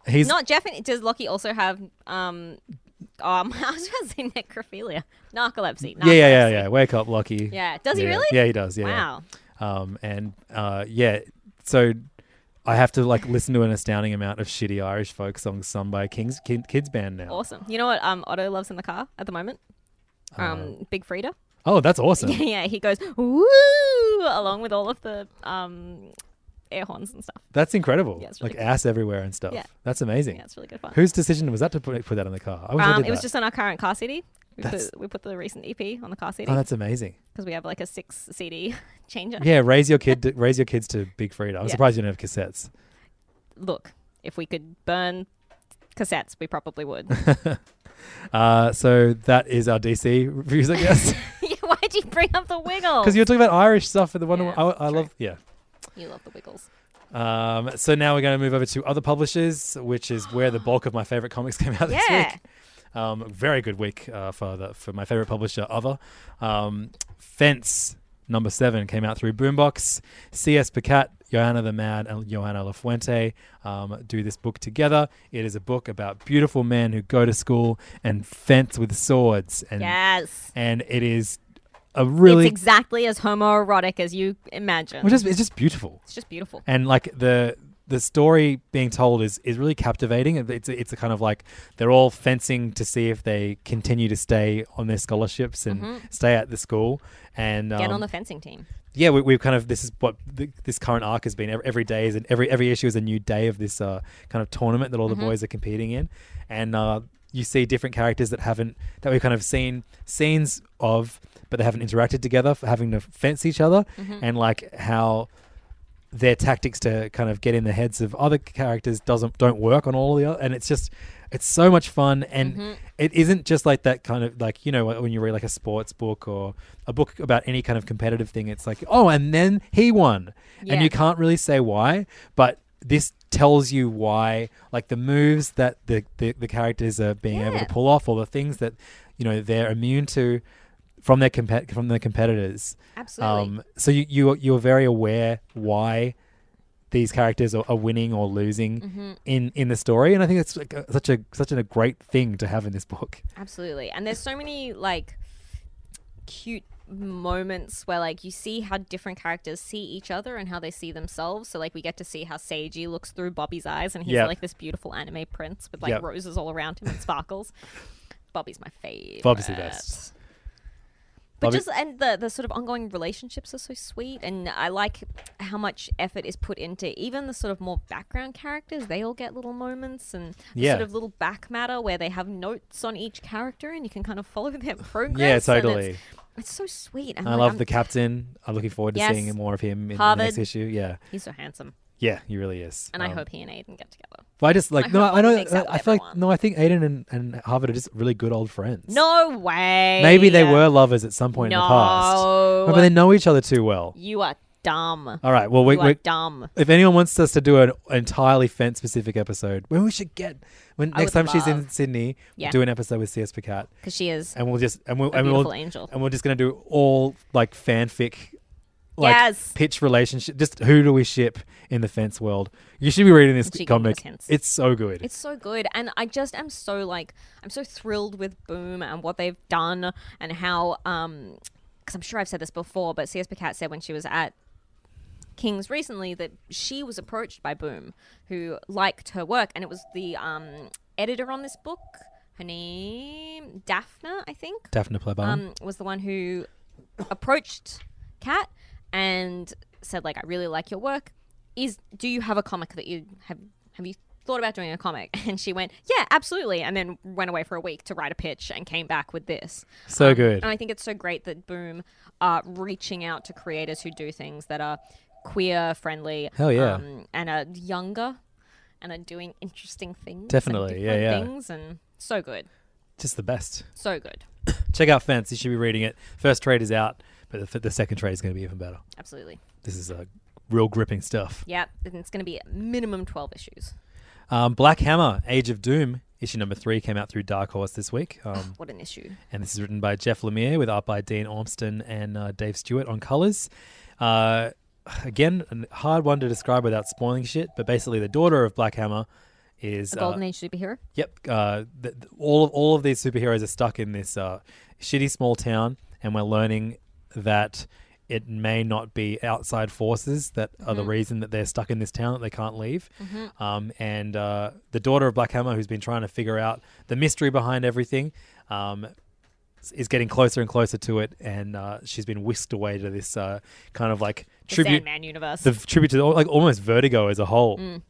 Speaker 4: He's
Speaker 5: Not Jeff. Does Lockie also have um? Um, I was going to say necrophilia, narcolepsy.
Speaker 4: yeah, yeah, yeah,
Speaker 5: narcolepsy.
Speaker 4: yeah. Wake up, Lockie.
Speaker 5: Yeah. Does he really?
Speaker 4: Yeah, he does. Yeah. yeah.
Speaker 5: Wow.
Speaker 4: Um, and uh, yeah, so I have to like listen to an astounding amount of shitty Irish folk songs sung by King's kid, kids band now.
Speaker 5: Awesome. You know what? Um, Otto loves in the car at the moment.
Speaker 4: Uh,
Speaker 5: Um, Big Frida.
Speaker 4: Oh, that's awesome.
Speaker 5: Yeah, yeah. He goes woo along with all of the um air horns and stuff.
Speaker 4: That's incredible.
Speaker 5: Yeah, it's really
Speaker 4: like
Speaker 5: cool.
Speaker 4: ass everywhere and stuff.
Speaker 5: Yeah.
Speaker 4: That's amazing.
Speaker 5: Yeah, it's really good fun.
Speaker 4: Whose decision was that to put, put that on the car? I wish I
Speaker 5: Um,
Speaker 4: did
Speaker 5: it was
Speaker 4: that.
Speaker 5: just on our current car CD. We
Speaker 4: That's-
Speaker 5: put, we put the recent EP on the car CD
Speaker 4: Oh, that's amazing.
Speaker 5: because we have like a six CD changer.
Speaker 4: Yeah, raise your kid, to, raise your kids to Big Frida. I'm
Speaker 5: Yeah.
Speaker 4: surprised you don't have cassettes.
Speaker 5: Look, if we could burn cassettes, we probably would.
Speaker 4: Uh, so that is our DC reviews, I guess.
Speaker 5: yeah, why did you bring up the Wiggles?
Speaker 4: Because you're talking about Irish stuff for the one. I, I love. Yeah.
Speaker 5: You love the Wiggles.
Speaker 4: Um, so now we're going to move over to other publishers, which is where the bulk of my favorite comics came out this
Speaker 5: Yeah.
Speaker 4: week. Um, very good week uh, for the, for my favorite publisher, Other. Um, Fence number seven came out through Boombox. C.S. Paquette, Johanna the Mad, and Johanna Lafuente um, do this book together. It is a book about beautiful men who go to school and fence with swords. And,
Speaker 5: Yes.
Speaker 4: And it is a really
Speaker 5: It's exactly as homoerotic as you imagine.
Speaker 4: Well, just- it's just beautiful.
Speaker 5: It's just beautiful.
Speaker 4: and like the the story being told is is really captivating. It's it's a kind of like they're all fencing to see if they continue to stay on their scholarships and
Speaker 5: Mhm.
Speaker 4: stay at the school and
Speaker 5: Get on
Speaker 4: um,
Speaker 5: the fencing team.
Speaker 4: yeah, we, we've kind of this is what the, this current arc has been. Ev- Every day is and every every issue is a new day of this uh, kind of tournament that all the
Speaker 5: Mm-hmm.
Speaker 8: Mhm.
Speaker 4: boys are competing in, and uh, you see different characters that haven't that we've kind of seen scenes of, but they haven't interacted together, for having to fence each other,
Speaker 5: Mm-hmm.
Speaker 8: Mhm.
Speaker 4: and like how their tactics to kind of get in the heads of other characters doesn't don't work on all the other, and it's just it's so much fun and
Speaker 8: Mhm.
Speaker 4: it isn't just like that kind of like you know when you read like a sports book or a book about any kind of competitive thing it's like oh and then he won
Speaker 8: Yeah.
Speaker 4: and you can't really say why but this tells you why like the moves that the the, the characters are being able to
Speaker 8: Yeah.
Speaker 4: pull off or the things that you know they're immune to from their compet from their competitors
Speaker 8: Absolutely.
Speaker 4: Um, so you, you you're very aware why these characters are, are winning or losing
Speaker 5: Mhm.
Speaker 4: in in the story and i think that's like a, such a such a great thing to have in this book
Speaker 5: Absolutely. And there's so many like cute moments where like you see how different characters see each other and how they see themselves. So like we get to see how Seiji looks through Bobby's eyes and he's
Speaker 4: Yep.
Speaker 5: like this beautiful anime prince with like
Speaker 4: Yep.
Speaker 5: roses all around him and sparkles. Bobby's my favorite.
Speaker 4: Bobby's the best.
Speaker 5: But
Speaker 4: Bobby-
Speaker 5: just and the the sort of ongoing relationships are so sweet, and I like how much effort is put into even the sort of more background characters. They all get little moments and the
Speaker 4: Yeah.
Speaker 5: sort of little back matter where they have notes on each character, and you can kind of follow their progress.
Speaker 4: yeah
Speaker 5: and
Speaker 4: totally
Speaker 5: it's, it's so sweet.
Speaker 4: i
Speaker 5: I'm like,
Speaker 4: love
Speaker 5: I'm-
Speaker 4: the captain i'm looking forward to
Speaker 5: Yes.
Speaker 4: seeing more of him in the
Speaker 5: Harvard.
Speaker 4: next issue yeah
Speaker 5: He's so handsome,
Speaker 4: yeah he really is
Speaker 5: and I
Speaker 4: Um,
Speaker 5: hope he and Aiden get together.
Speaker 4: but i just like
Speaker 5: I
Speaker 4: no
Speaker 5: hope
Speaker 4: i know
Speaker 5: he makes out
Speaker 4: i feel like no i think aiden and, and harvard are just really good old friends
Speaker 5: No way.
Speaker 4: maybe they were lovers at some point in the past
Speaker 5: No.
Speaker 4: but they know each other too well
Speaker 5: You are dumb.
Speaker 4: all right well we,
Speaker 5: you are
Speaker 4: we
Speaker 5: dumb.
Speaker 4: if anyone wants us to do an entirely fence specific episode when we should get when
Speaker 5: I
Speaker 4: next time
Speaker 5: would
Speaker 4: she's in
Speaker 5: love-
Speaker 4: sydney
Speaker 5: Yeah.
Speaker 4: we'll do an episode with cs Cat.
Speaker 5: because she is
Speaker 4: and we'll just and we'll
Speaker 5: a
Speaker 4: and we'll
Speaker 5: beautiful angel.
Speaker 4: and we're just gonna do all like fanfic, like
Speaker 5: Yes.
Speaker 4: pitch relationship. Just who do we ship in the fence world? You should be reading this
Speaker 5: And she can give
Speaker 4: comic.
Speaker 5: us hints.
Speaker 4: It's so good.
Speaker 5: It's so good, and I just am so like I'm so thrilled with Boom and what they've done and how um because I'm sure I've said this before, but CS Cat said when she was at Kings recently that she was approached by Boom, who liked her work, and it was the um editor on this book. Her name Daphne, I think.
Speaker 4: Daphne Plebon.
Speaker 5: Um, was the one who approached Kat and said, like, I really like your work. Is do you have a comic that you have have you thought about doing a comic? And she went, Yeah, absolutely, and then went away for a week to write a pitch and came back with this.
Speaker 4: So good.
Speaker 5: And I think it's so great that Boom are reaching out to creators who do things that are queer friendly.
Speaker 4: Hell yeah.
Speaker 5: um, and are younger and are doing interesting things. and
Speaker 4: Definitely, yeah,
Speaker 5: different
Speaker 4: yeah.
Speaker 5: Things and so good.
Speaker 4: Just the best.
Speaker 5: So good.
Speaker 4: Check out Fence. You should be reading it. First trade is out, but the, the second trade is going to be even better.
Speaker 5: Absolutely.
Speaker 4: This is uh, real gripping stuff.
Speaker 5: Yep, and it's going to be minimum 12 issues.
Speaker 4: Um, Black Hammer: Age of Doom issue number three came out through Dark Horse this week. Um,
Speaker 5: What an issue.
Speaker 4: And this is written by Jeff Lemire with art by Dean Ormston and uh, Dave Stewart on colors. Uh, again, a hard one to describe without spoiling shit, but basically the daughter of Black Hammer is
Speaker 5: A golden
Speaker 4: uh,
Speaker 5: age superhero?
Speaker 4: Yep. Uh, th- th- all of all of these superheroes are stuck in this uh, shitty small town, and we're learning that it may not be outside forces that are the
Speaker 8: Mhm.
Speaker 4: reason that they're stuck in this town that they can't leave.
Speaker 8: Mhm.
Speaker 4: Um, and uh, the daughter of Black Hammer, who's been trying to figure out the mystery behind everything, um, s- is getting closer and closer to it, and uh, she's been whisked away to this uh, kind of like
Speaker 5: The
Speaker 4: tribute
Speaker 5: Sandman universe.
Speaker 4: the tribute to the, like almost Vertigo as a whole.
Speaker 5: Mm.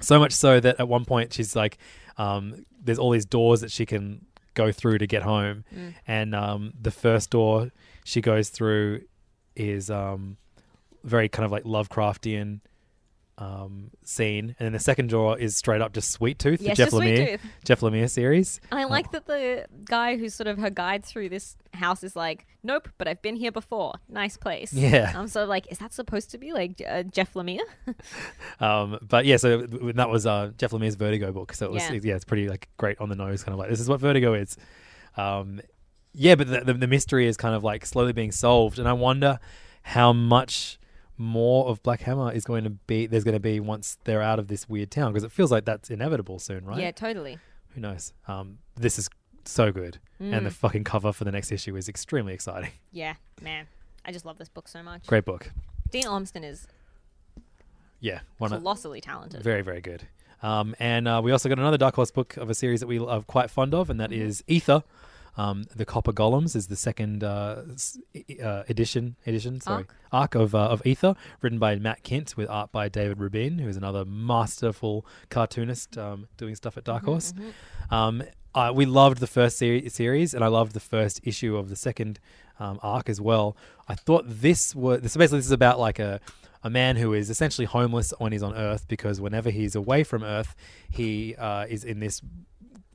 Speaker 4: So much so that at one point she's like, um, there's all these doors that she can go through to get home.
Speaker 8: Mm.
Speaker 4: And um, the first door she goes through is um, very kind of like Lovecraftian um, scene, and then the second jaw is straight up just Sweet Tooth, the
Speaker 5: Yes,
Speaker 4: Jeff
Speaker 5: just Sweet
Speaker 4: Lemire,
Speaker 5: Tooth.
Speaker 4: Jeff Lemire series.
Speaker 5: And I like that the guy who's sort of her guide through this house is like, nope, but I've been here before. Nice place.
Speaker 4: Yeah.
Speaker 5: I'm sort of like, is that supposed to be like uh, Jeff Lemire?
Speaker 4: Um, but yeah, so th- that was uh, Jeff Lemire's Vertigo book. So it was,
Speaker 5: Yeah.
Speaker 4: yeah. it's pretty like great on the nose, kind of like this is what Vertigo is. Um, yeah, but the, the, the mystery is kind of like slowly being solved, and I wonder how much more of Black Hammer is going to be. There's going to be once they're out of this weird town because it feels like that's inevitable soon, right?
Speaker 5: Yeah, totally.
Speaker 4: Who knows? Um, this is so good, and the
Speaker 5: Mm.
Speaker 4: fucking cover for the next issue is extremely exciting.
Speaker 5: Yeah, man. I just love this book so much.
Speaker 4: Great book.
Speaker 5: Dean Olmston is
Speaker 4: Yeah, one of-
Speaker 5: colossally talented.
Speaker 4: Very, very good. Um, and uh, we also got another Dark Horse book of a series that we are quite fond of, and that is Ether. Um, the Copper Golems is the second uh, s- e- uh, edition edition sorry arc,
Speaker 5: Arc.
Speaker 4: of uh, of Ether, written by Matt Kent with art by David Rubin, who is another masterful cartoonist um, doing stuff at Dark Horse. Um, I, we loved the first seri- series, and I loved the first issue of the second um, arc as well. I thought this was this basically this is about like a a man who is essentially homeless when he's on Earth because whenever he's away from Earth, he uh, is in this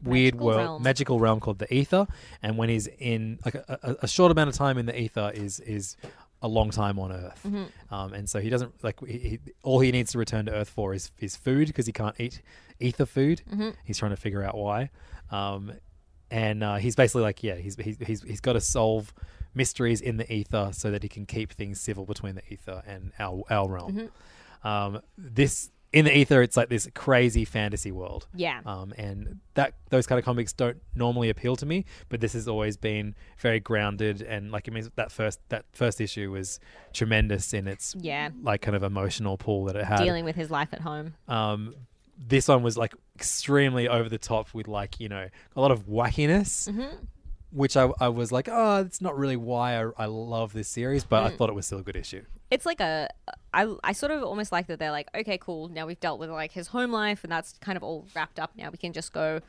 Speaker 4: weird
Speaker 8: Magical
Speaker 4: world
Speaker 8: realm.
Speaker 4: magical realm called the ether and when he's in like a, a, a short amount of time in the ether is is a long time on earth
Speaker 8: Mhm.
Speaker 4: um, and so he doesn't like he, he, all he needs to return to earth for is is food because he can't eat ether food
Speaker 8: Mhm.
Speaker 4: he's trying to figure out why um, and uh, he's basically like yeah he's he's, he's, he's got to solve mysteries in the ether so that he can keep things civil between the ether and our, our realm
Speaker 8: Mm-hmm.
Speaker 4: um, this in the ether it's like this crazy fantasy world
Speaker 8: Yeah.
Speaker 4: um, and that those kind of comics don't normally appeal to me but this has always been very grounded and like it means that first that first issue was tremendous in its
Speaker 5: Yeah.
Speaker 4: like kind of emotional pull that it had
Speaker 5: Dealing with his life at home.
Speaker 4: um, this one was like extremely over the top with like you know a lot of wackiness
Speaker 5: Mhm.
Speaker 4: which I, I was like oh it's not really why I, I love this series but I
Speaker 5: Mm.
Speaker 4: thought it was still a good issue
Speaker 5: It's like a, I, I sort of almost like that they're like, okay, cool. Now we've dealt with like his home life and that's kind of all wrapped up now. We can just go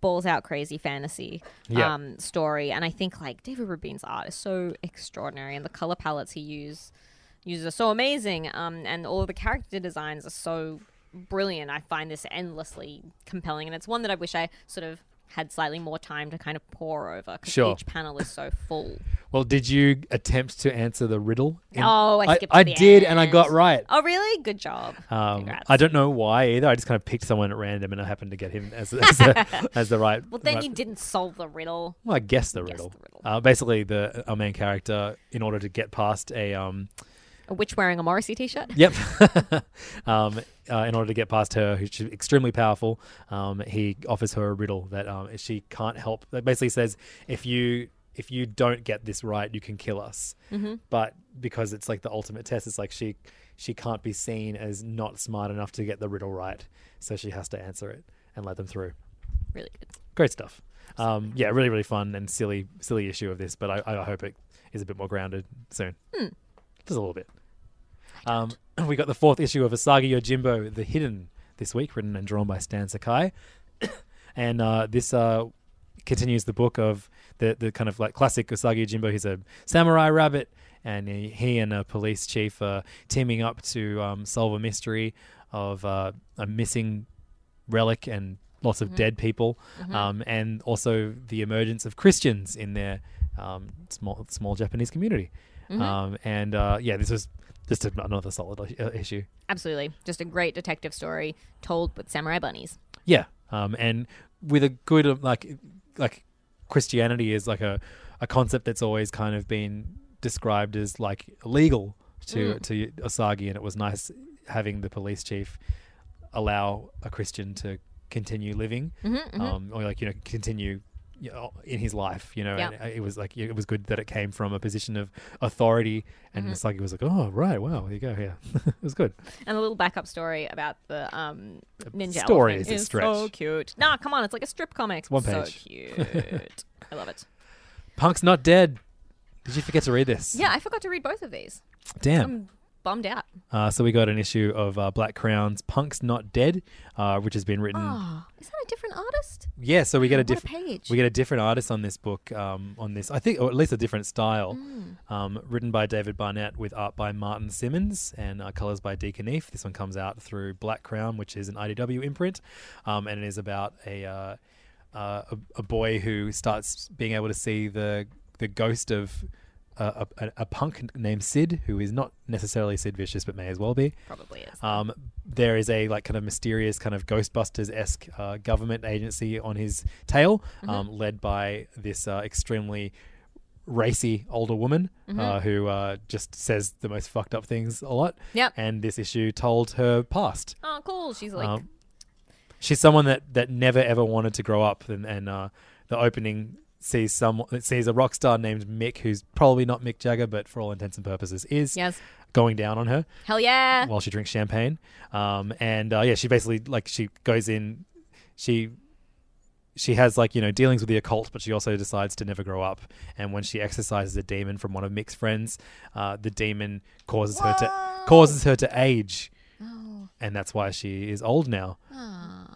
Speaker 5: balls out crazy fantasy
Speaker 8: Yeah.
Speaker 5: um, story. And I think like David Rubin's art is so extraordinary and the color palettes he use, uses are so amazing. Um, and all of the character designs are so brilliant. I find this endlessly compelling. And it's one that I wish I sort of had slightly more time to kind of pore over because
Speaker 4: Sure.
Speaker 5: each panel is so full.
Speaker 4: Well, did you attempt to answer the riddle? in-
Speaker 5: oh, I skipped
Speaker 4: I,
Speaker 5: to the
Speaker 4: did, and I
Speaker 5: end.
Speaker 4: got right.
Speaker 5: Oh, really? Good job.
Speaker 4: Um, I don't know why either. I just kind of picked someone at random, and I happened to get him as as, the- as the right.
Speaker 5: Well, then
Speaker 4: right-
Speaker 5: you didn't solve the riddle.
Speaker 4: Well, I guessed the riddle. Uh, basically, the our main character, in order to get past a um,
Speaker 5: A witch wearing a Morrissey t-shirt.
Speaker 4: Yep. um, uh, in order to get past her, who's extremely powerful, um, he offers her a riddle that um, she can't help. That basically says, if you if you don't get this right, you can kill us.
Speaker 8: Mhm.
Speaker 4: But because it's like the ultimate test, it's like she she can't be seen as not smart enough to get the riddle right, so she has to answer it and let them through.
Speaker 5: Really good.
Speaker 4: Great stuff. Um, yeah, really, really fun and silly, silly issue of this, but I, I hope it is a bit more grounded soon.
Speaker 5: Hmm.
Speaker 4: Just a little bit. Um, we got the fourth issue of Asagi Yojimbo, The Hidden, this week, written and drawn by Stan Sakai. and uh, this uh, continues the book of the, the kind of like classic Usagi Yojimbo. He's a samurai rabbit, and he, he and a police chief are teaming up to um, solve a mystery of uh, a missing relic and lots of
Speaker 8: Mhm.
Speaker 4: dead people,
Speaker 8: Mhm.
Speaker 4: um, and also the emergence of Christians in their um, small small Japanese community.
Speaker 5: Mhm.
Speaker 4: Um, and uh, yeah, this was just another solid i- uh, issue.
Speaker 5: Absolutely. Just a great detective story told with samurai bunnies.
Speaker 4: Yeah, um, and with a good um, like like Christianity is like a, a concept that's always kind of been described as like illegal to
Speaker 8: Mm.
Speaker 4: to Osagi, and it was nice having the police chief allow a Christian to continue living,
Speaker 8: Mhm, mhm.
Speaker 4: Um, or like you know continue. you know, In his life, you know,
Speaker 8: Yeah.
Speaker 4: and uh, it was like it was good that it came from a position of authority, and
Speaker 8: Mm-hmm.
Speaker 5: Mhm.
Speaker 4: Masagi was like, "Oh, right, wow, there you go, yeah, it was good."
Speaker 5: And a little backup story about the um, ninja
Speaker 4: story
Speaker 5: elephant
Speaker 4: is a stretch.
Speaker 5: so cute. Nah, come on. It's like a strip comic.
Speaker 4: It's one
Speaker 5: So
Speaker 4: page.
Speaker 5: cute. I love it.
Speaker 4: Punk's not dead. Did you forget to read this?
Speaker 5: Yeah, I forgot to read both of these.
Speaker 8: um,
Speaker 4: Damn.
Speaker 5: I'm bummed out.
Speaker 4: Uh, so we got an issue of uh, Black Crown's "Punk's Not Dead," uh, which has been written.
Speaker 5: Oh, is that a different artist?
Speaker 4: Yeah, so we get a
Speaker 5: What a
Speaker 4: different
Speaker 5: page.
Speaker 4: we get a different artist on this book. Um, on this, I think, or at least a different style.
Speaker 5: Mm.
Speaker 4: Um, written by David Barnett with art by Martin Simmons and uh, colors by Deacon Eve. This one comes out through Black Crown, which is an IDW imprint, um, and it is about a, uh, uh, a a boy who starts being able to see the the ghost of. Uh, a, a- a punk named Sid, who is not necessarily Sid Vicious, but may as well be.
Speaker 5: Probably is.
Speaker 4: Um, there is a like kind of mysterious kind of Ghostbusters esque uh, government agency on his tail,
Speaker 5: Mm-hmm.
Speaker 4: um, led by this uh, extremely racy older woman
Speaker 5: Mm-hmm.
Speaker 4: uh, who uh, just says the most fucked up things a lot.
Speaker 5: Yep.
Speaker 4: And this issue told her past.
Speaker 5: Oh, cool. She's like,
Speaker 4: Um, she's someone that that never ever wanted to grow up, and, and uh, the opening sees some sees a rock star named Mick, who's probably not Mick Jagger, but for all intents and purposes is.
Speaker 5: Yes.
Speaker 4: Going down on her
Speaker 5: hell yeah.
Speaker 4: while she drinks champagne. Um, and uh, yeah, she basically like she goes in, she she has like you know dealings with the occult, but she also decides to never grow up. And when she exercises a demon from one of Mick's friends, uh, the demon causes her to causes her to age,
Speaker 5: Oh.
Speaker 4: and that's why she is old now.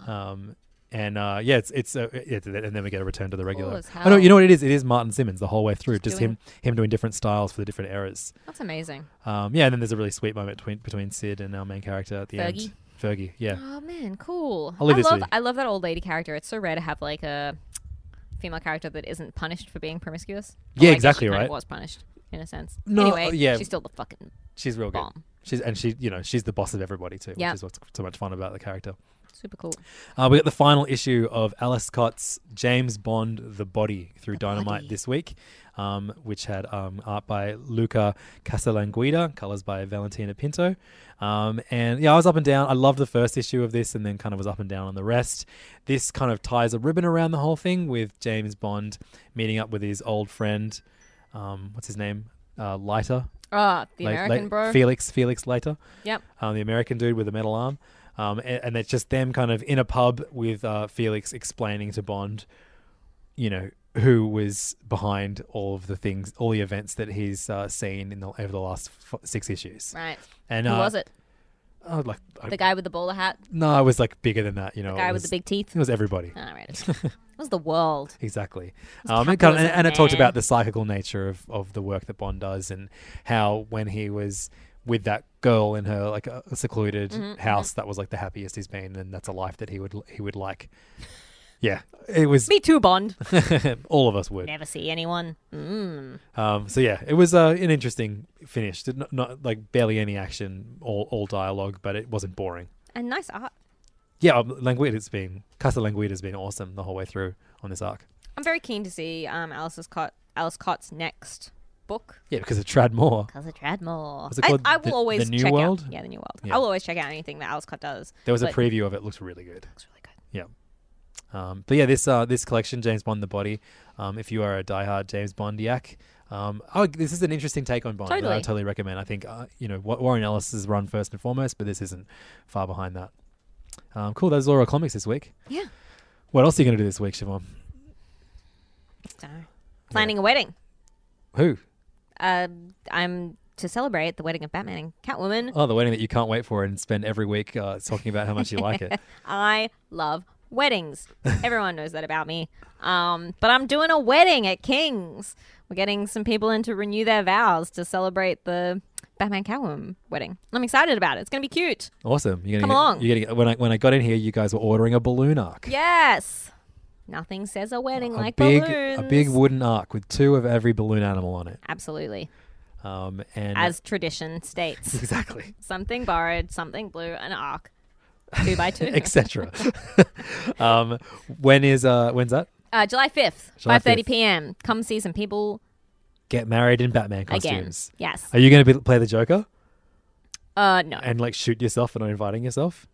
Speaker 4: Um, and uh, yeah, it's it's uh, it, and then we get a return to the regular.
Speaker 5: as
Speaker 4: Oh no, you
Speaker 5: hell.
Speaker 4: know what it is? It is Martin Simmons the whole way through, just
Speaker 5: doing
Speaker 4: him him doing different styles for the different eras.
Speaker 5: That's amazing.
Speaker 4: Um, yeah, and then there's a really sweet moment between between Sid and our main character at the
Speaker 5: Fergie.
Speaker 4: end. Fergie, yeah.
Speaker 5: Oh man, cool.
Speaker 4: I'll leave
Speaker 5: I
Speaker 4: this to
Speaker 5: love
Speaker 4: you.
Speaker 5: I love that old lady character. It's so rare to have like a female character that isn't punished for being promiscuous.
Speaker 4: Yeah,
Speaker 5: I guess
Speaker 4: exactly,
Speaker 5: She kind
Speaker 4: right.
Speaker 5: of was punished in a sense.
Speaker 4: No,
Speaker 5: anyway,
Speaker 4: uh, yeah.
Speaker 5: she's still the fucking.
Speaker 4: She's real good.
Speaker 5: Bomb.
Speaker 4: She's and she, you know, she's the boss of everybody too,
Speaker 5: Yeah.
Speaker 4: which is what's so much fun about the character.
Speaker 5: Super cool.
Speaker 4: Uh, we got the final issue of Alice Scott's James Bond: The Body through Dynamite
Speaker 5: Body.
Speaker 4: this week, um, which had um, art by Luca Casalanguida, colors by Valentina Pinto, um, and yeah, I was up and down. I loved the first issue of this, and then kind of was up and down on the rest. This kind of ties a ribbon around the whole thing with James Bond meeting up with his old friend, um, what's his name, uh, Lighter,
Speaker 5: Ah, the
Speaker 4: Late-
Speaker 5: American
Speaker 4: late-
Speaker 5: bro.
Speaker 4: Felix Felix Leiter
Speaker 5: Yep.
Speaker 4: um, the American dude with the metal arm. Um, and, and it's just them kind of in a pub with uh, Felix explaining to Bond, you know, who was behind all of the things, all the events that he's uh, seen in the, over the last f- six issues.
Speaker 5: Right.
Speaker 4: And
Speaker 5: Who
Speaker 4: uh,
Speaker 5: was it?
Speaker 4: Oh, like I-
Speaker 5: The guy with the bowler hat.
Speaker 4: No, it was like bigger than that. You know,
Speaker 5: The
Speaker 4: it
Speaker 5: guy with
Speaker 4: was-
Speaker 5: the big teeth.
Speaker 4: It was everybody.
Speaker 5: All right. it was the world.
Speaker 4: Exactly. Um, it kind of- and,
Speaker 5: capitalism,
Speaker 4: and it talked
Speaker 5: man.
Speaker 4: about the psychical nature of, of the work that Bond does and how when he was with that girl in her like a secluded house, that was like the happiest he's been, and that's a life that he would he would like. Yeah, it was.
Speaker 5: Me too, Bond.
Speaker 4: all of us would.
Speaker 5: Never see anyone. Mm.
Speaker 4: Um, so yeah, it was uh, an interesting finish. Did not, not like barely any action, all all dialogue, but it wasn't boring.
Speaker 5: And nice art.
Speaker 4: Yeah, um, Languida's been Casa Languida's been awesome the whole way through on this arc.
Speaker 5: I'm very keen to see um, Alice's Cot- Alice Cott's next book.
Speaker 4: Yeah, because of Trad Moore.
Speaker 5: Because of Tradmore.
Speaker 4: Was it called
Speaker 5: I, I
Speaker 4: The-
Speaker 5: will always
Speaker 4: The New
Speaker 5: check
Speaker 4: World?
Speaker 5: Out, yeah, the New World.
Speaker 4: Yeah.
Speaker 5: I'll always check out anything that Alice Cott does.
Speaker 4: There was a
Speaker 5: but
Speaker 4: preview of it. Looks really good.
Speaker 5: It's really good.
Speaker 4: Yeah. Um, but yeah, this uh, this collection, James Bond the Body. Um, if you are a diehard James Bondiac, um, oh, this is an interesting take on Bond that I
Speaker 5: Totally.
Speaker 4: would totally recommend. I think uh, you know Wa- Warren Ellis is run first and foremost, but this isn't far behind that. Um, cool. Those are all our comics this week.
Speaker 5: Yeah.
Speaker 4: What else are you going to do this week, Siobhan?
Speaker 5: So, planning a wedding.
Speaker 4: Who?
Speaker 5: Uh, I'm to celebrate the wedding of Batman and Catwoman.
Speaker 4: Oh, the wedding that you can't wait for and spend every week uh, talking about how much you like it.
Speaker 5: I love weddings. Everyone knows that about me. Um, but I'm doing a wedding at King's. We're getting some people in to renew their vows to celebrate the Batman Catwoman wedding. I'm excited about it. It's going to be cute.
Speaker 4: Awesome. You're gonna
Speaker 5: Come
Speaker 4: get,
Speaker 5: along.
Speaker 4: You're gonna get, when I when I got in here, you guys were ordering a balloon arc.
Speaker 5: Yes. Nothing says a wedding
Speaker 4: A
Speaker 5: like
Speaker 4: big
Speaker 5: balloons.
Speaker 4: a big wooden arc with two of every balloon animal on it.
Speaker 5: Absolutely.
Speaker 4: Um, and
Speaker 5: As tradition states.
Speaker 4: exactly.
Speaker 5: something borrowed, something blue, an arc. Two by two.
Speaker 4: etc. um, when is uh, when's that?
Speaker 5: uh, July 5th,
Speaker 4: July
Speaker 5: 5.30
Speaker 4: 5th.
Speaker 5: p.m. Come see some people
Speaker 4: Get married in Batman
Speaker 5: again.
Speaker 4: costumes.
Speaker 5: Yes.
Speaker 4: Are you going to be, play the Joker
Speaker 5: Uh, no.
Speaker 4: and like shoot yourself for not inviting yourself?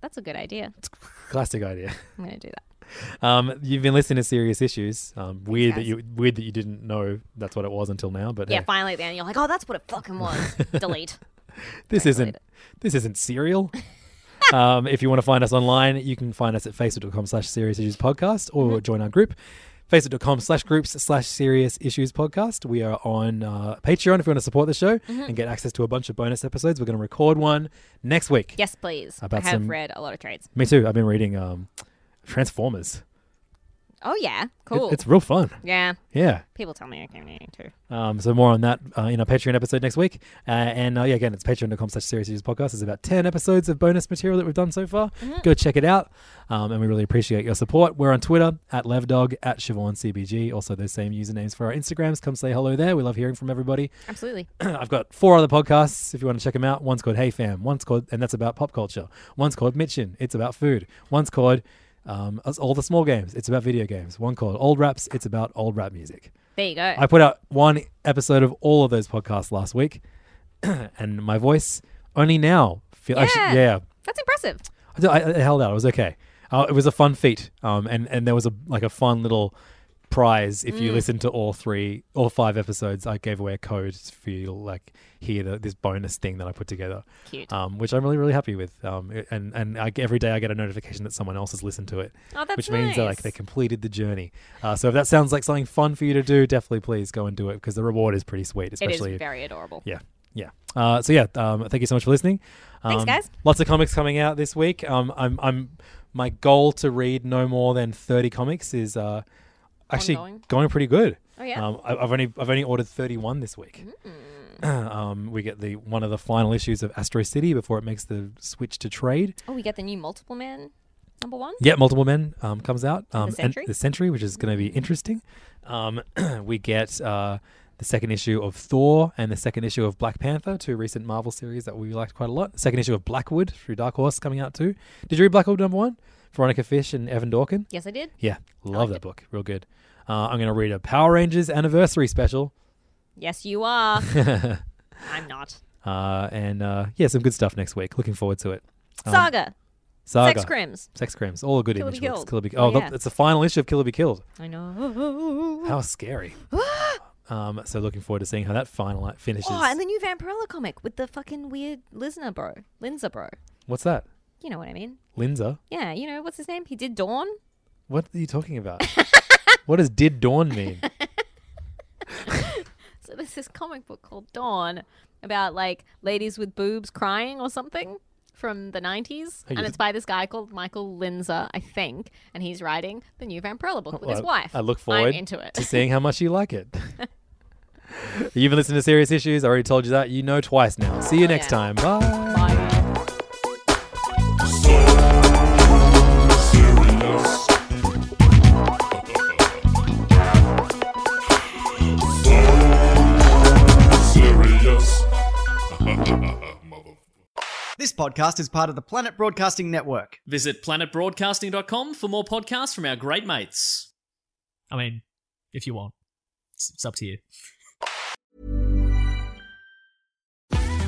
Speaker 5: That's a good idea.
Speaker 4: Classic idea.
Speaker 5: I'm going to do that.
Speaker 4: Um, you've been listening to Serious Issues. Um, weird that
Speaker 5: guys.
Speaker 4: you weird that you didn't know that's what it was until now. But
Speaker 5: Yeah,
Speaker 4: hey,
Speaker 5: finally at the end, you're like, oh, that's what it fucking was. Delete.
Speaker 4: this
Speaker 5: I
Speaker 4: isn't
Speaker 5: relate
Speaker 4: this isn't serial. um, if you want to find us online, you can find us at facebook.com slash serious issues podcast or join our group. facebook.com slash groups slash serious issues podcast. We are on uh, Patreon if you want to support the show
Speaker 5: Mhm.
Speaker 4: and get access to a bunch of bonus episodes. We're going to record one next week.
Speaker 5: Yes, please.
Speaker 4: About
Speaker 5: I have
Speaker 4: some-
Speaker 5: read a lot of trades.
Speaker 4: Me too. I've been reading um, Transformers.
Speaker 5: Oh yeah,
Speaker 4: It-
Speaker 5: cool.
Speaker 4: it's real fun.
Speaker 5: Yeah.
Speaker 4: Yeah.
Speaker 5: People tell me I can't read too.
Speaker 4: Um, so more on that uh, in our Patreon episode next week. Uh, and uh, yeah, again, it's patreon.com slash serious issues podcast. There's about 10 episodes of bonus material that we've done so far.
Speaker 5: Mhm.
Speaker 4: Go check it out. Um, and we really appreciate your support. We're on Twitter at levdog, at CBG. Also those same usernames for our Instagrams. Come say hello there. We love hearing from everybody.
Speaker 5: Absolutely.
Speaker 4: I've got four other podcasts if you want to check them out. One's called Hey Fam. One's called, and that's about pop culture. One's called Mitchin. It's about food. One's called um, Us- All the Small Games. It's about video games. One called Old Raps. It's about old rap music.
Speaker 5: There you go.
Speaker 4: I put out one episode of all of those podcasts last week, and my voice only now. Feel, yeah. Actually, yeah.
Speaker 5: That's impressive.
Speaker 4: I, I, I held out. It was okay. Uh, it was a fun feat, um, and and there was a like a fun little prize if you
Speaker 5: Mm.
Speaker 4: listen to all three or five episodes. I gave away a code for you to like hear the, this bonus thing that I put together,
Speaker 5: Cute.
Speaker 4: um, which I'm really really happy with. Um, it- and and I, every day I get a notification that someone else has listened to it,
Speaker 5: Oh, that's
Speaker 4: which means that like
Speaker 5: nice.
Speaker 4: they completed the journey. Uh, so if that sounds like something fun for you to do, definitely please go and do it because the reward is pretty sweet,
Speaker 5: It
Speaker 4: especially
Speaker 5: is very adorable.
Speaker 4: yeah. Yeah. Uh, so yeah, um, thank you so much for listening. Um,
Speaker 5: Thanks, guys.
Speaker 4: Lots of comics coming out this week. Um, I'm, I'm, my goal to read no more than 30 comics is uh, actually
Speaker 5: Ongoing?
Speaker 4: going pretty good.
Speaker 5: Oh, yeah? Mm.
Speaker 4: Um, I, I've only I've only ordered 31 this week. um, we get the one of the final issues of Astro City before it makes the switch to trade.
Speaker 5: Oh, we got the new multiple man number one.
Speaker 4: Yeah, multiple men um, comes out. Um, and
Speaker 5: Sentry?
Speaker 4: the Sentry, which is going to be interesting. Um, we get uh, the second issue of Thor and the second issue of Black Panther, two recent Marvel series that we liked quite a lot. Second issue of Blackwood through Dark Horse coming out too. Did you read Blackwood number one? Veronica Fish and Evan Dorkin.
Speaker 5: Yes, I did.
Speaker 4: Yeah, love that book. Real good. Uh, I'm going to read a Power Rangers anniversary special.
Speaker 5: Yes, you are. I'm not.
Speaker 4: Uh, and uh, yeah, some good stuff next week. Looking forward to it. Um,
Speaker 5: Saga.
Speaker 4: Saga.
Speaker 5: Sex Crims.
Speaker 4: Sex Crims. All good
Speaker 5: Kill or
Speaker 4: image
Speaker 5: Be
Speaker 4: books.
Speaker 5: Killed.
Speaker 4: Kill or Be-
Speaker 5: Oh,
Speaker 4: oh, the-
Speaker 5: yeah.
Speaker 4: it's the final issue of Kill or Be Killed.
Speaker 5: I know.
Speaker 4: How scary. um, so looking forward to seeing how that final finishes.
Speaker 5: Oh, and the new Vampirella comic with the fucking weird Lizner bro. Linza bro.
Speaker 4: What's that?
Speaker 5: You know what I mean?
Speaker 4: Linza?
Speaker 5: Yeah, you know, what's his name? He did Dawn.
Speaker 4: What are you talking about? what does did dawn mean?
Speaker 5: So there's this comic book called Dawn about like ladies with boobs crying or something from the 90s.
Speaker 4: Hey,
Speaker 5: and
Speaker 4: you-
Speaker 5: it's by this guy called Michael Linzer, I think. And he's writing the new Vampirella book with his
Speaker 4: Well,
Speaker 5: wife.
Speaker 4: I look forward
Speaker 5: I'm into it.
Speaker 4: to seeing how much you like it. You've been listening to Serious Issues. I already told you that. You know twice now. See you
Speaker 5: Oh,
Speaker 4: next time. Bye.
Speaker 8: Serious.
Speaker 2: This podcast is part of the Planet Broadcasting Network.
Speaker 3: Visit planetbroadcasting.com for more podcasts from our great mates.
Speaker 9: I mean, if you want, it's, it's up to you.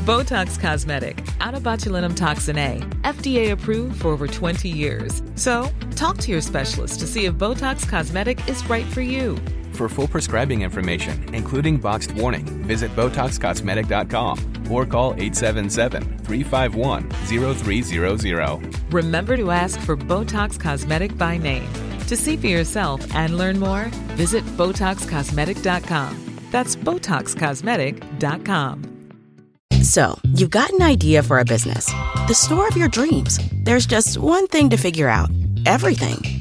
Speaker 10: Botox Cosmetic, out of botulinum toxin A, FDA approved for over 20 years. So, talk to your specialist to see if Botox Cosmetic is right for you.
Speaker 11: For full prescribing information, including boxed warning, visit BotoxCosmetic.com or call 877-351-0300.
Speaker 10: Remember to ask for Botox Cosmetic by name. To see for yourself and learn more, visit BotoxCosmetic.com. That's BotoxCosmetic.com.
Speaker 12: So, you've got an idea for a business, the store of your dreams. There's just one thing to figure out everything.